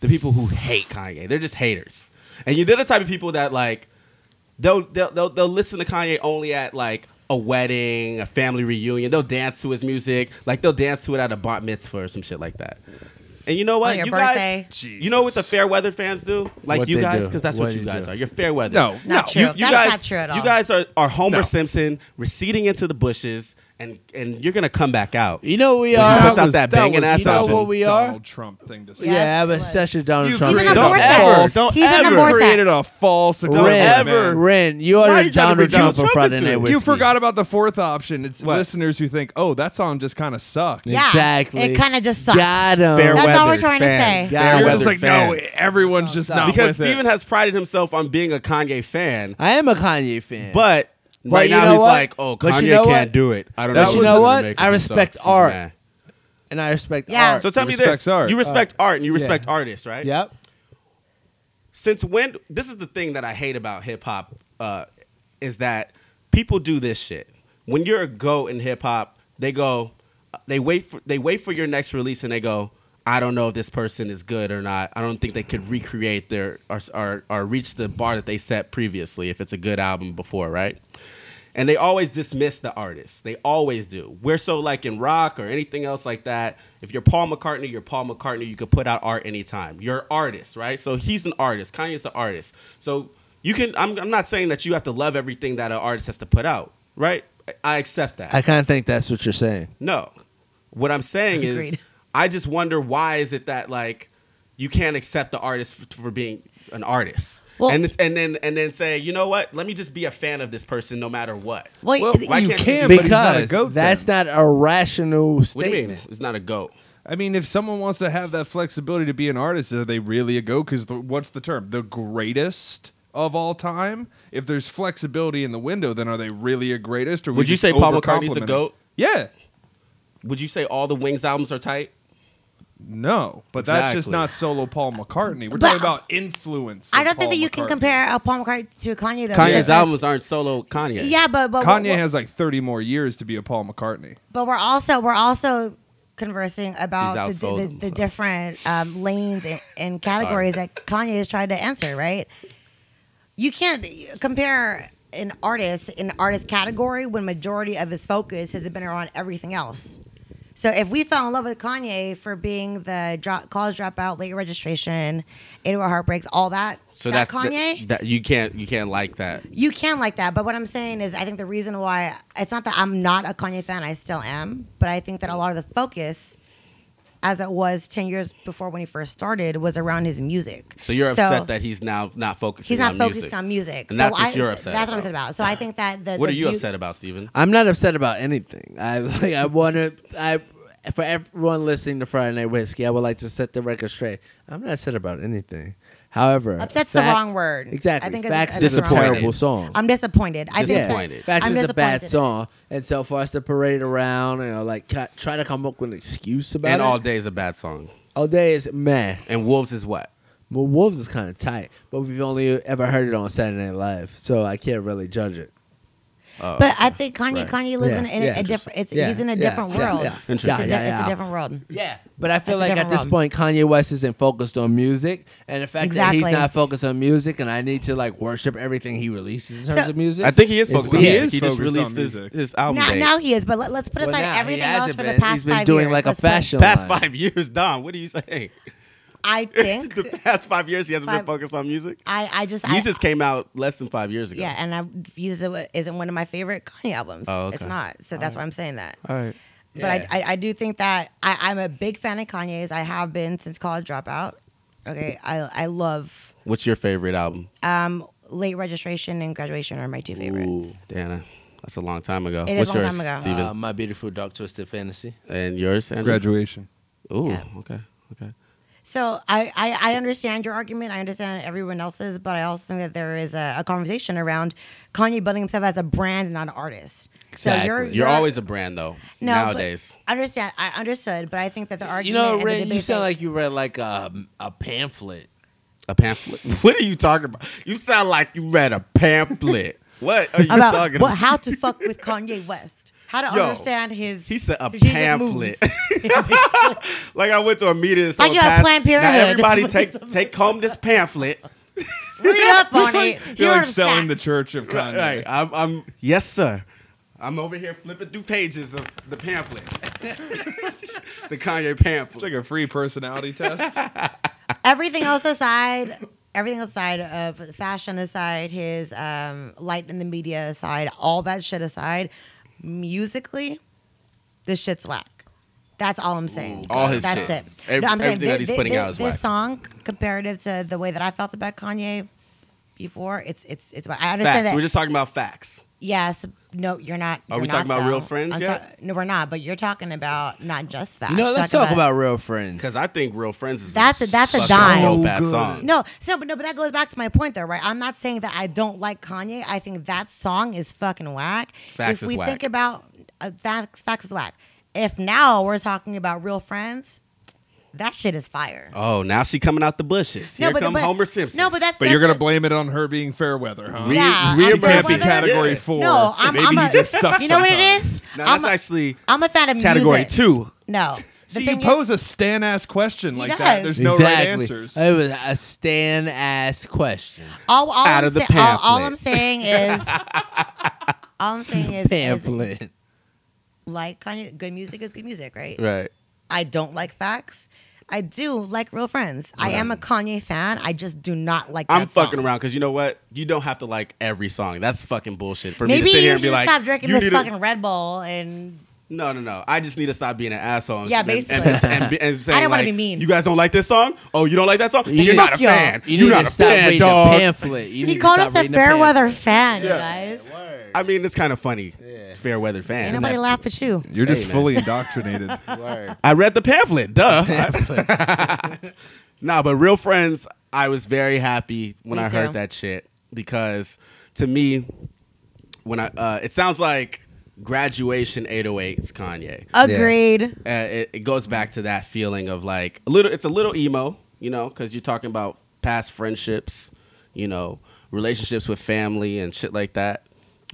[SPEAKER 4] the people who hate Kanye. They're just haters, and you they're the type of people that like they'll they'll they'll, they'll listen to Kanye only at like. A wedding, a family reunion. They'll dance to his music, like they'll dance to it at a bat mitzvah or some shit like that. And you know what?
[SPEAKER 2] On your
[SPEAKER 4] you
[SPEAKER 2] birthday.
[SPEAKER 4] guys, you know what the
[SPEAKER 3] Jesus.
[SPEAKER 4] fair weather fans do? Like
[SPEAKER 1] What
[SPEAKER 4] you
[SPEAKER 1] they
[SPEAKER 4] guys,
[SPEAKER 1] do.
[SPEAKER 4] because that's
[SPEAKER 1] What
[SPEAKER 4] what,
[SPEAKER 1] do
[SPEAKER 4] you
[SPEAKER 1] you
[SPEAKER 4] guys
[SPEAKER 1] do?
[SPEAKER 4] are. You're fair weather.
[SPEAKER 3] No,
[SPEAKER 2] Not
[SPEAKER 3] no.
[SPEAKER 2] true.
[SPEAKER 4] You, you
[SPEAKER 2] That's
[SPEAKER 4] guys,
[SPEAKER 2] not true at all.
[SPEAKER 4] You guys are, are Homer
[SPEAKER 3] No.
[SPEAKER 4] Simpson receding into the bushes, and, and you're gonna come back out.
[SPEAKER 1] You know we
[SPEAKER 4] When he
[SPEAKER 1] are.
[SPEAKER 4] puts out that banging ass
[SPEAKER 1] you know
[SPEAKER 4] album.
[SPEAKER 1] what we are?
[SPEAKER 3] Donald Trump thing to say.
[SPEAKER 1] Yeah,
[SPEAKER 2] Yes,
[SPEAKER 1] I have
[SPEAKER 2] it
[SPEAKER 1] a
[SPEAKER 2] was.
[SPEAKER 1] such a Donald
[SPEAKER 3] You
[SPEAKER 1] Trump.
[SPEAKER 2] He's in
[SPEAKER 3] created
[SPEAKER 2] a
[SPEAKER 3] don't
[SPEAKER 2] vortex.
[SPEAKER 3] ever,
[SPEAKER 2] He's in a
[SPEAKER 3] ever
[SPEAKER 2] vortex.
[SPEAKER 3] created a false.
[SPEAKER 1] Ren,
[SPEAKER 3] Don't ever.
[SPEAKER 1] Ren, you are
[SPEAKER 4] Why are
[SPEAKER 1] the
[SPEAKER 4] you trying to
[SPEAKER 1] Donald
[SPEAKER 4] bring
[SPEAKER 1] Trump
[SPEAKER 4] Donald
[SPEAKER 1] on
[SPEAKER 4] Trump
[SPEAKER 1] Friday
[SPEAKER 4] into it?
[SPEAKER 1] Night
[SPEAKER 4] You
[SPEAKER 1] Whiskey.
[SPEAKER 3] You forgot about the fourth option. It's
[SPEAKER 4] What?
[SPEAKER 3] listeners who think, "Oh, that song just kind of sucked."
[SPEAKER 2] Yeah,
[SPEAKER 1] Exactly.
[SPEAKER 2] it kinda just sucks.
[SPEAKER 1] Got him.
[SPEAKER 4] Fair
[SPEAKER 2] That's
[SPEAKER 4] weather
[SPEAKER 2] all we're trying to
[SPEAKER 4] fans.
[SPEAKER 2] say.
[SPEAKER 4] Fair
[SPEAKER 1] Yeah.
[SPEAKER 3] You're
[SPEAKER 1] We're
[SPEAKER 4] weather
[SPEAKER 3] just like,
[SPEAKER 4] fans.
[SPEAKER 3] no, everyone's just not
[SPEAKER 4] because
[SPEAKER 3] with it."
[SPEAKER 4] Steven has prided himself on being a Kanye fan,
[SPEAKER 1] I am a Kanye fan.
[SPEAKER 4] but.
[SPEAKER 1] But
[SPEAKER 4] Right
[SPEAKER 1] you
[SPEAKER 4] now
[SPEAKER 1] know
[SPEAKER 4] he's
[SPEAKER 1] what?
[SPEAKER 4] like, oh,
[SPEAKER 1] But
[SPEAKER 4] Kanye
[SPEAKER 1] you know
[SPEAKER 4] can't
[SPEAKER 1] what?
[SPEAKER 4] do it. I don't
[SPEAKER 1] But
[SPEAKER 4] know.
[SPEAKER 1] you
[SPEAKER 4] what
[SPEAKER 1] know
[SPEAKER 4] he's gonna
[SPEAKER 1] what?
[SPEAKER 4] make
[SPEAKER 1] I
[SPEAKER 4] of
[SPEAKER 1] respect
[SPEAKER 4] himself. He's
[SPEAKER 1] art.
[SPEAKER 4] mad.
[SPEAKER 1] and I respect
[SPEAKER 2] Yeah.
[SPEAKER 1] art.
[SPEAKER 4] So tell me
[SPEAKER 3] respects
[SPEAKER 4] this:
[SPEAKER 3] art.
[SPEAKER 4] you respect art and you respect
[SPEAKER 1] Uh, Yeah.
[SPEAKER 4] artists, right?
[SPEAKER 1] yep.
[SPEAKER 4] since when this is the thing that i hate about hip-hop uh, is that people do this shit when you're a go in hip-hop they go they wait for they wait for your next release and they go I don't know if this person is good or not. I don't think they could recreate their or, or, or reach the bar that they set previously if it's a good album before, right? And they always dismiss the artist. They always do. We're so like in rock or anything else like that. If you're Paul McCartney, you're Paul McCartney. You could put out art anytime. You're an artist, right? So he's an artist. Kanye's an artist. So you can. I'm, I'm not saying that you have to love everything that an artist has to put out, right? I- I accept that.
[SPEAKER 1] I kind of think that's what you're saying.
[SPEAKER 4] No. What I'm saying is,
[SPEAKER 2] Agreed.
[SPEAKER 4] I just wonder why is it that like you can't accept the artist f- for being an artist,
[SPEAKER 2] Well-
[SPEAKER 4] and it's, and then and then say, you know what? Let me just be a fan of this person no matter what.
[SPEAKER 2] Well,
[SPEAKER 3] Well,
[SPEAKER 2] th-
[SPEAKER 4] why
[SPEAKER 3] you
[SPEAKER 4] can't you
[SPEAKER 3] can, [LAUGHS] but he's not a
[SPEAKER 1] Because
[SPEAKER 3] goat.
[SPEAKER 1] that's
[SPEAKER 3] then.
[SPEAKER 1] not a rational
[SPEAKER 4] What do you mean?
[SPEAKER 1] statement.
[SPEAKER 4] It's not a goat.
[SPEAKER 3] I mean, if someone wants to have that flexibility to be an artist, are they really a go? Because what's the term? The greatest of all time. If there's flexibility in the window, then are they really a greatest? Or we
[SPEAKER 4] Would you
[SPEAKER 3] just
[SPEAKER 4] say Paul McCartney's a
[SPEAKER 3] overcomplimenting?
[SPEAKER 4] goat?
[SPEAKER 3] Yeah.
[SPEAKER 4] Would you say all the Wings albums are tight?
[SPEAKER 3] No, but that's just
[SPEAKER 4] Exactly.
[SPEAKER 3] not solo Paul McCartney. We're
[SPEAKER 2] But-
[SPEAKER 3] talking about influence.
[SPEAKER 2] I
[SPEAKER 3] of
[SPEAKER 2] don't
[SPEAKER 3] Paul
[SPEAKER 2] think that you can
[SPEAKER 3] McCartney.
[SPEAKER 2] compare a Paul McCartney to a Kanye. Though, because
[SPEAKER 4] Kanye's
[SPEAKER 2] that's-
[SPEAKER 4] albums aren't solo Kanye.
[SPEAKER 2] Yeah, but but
[SPEAKER 3] Kanye
[SPEAKER 2] but-
[SPEAKER 3] has like 30 more years to be a Paul McCartney.
[SPEAKER 2] but we're also we're also conversing about
[SPEAKER 4] He's
[SPEAKER 2] the, the,
[SPEAKER 4] outsold
[SPEAKER 2] the
[SPEAKER 4] himself.
[SPEAKER 2] different um, lanes and, and categories that Kanye is trying to answer, right? You can't compare an artist in an artist category when majority of his focus has been around everything else. So if we fell in love with Kanye for being the drop, college dropout, late registration, into our heartbreaks, all that,
[SPEAKER 4] So
[SPEAKER 2] that
[SPEAKER 4] that's the-
[SPEAKER 2] Kanye.
[SPEAKER 4] that you can't you can't like that.
[SPEAKER 2] You can like that, but what I'm saying is, I think the reason why it's not that I'm not a Kanye fan, I still am, but I think that a lot of the focus, as it was 10 years before when he first started, was around his music.
[SPEAKER 4] So you're upset that he's now not focusing.
[SPEAKER 2] he's not
[SPEAKER 4] on
[SPEAKER 2] focused
[SPEAKER 4] music.
[SPEAKER 2] on music.
[SPEAKER 4] And that's
[SPEAKER 2] so
[SPEAKER 4] what
[SPEAKER 2] I,
[SPEAKER 4] you're upset
[SPEAKER 2] That's what I'm
[SPEAKER 4] about.
[SPEAKER 2] upset about. So I think that the,
[SPEAKER 4] What
[SPEAKER 2] the
[SPEAKER 4] are you
[SPEAKER 2] beau-
[SPEAKER 4] upset about, Steven?
[SPEAKER 1] I'm not upset about anything. I [LAUGHS] like, I want to. I for everyone listening to Friday Night Whiskey, I would like to set the record straight. I'm not upset about anything. However,
[SPEAKER 2] Upset's Uh, the wrong word.
[SPEAKER 1] Exactly.
[SPEAKER 2] I think it's-
[SPEAKER 1] Facts
[SPEAKER 2] it's
[SPEAKER 1] is a
[SPEAKER 4] the wrong word.
[SPEAKER 1] terrible song.
[SPEAKER 2] I'm disappointed. I think
[SPEAKER 4] Disappointed.
[SPEAKER 2] that,
[SPEAKER 1] Facts
[SPEAKER 2] I'm
[SPEAKER 1] is a bad
[SPEAKER 2] disappointed.
[SPEAKER 1] song, and so for us to parade around and you know, like ca- try to come up with an excuse about
[SPEAKER 4] And
[SPEAKER 1] it,
[SPEAKER 4] all day is a bad song.
[SPEAKER 1] all day is meh.
[SPEAKER 4] And Wolves is what?
[SPEAKER 1] Well, Wolves is kind of tight, but we've only ever heard it on Saturday Night Live, so I can't really judge it.
[SPEAKER 4] Oh.
[SPEAKER 2] But I think Kanye
[SPEAKER 4] Right.
[SPEAKER 2] Kanye lives
[SPEAKER 1] Yeah,
[SPEAKER 2] in a, in
[SPEAKER 1] yeah,
[SPEAKER 2] a different. It's,
[SPEAKER 1] yeah,
[SPEAKER 2] he's in a
[SPEAKER 1] yeah,
[SPEAKER 2] different
[SPEAKER 1] yeah,
[SPEAKER 2] world.
[SPEAKER 1] yeah.
[SPEAKER 4] Interesting.
[SPEAKER 2] It's
[SPEAKER 1] Yeah,
[SPEAKER 2] a,
[SPEAKER 1] yeah,
[SPEAKER 2] di- it's
[SPEAKER 1] yeah.
[SPEAKER 2] a different world.
[SPEAKER 1] Yeah, but I feel
[SPEAKER 2] That's
[SPEAKER 1] like
[SPEAKER 2] a
[SPEAKER 1] at
[SPEAKER 2] different
[SPEAKER 1] this
[SPEAKER 2] realm.
[SPEAKER 1] point Kanye West isn't focused on music, and the fact that
[SPEAKER 2] Exactly.
[SPEAKER 1] he's not focused on music, and I need to like worship everything he releases in terms
[SPEAKER 2] So-
[SPEAKER 1] of music.
[SPEAKER 4] I think he is
[SPEAKER 1] It's
[SPEAKER 4] focused on
[SPEAKER 1] weird.
[SPEAKER 4] music.
[SPEAKER 3] He is
[SPEAKER 4] He just
[SPEAKER 3] focused on
[SPEAKER 4] released his,
[SPEAKER 3] music.
[SPEAKER 4] his album.
[SPEAKER 2] Now,
[SPEAKER 4] date.
[SPEAKER 2] now he is, but let, us put
[SPEAKER 1] Well,
[SPEAKER 2] aside
[SPEAKER 1] now he
[SPEAKER 2] everything else
[SPEAKER 1] hasn't
[SPEAKER 2] for
[SPEAKER 1] been.
[SPEAKER 2] the past
[SPEAKER 1] He's been
[SPEAKER 2] five
[SPEAKER 1] doing
[SPEAKER 2] years.
[SPEAKER 1] like a
[SPEAKER 2] Let's put-
[SPEAKER 1] fashion
[SPEAKER 4] past
[SPEAKER 1] line.
[SPEAKER 4] five years, Don. What are you saying? [LAUGHS]
[SPEAKER 2] I [LAUGHS]
[SPEAKER 4] the
[SPEAKER 2] think
[SPEAKER 4] past five years, he hasn't been
[SPEAKER 2] Five-
[SPEAKER 4] focused on music.
[SPEAKER 2] I, I just I,
[SPEAKER 4] Jesus came out less than five years ago.
[SPEAKER 2] yeah, and I Jesus isn't one of my favorite Kanye albums.
[SPEAKER 4] Oh, okay.
[SPEAKER 2] It's not, so that's why I'm saying that.
[SPEAKER 4] All right.
[SPEAKER 2] But I,
[SPEAKER 1] Yeah.
[SPEAKER 2] I, I do think that I, I'm a big fan of Kanye's. I have been since college dropout. Okay, I I love
[SPEAKER 4] What's your favorite album?
[SPEAKER 2] um, late registration and graduation are my two favorites.
[SPEAKER 4] Dana. That's a long time ago.
[SPEAKER 2] It is
[SPEAKER 4] What's
[SPEAKER 2] a long
[SPEAKER 4] yours,
[SPEAKER 2] time ago.
[SPEAKER 4] Steven?
[SPEAKER 1] Uh, my beautiful dark twisted fantasy.
[SPEAKER 4] and yours, Andrew?
[SPEAKER 3] Graduation.
[SPEAKER 4] Ooh,
[SPEAKER 2] Yeah.
[SPEAKER 4] okay. Okay.
[SPEAKER 2] So I, I, I understand your argument. I understand everyone else's, but I also think that there is a, a conversation around Kanye building himself as a brand, and not an artist. So you're,
[SPEAKER 1] Exactly.
[SPEAKER 4] You're always a brand, though,
[SPEAKER 2] No, but-
[SPEAKER 4] nowadays.
[SPEAKER 2] I understand. I understood, but I think that the
[SPEAKER 1] You
[SPEAKER 2] argument.
[SPEAKER 1] know,
[SPEAKER 2] and the
[SPEAKER 1] Ray, you
[SPEAKER 2] debate
[SPEAKER 1] sound
[SPEAKER 2] that-
[SPEAKER 1] like you read like a, a pamphlet.
[SPEAKER 4] A pamphlet? [LAUGHS] what are you talking about? You sound like you read a pamphlet. [LAUGHS] what are you
[SPEAKER 2] about
[SPEAKER 4] talking
[SPEAKER 2] what,
[SPEAKER 4] about? [LAUGHS]
[SPEAKER 2] how to fuck with Kanye West, how to
[SPEAKER 4] Yo,
[SPEAKER 2] understand his.
[SPEAKER 4] He said a
[SPEAKER 2] strategic
[SPEAKER 4] pamphlet.
[SPEAKER 2] moves.
[SPEAKER 4] like I went to a meeting. and
[SPEAKER 2] Like
[SPEAKER 4] someone
[SPEAKER 2] you had
[SPEAKER 4] passed-
[SPEAKER 2] Planned
[SPEAKER 4] Now
[SPEAKER 2] Parenthood. [LAUGHS]
[SPEAKER 4] everybody
[SPEAKER 2] That's what
[SPEAKER 4] take take home
[SPEAKER 2] [LAUGHS]
[SPEAKER 4] this pamphlet.
[SPEAKER 2] [LAUGHS] Read up on
[SPEAKER 3] [LAUGHS]
[SPEAKER 2] it.
[SPEAKER 3] You're
[SPEAKER 2] Here are
[SPEAKER 3] like selling the
[SPEAKER 2] facts.
[SPEAKER 3] church of Kanye.
[SPEAKER 4] Right. I'm, I'm. Yes, sir. I'm over here flipping through pages of the pamphlet, [LAUGHS] the Kanye
[SPEAKER 3] It's
[SPEAKER 4] pamphlet.
[SPEAKER 3] like a free personality
[SPEAKER 4] [LAUGHS]
[SPEAKER 3] test.
[SPEAKER 2] everything else aside. Everything aside of fashion aside, his um, light in the media aside, all that shit aside, musically, this shit's whack. That's all I'm saying.
[SPEAKER 4] all his
[SPEAKER 2] That's
[SPEAKER 4] shit.
[SPEAKER 2] it.
[SPEAKER 4] Every- everything that he's putting
[SPEAKER 2] this,
[SPEAKER 4] out is
[SPEAKER 2] this
[SPEAKER 4] whack.
[SPEAKER 2] song comparative to the way that I felt about Kanye before, it's it's it's. whack. I understand
[SPEAKER 4] Facts.
[SPEAKER 2] that.
[SPEAKER 4] We're just talking about facts.
[SPEAKER 2] Yes. No, you're not.
[SPEAKER 4] Are
[SPEAKER 2] you're
[SPEAKER 4] we talking
[SPEAKER 2] not,
[SPEAKER 4] about real
[SPEAKER 2] though.
[SPEAKER 4] friends
[SPEAKER 2] I'm
[SPEAKER 4] yet?
[SPEAKER 2] ta- no, we're not. But you're talking about not just facts.
[SPEAKER 1] You know, let's talk about real friends.
[SPEAKER 4] Because I think "Real Friends" is
[SPEAKER 2] That's a- that's a
[SPEAKER 4] fucking
[SPEAKER 2] dime.
[SPEAKER 4] dope ass
[SPEAKER 3] So good.
[SPEAKER 4] song.
[SPEAKER 2] No, so but no, but that goes back to my point though, right? I'm not saying that I don't like Kanye. I think that song is fucking whack.
[SPEAKER 4] Facts
[SPEAKER 2] if
[SPEAKER 4] is
[SPEAKER 2] we
[SPEAKER 4] whack.
[SPEAKER 2] think about uh, facts, facts is whack. If now we're talking about real friends, that shit is fire.
[SPEAKER 4] Oh, now she coming out the bushes. Here come Homer Simpson.
[SPEAKER 2] No, but that's
[SPEAKER 3] But you're
[SPEAKER 2] that's
[SPEAKER 3] gonna
[SPEAKER 2] what-
[SPEAKER 3] blame it on her being Fairweather, huh?
[SPEAKER 4] Re-
[SPEAKER 2] yeah,
[SPEAKER 4] Rhea
[SPEAKER 2] I'm
[SPEAKER 3] She can't be
[SPEAKER 2] Fairweather.
[SPEAKER 3] category
[SPEAKER 4] Yeah.
[SPEAKER 3] four.
[SPEAKER 2] No, I'm,
[SPEAKER 3] Maybe
[SPEAKER 2] I'm
[SPEAKER 3] he
[SPEAKER 2] a,
[SPEAKER 3] just
[SPEAKER 2] [LAUGHS]
[SPEAKER 3] sucks
[SPEAKER 2] You know what it
[SPEAKER 3] sometimes.
[SPEAKER 2] is?
[SPEAKER 4] now
[SPEAKER 2] I'm
[SPEAKER 4] that's
[SPEAKER 2] a,
[SPEAKER 4] actually
[SPEAKER 2] I'm a fan of
[SPEAKER 4] category
[SPEAKER 2] music.
[SPEAKER 4] [LAUGHS] two.
[SPEAKER 2] No, The
[SPEAKER 3] See, you
[SPEAKER 2] thing
[SPEAKER 3] pose a stan ass question like that.
[SPEAKER 2] does.
[SPEAKER 3] There's no right answers.
[SPEAKER 1] It was a Stan ass question.
[SPEAKER 2] All, all
[SPEAKER 1] Out
[SPEAKER 2] I'm
[SPEAKER 1] of the
[SPEAKER 2] sa- all, all
[SPEAKER 1] pamphlet.
[SPEAKER 2] I'm saying is, all I'm saying is, is
[SPEAKER 1] Pamphlet.
[SPEAKER 2] like Kanye, good music is good music, right?
[SPEAKER 4] Right.
[SPEAKER 2] I don't like facts. I do like real friends. I am a Kanye fan. I just do not like.
[SPEAKER 4] I'm
[SPEAKER 2] that song.
[SPEAKER 4] fucking around because you know what? You don't have to like every song. That's fucking bullshit. For me
[SPEAKER 2] Maybe
[SPEAKER 4] to sit
[SPEAKER 2] you
[SPEAKER 4] here and
[SPEAKER 2] should
[SPEAKER 4] be like,
[SPEAKER 2] stop drinking
[SPEAKER 4] you
[SPEAKER 2] this
[SPEAKER 4] need to-
[SPEAKER 2] fucking Red Bull and
[SPEAKER 4] No, no, no. I just need to stop being an asshole. And
[SPEAKER 2] Yeah,
[SPEAKER 4] and-
[SPEAKER 2] basically.
[SPEAKER 4] And, and, and,
[SPEAKER 2] [LAUGHS]
[SPEAKER 4] and saying,
[SPEAKER 2] don't wanna be
[SPEAKER 4] like,
[SPEAKER 2] mean.
[SPEAKER 4] You guys don't like this song? Oh, you don't like that song?
[SPEAKER 1] You
[SPEAKER 4] You are
[SPEAKER 1] need-
[SPEAKER 4] not a
[SPEAKER 1] Fuck
[SPEAKER 2] y'all.
[SPEAKER 4] fan.
[SPEAKER 1] You
[SPEAKER 4] are
[SPEAKER 1] need
[SPEAKER 4] not
[SPEAKER 1] to
[SPEAKER 4] a
[SPEAKER 1] stop
[SPEAKER 4] fan,
[SPEAKER 1] reading the
[SPEAKER 4] dog.
[SPEAKER 1] pamphlet. You need
[SPEAKER 2] he
[SPEAKER 1] to
[SPEAKER 2] called
[SPEAKER 1] stop
[SPEAKER 2] us a
[SPEAKER 1] reading the
[SPEAKER 2] Fairweather
[SPEAKER 1] pamphlet.
[SPEAKER 2] fan, you
[SPEAKER 3] Yeah.
[SPEAKER 2] guys.
[SPEAKER 4] I mean, it's kind of funny. It's fair weather
[SPEAKER 2] Ain't
[SPEAKER 4] fan.
[SPEAKER 2] nobody laugh at you.
[SPEAKER 3] You're just
[SPEAKER 4] Hey, man.
[SPEAKER 3] fully indoctrinated.
[SPEAKER 4] I read the pamphlet. Duh.
[SPEAKER 1] [LAUGHS]
[SPEAKER 4] nah, but real friends. I was very happy when
[SPEAKER 2] Me
[SPEAKER 4] I heard
[SPEAKER 2] too.
[SPEAKER 4] that shit because to me, when I uh, it sounds like graduation 808s Kanye.
[SPEAKER 2] Agreed.
[SPEAKER 4] uh, it, it goes back to that feeling of like a little. It's a little emo, you know, because you're talking about past friendships, you know, relationships with family and shit like that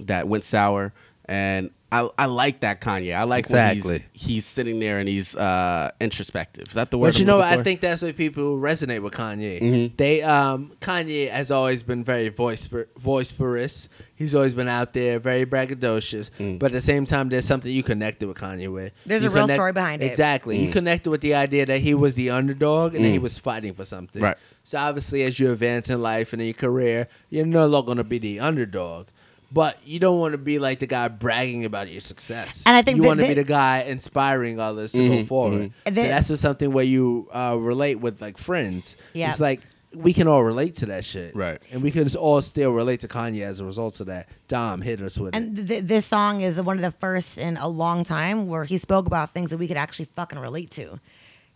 [SPEAKER 4] that went sour. And I, I like that Kanye. I like when
[SPEAKER 1] Exactly.
[SPEAKER 4] he's, he's sitting there and he's uh, introspective. Is that the word?
[SPEAKER 1] But you
[SPEAKER 4] I'm
[SPEAKER 1] know, what?
[SPEAKER 4] looking
[SPEAKER 1] I
[SPEAKER 4] for?
[SPEAKER 1] think that's what people resonate with Kanye.
[SPEAKER 4] Mhm.
[SPEAKER 1] They, um, Kanye has always been very voice voiceperous. He's always been out there, very braggadocious.
[SPEAKER 4] Mm.
[SPEAKER 1] But at the same time, there's something you connected with Kanye with.
[SPEAKER 2] There's
[SPEAKER 1] You
[SPEAKER 2] a real story behind it.
[SPEAKER 1] Exactly.
[SPEAKER 4] Mm.
[SPEAKER 1] You connected with the idea that he was the underdog and that he was fighting for something.
[SPEAKER 4] Right.
[SPEAKER 1] So obviously, as you advance in life and in your career, you're no longer going to be the underdog. But you don't want to be like the guy bragging about your success.
[SPEAKER 2] And I think
[SPEAKER 1] you
[SPEAKER 2] that-
[SPEAKER 1] want to be
[SPEAKER 2] that- Mm-hmm.
[SPEAKER 1] the guy inspiring others to
[SPEAKER 4] Mm-hmm.
[SPEAKER 1] go forward.
[SPEAKER 2] And
[SPEAKER 1] so
[SPEAKER 2] that-
[SPEAKER 1] that's was something where you uh, relate with like friends.
[SPEAKER 2] Yeah.
[SPEAKER 1] It's like we can all relate to that shit.
[SPEAKER 4] Right.
[SPEAKER 1] And we can all still relate to Kanye as a result of that. Dom hit us with it.
[SPEAKER 2] And th- this song is one of the first in a long time where he spoke about things that we could actually fucking relate to.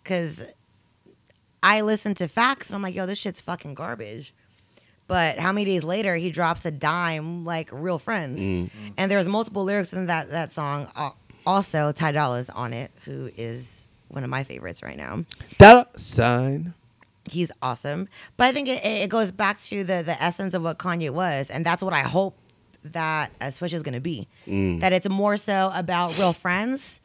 [SPEAKER 2] Because I listened to facts and I'm like, yo, this shit's fucking garbage. But how many days later he drops a dime like real friends,
[SPEAKER 1] Mm.
[SPEAKER 2] and there's multiple lyrics in that that song. Al- Also, Ty Dolla is on it, who is one of my favorites right now
[SPEAKER 1] That sign.
[SPEAKER 2] he's awesome. But I think it, it goes back to the the essence of what Kanye was, and that's what I hope that a switch is going to be. That it's more so about real friends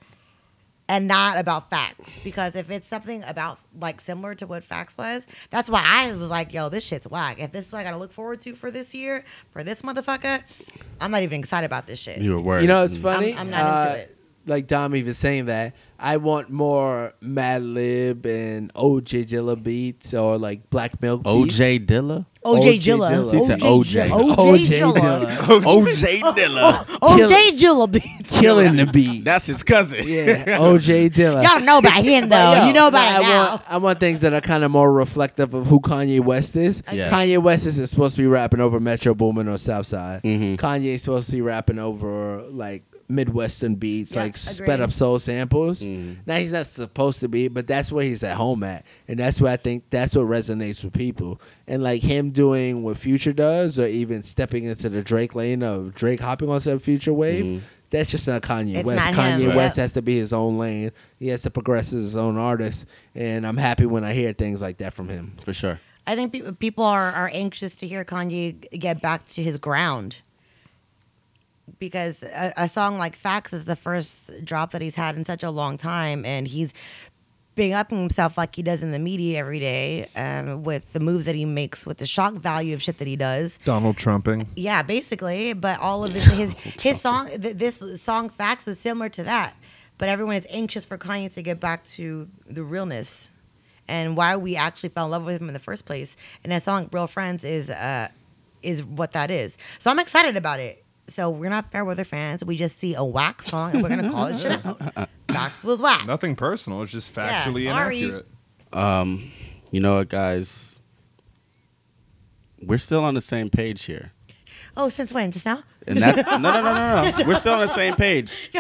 [SPEAKER 2] and not about facts. Because if it's something about like similar to what facts was, that's why I was like, yo, this shit's whack. If this is what I got to look forward to for this year for this motherfucker, I'm not even excited about this shit.
[SPEAKER 4] you were worried.
[SPEAKER 1] You know, it's funny.
[SPEAKER 2] I'm not into
[SPEAKER 1] uh,
[SPEAKER 2] it.
[SPEAKER 1] Like Dom even saying that, I want more Madlib and OJ Dilla beats or like Black Milk. beats.
[SPEAKER 4] OJ Dilla.
[SPEAKER 2] OJ Jilla.
[SPEAKER 1] He
[SPEAKER 4] said OJ.
[SPEAKER 2] OJ Jilla.
[SPEAKER 1] Dilla.
[SPEAKER 4] OJ [LAUGHS] Dilla.
[SPEAKER 2] OJ Jilla.
[SPEAKER 1] Killing the beat.
[SPEAKER 4] That's his cousin.
[SPEAKER 1] [LAUGHS] Yeah, OJ Dilla.
[SPEAKER 2] Y'all don't know
[SPEAKER 1] [LAUGHS]
[SPEAKER 2] about him though.
[SPEAKER 1] Yo,
[SPEAKER 2] you know about
[SPEAKER 1] I
[SPEAKER 2] it now.
[SPEAKER 1] Want, I want things that are kind of more reflective of who Kanye West is.
[SPEAKER 4] Yeah.
[SPEAKER 1] Kanye West isn't supposed to be rapping over Metro Boomin or Southside.
[SPEAKER 2] Mm-hmm.
[SPEAKER 1] Kanye's supposed to be rapping over like Midwestern beats,
[SPEAKER 2] Yeah,
[SPEAKER 1] like sped
[SPEAKER 2] agreed. Mm-hmm.
[SPEAKER 1] up soul samples. Now he's not supposed to be, but that's where he's at home at, and that's where I think that's what resonates with people. And like him doing what Future does, or even stepping into the Drake lane of Drake hopping on some Future wave.
[SPEAKER 2] Mm-hmm.
[SPEAKER 1] That's just not Kanye
[SPEAKER 2] It's
[SPEAKER 1] West.
[SPEAKER 2] not
[SPEAKER 1] Kanye
[SPEAKER 2] him. Right.
[SPEAKER 1] West
[SPEAKER 2] Yep.
[SPEAKER 1] has to be his own lane. He has to progress as his own artist. And I'm happy when I hear things like that from him.
[SPEAKER 4] for sure.
[SPEAKER 2] I think pe- people are, are anxious to hear Kanye g- get back to his ground because a, a song like Facts is the first drop that he's had in such a long time, and he's being upping himself like he does in the media every day um, with the moves that he makes, with the shock value of shit that he does.
[SPEAKER 3] Donald Trumping.
[SPEAKER 2] Yeah, basically. But all of his his, his song, th- this song "Facts" was similar to that. But everyone is anxious for Kanye to get back to the realness and why we actually fell in love with him in the first place. And that song "Real Friends" is uh, is what that is. So I'm excited about it. So we're not fair weather fans. We just see a whack song and we're gonna call it shit out. Facts was whack.
[SPEAKER 3] Nothing personal. It's just
[SPEAKER 2] Yeah,
[SPEAKER 3] factually
[SPEAKER 2] sorry.
[SPEAKER 3] inaccurate.
[SPEAKER 4] Um, you know what, guys? We're still on the same page here.
[SPEAKER 2] Oh, since when? Just now? [LAUGHS]
[SPEAKER 1] [LAUGHS]
[SPEAKER 4] And that's no, no, no, no, no. We're still on the same page.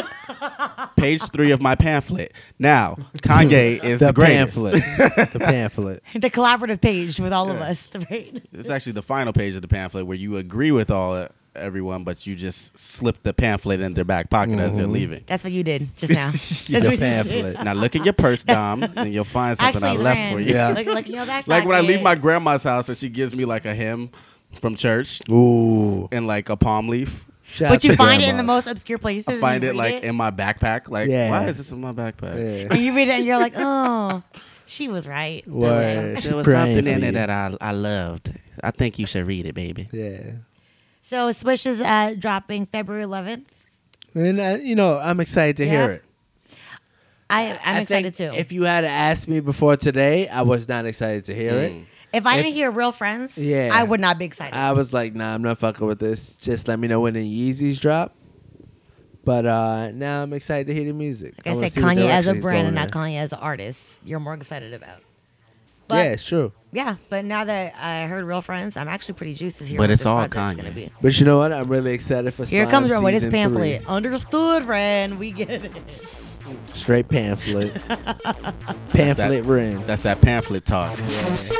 [SPEAKER 4] Page three of my pamphlet. Now,
[SPEAKER 1] [LAUGHS]
[SPEAKER 4] Kanye is the, greatest.
[SPEAKER 1] pamphlet. the pamphlet.
[SPEAKER 2] The collaborative page with all of us, [LAUGHS] right?
[SPEAKER 4] It's actually the final page of the pamphlet where you agree with all everyone, but you just slip the pamphlet in their back pocket as
[SPEAKER 1] Mm-hmm.
[SPEAKER 4] they're leaving.
[SPEAKER 2] That's what you did just now. That's
[SPEAKER 1] The
[SPEAKER 2] what you did.
[SPEAKER 1] pamphlet.
[SPEAKER 4] Now look in your purse, Dom, and you'll find something
[SPEAKER 2] Actually,
[SPEAKER 4] I
[SPEAKER 2] it's
[SPEAKER 4] left
[SPEAKER 2] ran.
[SPEAKER 4] for you.
[SPEAKER 1] Yeah.
[SPEAKER 2] Look, look, you know, back
[SPEAKER 4] Like when I
[SPEAKER 2] pocket.
[SPEAKER 4] leave my grandma's house and she gives me like a hymn from church
[SPEAKER 1] Ooh.
[SPEAKER 4] and like a palm leaf.
[SPEAKER 1] Shout out
[SPEAKER 2] but you
[SPEAKER 1] to
[SPEAKER 2] find it in
[SPEAKER 1] grandmas.
[SPEAKER 2] the most obscure places.
[SPEAKER 4] I
[SPEAKER 2] and
[SPEAKER 4] find
[SPEAKER 2] you
[SPEAKER 4] it
[SPEAKER 2] read
[SPEAKER 4] like in my backpack. Like,
[SPEAKER 1] Yeah.
[SPEAKER 4] why is this in my backpack?
[SPEAKER 1] Yeah.
[SPEAKER 2] and you read it and you're
[SPEAKER 4] [LAUGHS]
[SPEAKER 2] like, oh, she was right. That was
[SPEAKER 1] Word.
[SPEAKER 2] something.
[SPEAKER 1] There was Praying something in for it you. that
[SPEAKER 4] I, I loved. I think you should read it, baby.
[SPEAKER 1] Yeah.
[SPEAKER 2] So Swish is uh, dropping February 11th.
[SPEAKER 1] And uh, you know, I'm excited to hear
[SPEAKER 2] Yeah.
[SPEAKER 1] it.
[SPEAKER 2] I, I'm
[SPEAKER 1] I
[SPEAKER 2] excited too.
[SPEAKER 1] think
[SPEAKER 2] If,
[SPEAKER 1] If you had asked me before today, I was not excited to hear it.
[SPEAKER 2] I
[SPEAKER 1] if-
[SPEAKER 2] didn't hear Real Friends,
[SPEAKER 1] Yeah.
[SPEAKER 2] I would not be excited.
[SPEAKER 1] I was like, nah, I'm not fucking with this. Just let me know when the Yeezys drop. But uh now I'm excited to hear the music.
[SPEAKER 2] like I
[SPEAKER 1] wanna
[SPEAKER 2] said,
[SPEAKER 1] see what
[SPEAKER 2] Kanye as
[SPEAKER 1] direction
[SPEAKER 2] a
[SPEAKER 1] he's
[SPEAKER 2] brand and
[SPEAKER 1] going
[SPEAKER 2] not Kanye as an artist, you're more excited about.
[SPEAKER 1] in.
[SPEAKER 2] But
[SPEAKER 1] yeah, sure.
[SPEAKER 2] yeah, but now that I heard Real Friends, I'm actually pretty juiced to hear.
[SPEAKER 4] But
[SPEAKER 2] what
[SPEAKER 4] it's
[SPEAKER 2] this
[SPEAKER 4] all
[SPEAKER 2] project's gonna
[SPEAKER 4] Kanye.
[SPEAKER 2] be.
[SPEAKER 1] But you know what? I'm really excited for
[SPEAKER 2] Here
[SPEAKER 1] Slime
[SPEAKER 2] comes Rowan with his
[SPEAKER 1] season
[SPEAKER 2] pamphlet. Understood, Ren. We get it.
[SPEAKER 1] three. Straight
[SPEAKER 2] [LAUGHS]
[SPEAKER 1] pamphlet. pamphlet ring.
[SPEAKER 4] That's that pamphlet talk.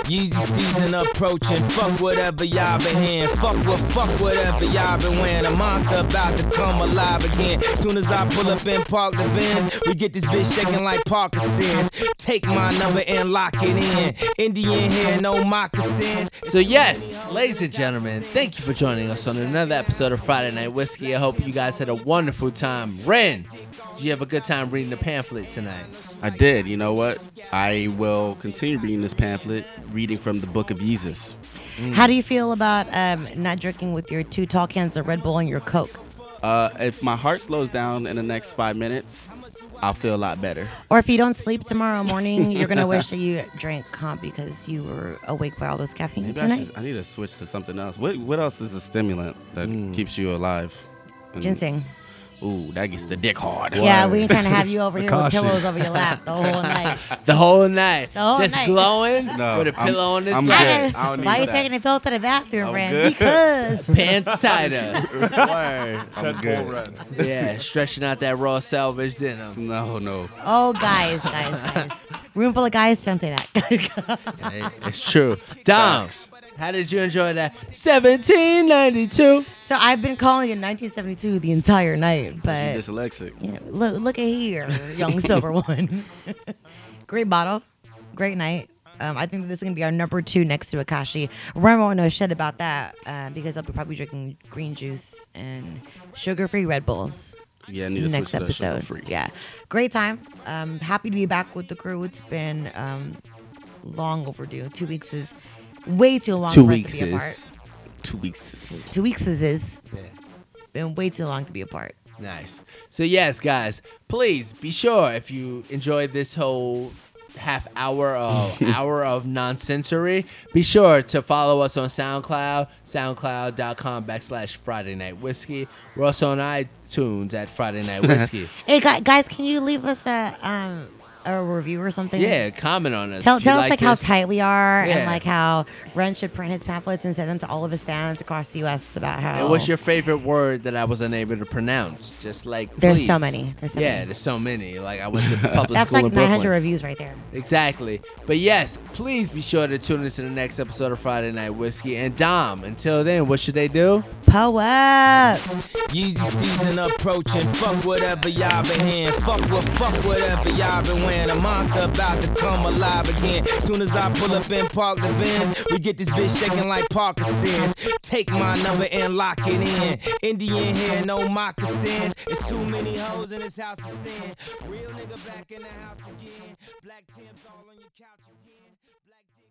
[SPEAKER 7] Yeezy season approaching. Fuck whatever y'all been hearing. Fuck what, fuck whatever y'all been wearing. A monster about to come alive again. Soon as I pull up and park the Benz, we get this bitch shaking like Parkinson's. Take my number and lock it in. Indian hair, no moccasins.
[SPEAKER 1] So yes, ladies and gentlemen, thank you for joining us on another episode of Friday Night Whiskey. I hope you guys had a wonderful time. Ren, did you have a good time reading the pamphlet tonight?
[SPEAKER 4] I did. You know what? I will continue reading this pamphlet, reading from the Book of Jesus.
[SPEAKER 2] How do you feel about um, not drinking with your two tall cans of Red Bull and your Coke?
[SPEAKER 4] Uh, if my heart slows down in the next five minutes, I'll feel a lot better.
[SPEAKER 2] Or if you don't sleep tomorrow morning,
[SPEAKER 4] [LAUGHS]
[SPEAKER 2] you're gonna wish that you drank comp because you were awake by all this caffeine
[SPEAKER 4] Maybe I,
[SPEAKER 2] tonight.
[SPEAKER 4] should, I need to switch to something else. What What else is a stimulant that
[SPEAKER 1] Hmm.
[SPEAKER 4] keeps you alive? And-
[SPEAKER 2] Ginseng.
[SPEAKER 4] Ooh, that gets the dick hard.
[SPEAKER 2] Yeah, we ain't trying to have you over here with
[SPEAKER 3] Akashi.
[SPEAKER 2] pillows over your lap the
[SPEAKER 4] [LAUGHS]
[SPEAKER 2] whole night.
[SPEAKER 1] The whole night,
[SPEAKER 2] The whole
[SPEAKER 1] just
[SPEAKER 2] night.
[SPEAKER 1] glowing
[SPEAKER 4] No,
[SPEAKER 1] with a
[SPEAKER 4] I'm-
[SPEAKER 1] pillow on his
[SPEAKER 4] I'm
[SPEAKER 1] lap,
[SPEAKER 4] good.
[SPEAKER 2] Why,
[SPEAKER 4] I don't need
[SPEAKER 2] why you
[SPEAKER 4] that.
[SPEAKER 2] taking a pill to the bathroom,
[SPEAKER 4] I'm
[SPEAKER 2] Ren?
[SPEAKER 4] good.
[SPEAKER 2] Because
[SPEAKER 4] [LAUGHS]
[SPEAKER 1] [LAUGHS] pants tied up.
[SPEAKER 4] Word. I'm
[SPEAKER 3] Bull
[SPEAKER 4] good.
[SPEAKER 3] Red.
[SPEAKER 1] Yeah, stretching out that raw salvage denim.
[SPEAKER 4] No, no.
[SPEAKER 2] oh, guys, guys, guys, room full of guys. Don't say that. [LAUGHS]
[SPEAKER 1] Hey, [LAUGHS] It's true. Dom, how did you enjoy that? 1792.
[SPEAKER 2] so I've been calling it 1972 the entire night,
[SPEAKER 4] You
[SPEAKER 2] but
[SPEAKER 4] dyslexic.
[SPEAKER 2] you know, look, look at here,
[SPEAKER 1] [LAUGHS]
[SPEAKER 2] young silver one. [LAUGHS] great bottle, great night. Um, I think this is gonna be our number two next to Akashi. Ren won't know shit about that uh, because I'll be probably drinking green juice and sugar-free Red Bulls.
[SPEAKER 4] Yeah, I need to switch
[SPEAKER 2] next
[SPEAKER 4] to that sugar
[SPEAKER 2] episode.
[SPEAKER 4] free.
[SPEAKER 2] Yeah, great time. Um, happy to be back with the crew. It's been um, long overdue. Two weeks is way too long.
[SPEAKER 1] Two
[SPEAKER 2] for
[SPEAKER 1] weeks
[SPEAKER 2] us to be
[SPEAKER 1] is.
[SPEAKER 2] apart.
[SPEAKER 4] Two weeks.
[SPEAKER 2] Two weeks is is
[SPEAKER 1] Yeah.
[SPEAKER 2] been way too long to be apart.
[SPEAKER 1] Nice. So yes, guys, please be sure if you enjoyed this whole half hour
[SPEAKER 2] [LAUGHS]
[SPEAKER 1] of hour of nonsensory, be sure to follow us on SoundCloud, soundcloud.com backslash Friday Night Whiskey. We're also on iTunes at Friday
[SPEAKER 2] [LAUGHS]
[SPEAKER 1] Night Whiskey.
[SPEAKER 2] Hey gu- guys, can you leave us a um, a review or something?
[SPEAKER 1] yeah, comment on us.
[SPEAKER 2] Tell,
[SPEAKER 1] if you
[SPEAKER 2] tell us like how
[SPEAKER 1] this.
[SPEAKER 2] tight we are
[SPEAKER 1] Yeah.
[SPEAKER 2] and like how Ren should print his pamphlets and send them to all of his fans across the U.S. about how.
[SPEAKER 1] And what's your favorite word that I was unable to pronounce? Just like
[SPEAKER 2] There's so
[SPEAKER 1] please.
[SPEAKER 2] many. There's so
[SPEAKER 1] yeah,
[SPEAKER 2] many.
[SPEAKER 1] there's so many. Like I went to public
[SPEAKER 2] That's
[SPEAKER 1] school
[SPEAKER 2] like
[SPEAKER 1] in Brooklyn.
[SPEAKER 2] 900 reviews right there.
[SPEAKER 1] Exactly. But yes, please be sure to tune in to the next episode of Friday Night Whiskey. And Dom, until then, what should they do?
[SPEAKER 2] Poe up.
[SPEAKER 7] Yeezy season approaching. Fuck whatever y'all been hearing. Fuck what, fuck whatever y'all been wearing. A monster about to come alive again. Soon as I pull up and park the Benz, we get this bitch shaking like Parkinson's. Take my number and lock it in. Indian hair, no moccasins. It's too many hoes in this house of sin. Real nigga back in the house again. Black Tim's all on your couch again. Black